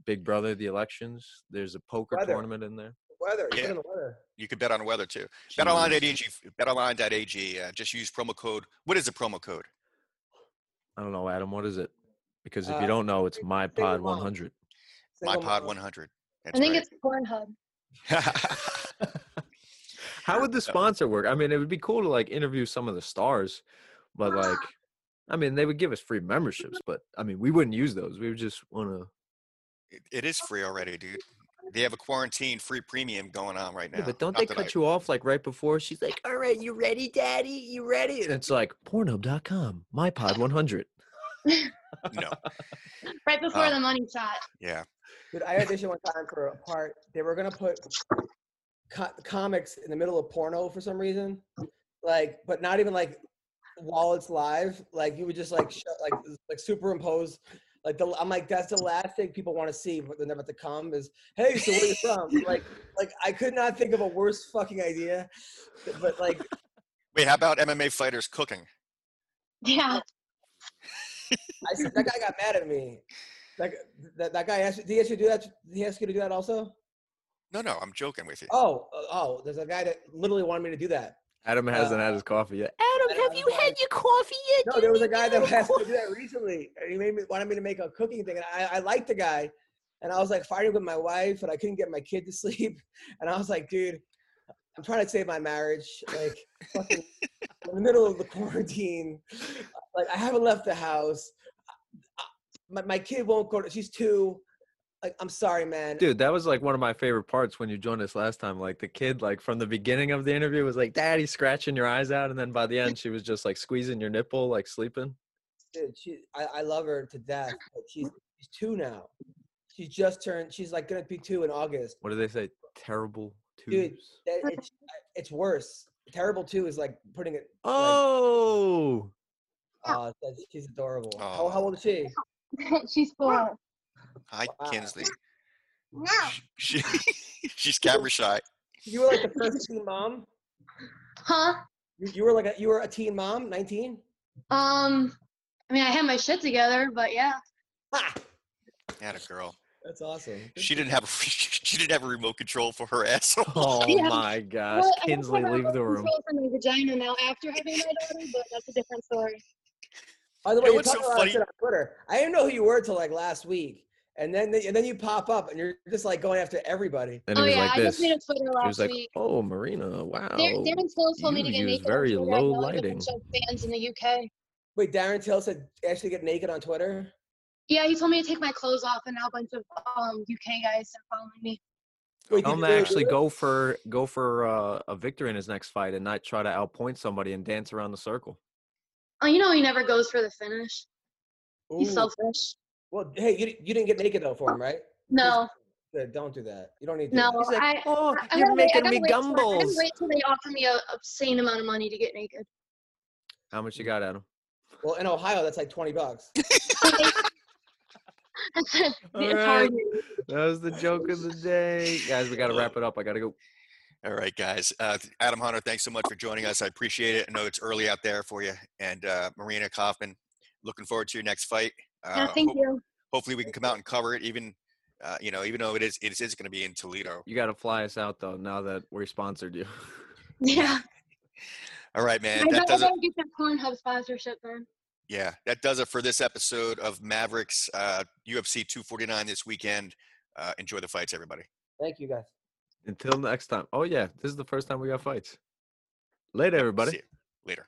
Speaker 7: Big Brother, the elections. There's a poker
Speaker 5: Weather.
Speaker 7: tournament in there.
Speaker 5: Weather.
Speaker 9: Yeah.
Speaker 5: Yeah. The weather.
Speaker 9: you could bet on weather too.
Speaker 7: Jeez.
Speaker 9: BetOnline.ag. BetOnline.ag. Uh, just use promo code. What is the promo code?
Speaker 7: I don't know, Adam. What is it? Because if
Speaker 5: Uh,
Speaker 7: you don't know, it's
Speaker 5: it's
Speaker 7: my
Speaker 5: single
Speaker 7: pod
Speaker 5: mom.
Speaker 7: 100.
Speaker 5: Single
Speaker 9: MyPod
Speaker 5: mom.
Speaker 9: 100.
Speaker 10: I think it's Pornhub.
Speaker 9: it's.
Speaker 7: How would the sponsor work? I mean, it would be cool to like interview some of the stars, but
Speaker 9: Ah.
Speaker 7: like, I mean, they would give us free memberships, but I mean, we wouldn't use those. We would just want to.
Speaker 9: It, it is free already, dude. They have a quarantine free premium going on right now.
Speaker 7: Yeah, but don't
Speaker 9: Not
Speaker 7: they
Speaker 9: that
Speaker 7: cut
Speaker 9: I-
Speaker 7: you off like right before? She's like, "All right, you ready, Daddy? You ready?" And it's like Pornhub.com, my pod 100.
Speaker 9: No.
Speaker 10: Right before
Speaker 7: Oh.
Speaker 9: Um,
Speaker 10: the money shot.
Speaker 9: Yeah.
Speaker 5: Dude, I auditioned one time for a part. They were gonna put co- comics in the middle of porno for some reason, like, but not even like while it's live. Like you would just like show, like like superimpose. Like the, I'm like that's the last thing people want to see when they're about to come is hey so where you from like like I could not think of a worse fucking idea, but like
Speaker 9: Wait, how about MMA fighters cooking?
Speaker 10: Yeah.
Speaker 5: guy, that guy got mad at me. That, that, that guy asked, did he ask you to do that? Did he ask you to do that also?
Speaker 9: No, no, I'm joking with you.
Speaker 5: Oh, uh, oh, there's a guy that literally wanted me to do that.
Speaker 7: Adam hasn't
Speaker 9: Ah.
Speaker 7: had his coffee yet.
Speaker 5: Adam, have you had your coffee yet? No, there was a guy that asked me to do that recently. and He made me, wanted me to make a cooking thing, and I, I liked the guy. And I was like fighting with my wife, and I couldn't get my kid to sleep. And I was like, dude, I'm trying to save my marriage. Like, fucking, in the middle of the quarantine, like I haven't left the house. My, my kid won't go. To, she's two. Like, I'm sorry, man.
Speaker 7: Dude, that was like one of my favorite parts when you joined us last time. Like the kid, like from the beginning of the interview, was like, "Daddy," scratching your eyes out, and then by the end, she was just like squeezing your nipple, like sleeping.
Speaker 5: Dude, she, I, I love her to death. But she's, she's two now. She's just turned. She's like gonna be two in August.
Speaker 7: What do they say? Terrible twos.
Speaker 5: Dude, that- it's, uh, it's worse. Terrible two is like putting it.
Speaker 7: Oh,
Speaker 5: Oh, that's- she's adorable. How, how old
Speaker 10: Oh.
Speaker 5: is she?
Speaker 10: She's four.
Speaker 9: Hi,
Speaker 5: Wow.
Speaker 9: Kinsley.
Speaker 10: No.
Speaker 9: She, she's camera shy.
Speaker 5: You were like the first teen mom.
Speaker 10: Huh?
Speaker 5: You, you were like a, you were a teen mom, 19.
Speaker 10: Um, I mean, I had my shit together, but yeah.
Speaker 9: Had a girl.
Speaker 5: That's awesome.
Speaker 9: She didn't have a, she didn't have a remote control for her asshole.
Speaker 7: Oh
Speaker 10: Yeah.
Speaker 7: my gosh,
Speaker 10: Well, I don't
Speaker 7: Kinsley,
Speaker 10: have a
Speaker 7: leave the
Speaker 10: remote
Speaker 7: room.
Speaker 10: control For my vagina now after having my daughter, but that's a different story.
Speaker 5: By the way,
Speaker 9: You know
Speaker 5: you're
Speaker 9: what's
Speaker 5: talking
Speaker 9: so
Speaker 5: a lot of
Speaker 9: funny?
Speaker 5: shit on Twitter. I didn't know who you were till like last week, and then and then you pop up and you're just like going after everybody.
Speaker 7: And
Speaker 10: Oh
Speaker 7: he was
Speaker 10: yeah,
Speaker 7: like
Speaker 10: I just
Speaker 7: this.
Speaker 10: made
Speaker 7: He
Speaker 10: a Twitter
Speaker 7: was
Speaker 10: last
Speaker 7: like,
Speaker 10: week.
Speaker 7: "Oh, Marina, wow."
Speaker 10: Dar- Darren Till told me to
Speaker 7: you
Speaker 10: get
Speaker 7: use
Speaker 10: naked. on
Speaker 7: very low
Speaker 10: Twitter. I know I have a bunch
Speaker 7: lighting.
Speaker 10: of fans in the UK.
Speaker 5: Wait, Darren Till said actually get naked on Twitter.
Speaker 10: Yeah, he told me to take my clothes off, and now a bunch of um UK guys are following me.
Speaker 5: Wait,
Speaker 7: Tell
Speaker 5: did
Speaker 7: him
Speaker 5: you
Speaker 7: to
Speaker 5: really
Speaker 7: actually
Speaker 5: do it?
Speaker 7: go for go for uh, a victory in his next fight and not try to outpoint somebody and dance around the circle.
Speaker 10: Oh, you know he never goes for the finish. He's
Speaker 5: Ooh.
Speaker 10: selfish.
Speaker 5: Well, hey, you you didn't get naked though for him, right?
Speaker 10: No,
Speaker 5: Good, don't do that. You don't need to. do
Speaker 10: no.
Speaker 5: that.
Speaker 10: I,
Speaker 7: "Oh,
Speaker 10: I- I gotta wait- I gotta wait till- I gotta wait till they offer me an obscene amount of money to get naked.
Speaker 7: How much you
Speaker 10: Mm.
Speaker 7: got, Adam?
Speaker 5: Well, in Ohio, that's like 20 bucks.
Speaker 10: It's
Speaker 7: Alright.
Speaker 10: hard.
Speaker 7: That was the joke of the day, guys. We got to wrap it up. I gotta go.
Speaker 9: All right, guys. Uh, Adam Hunter, thanks so much for joining us. I appreciate it. I know it's early out there for you. And uh, Marina Kaufman, looking forward to your next fight. Uh,
Speaker 10: Yeah, thank
Speaker 9: hope-
Speaker 10: you.
Speaker 9: Hopefully, we can come out and cover it. Even uh, you know, even though it is it is going to be in Toledo.
Speaker 7: You gotta fly us out though. Now that we sponsored you,
Speaker 10: Yeah.
Speaker 9: All right,
Speaker 10: I
Speaker 9: man.
Speaker 10: gotta,
Speaker 9: That
Speaker 10: I
Speaker 9: does it.
Speaker 10: gotta get that Pornhub sponsorship then.
Speaker 9: Yeah, that does it for this episode of Mavericks uh, UFC 249 this weekend. Uh, enjoy the fights, everybody.
Speaker 5: Thank you guys.
Speaker 7: until next time. Oh yeah, this is the first time we got fights. Later, everybody.
Speaker 9: See you later.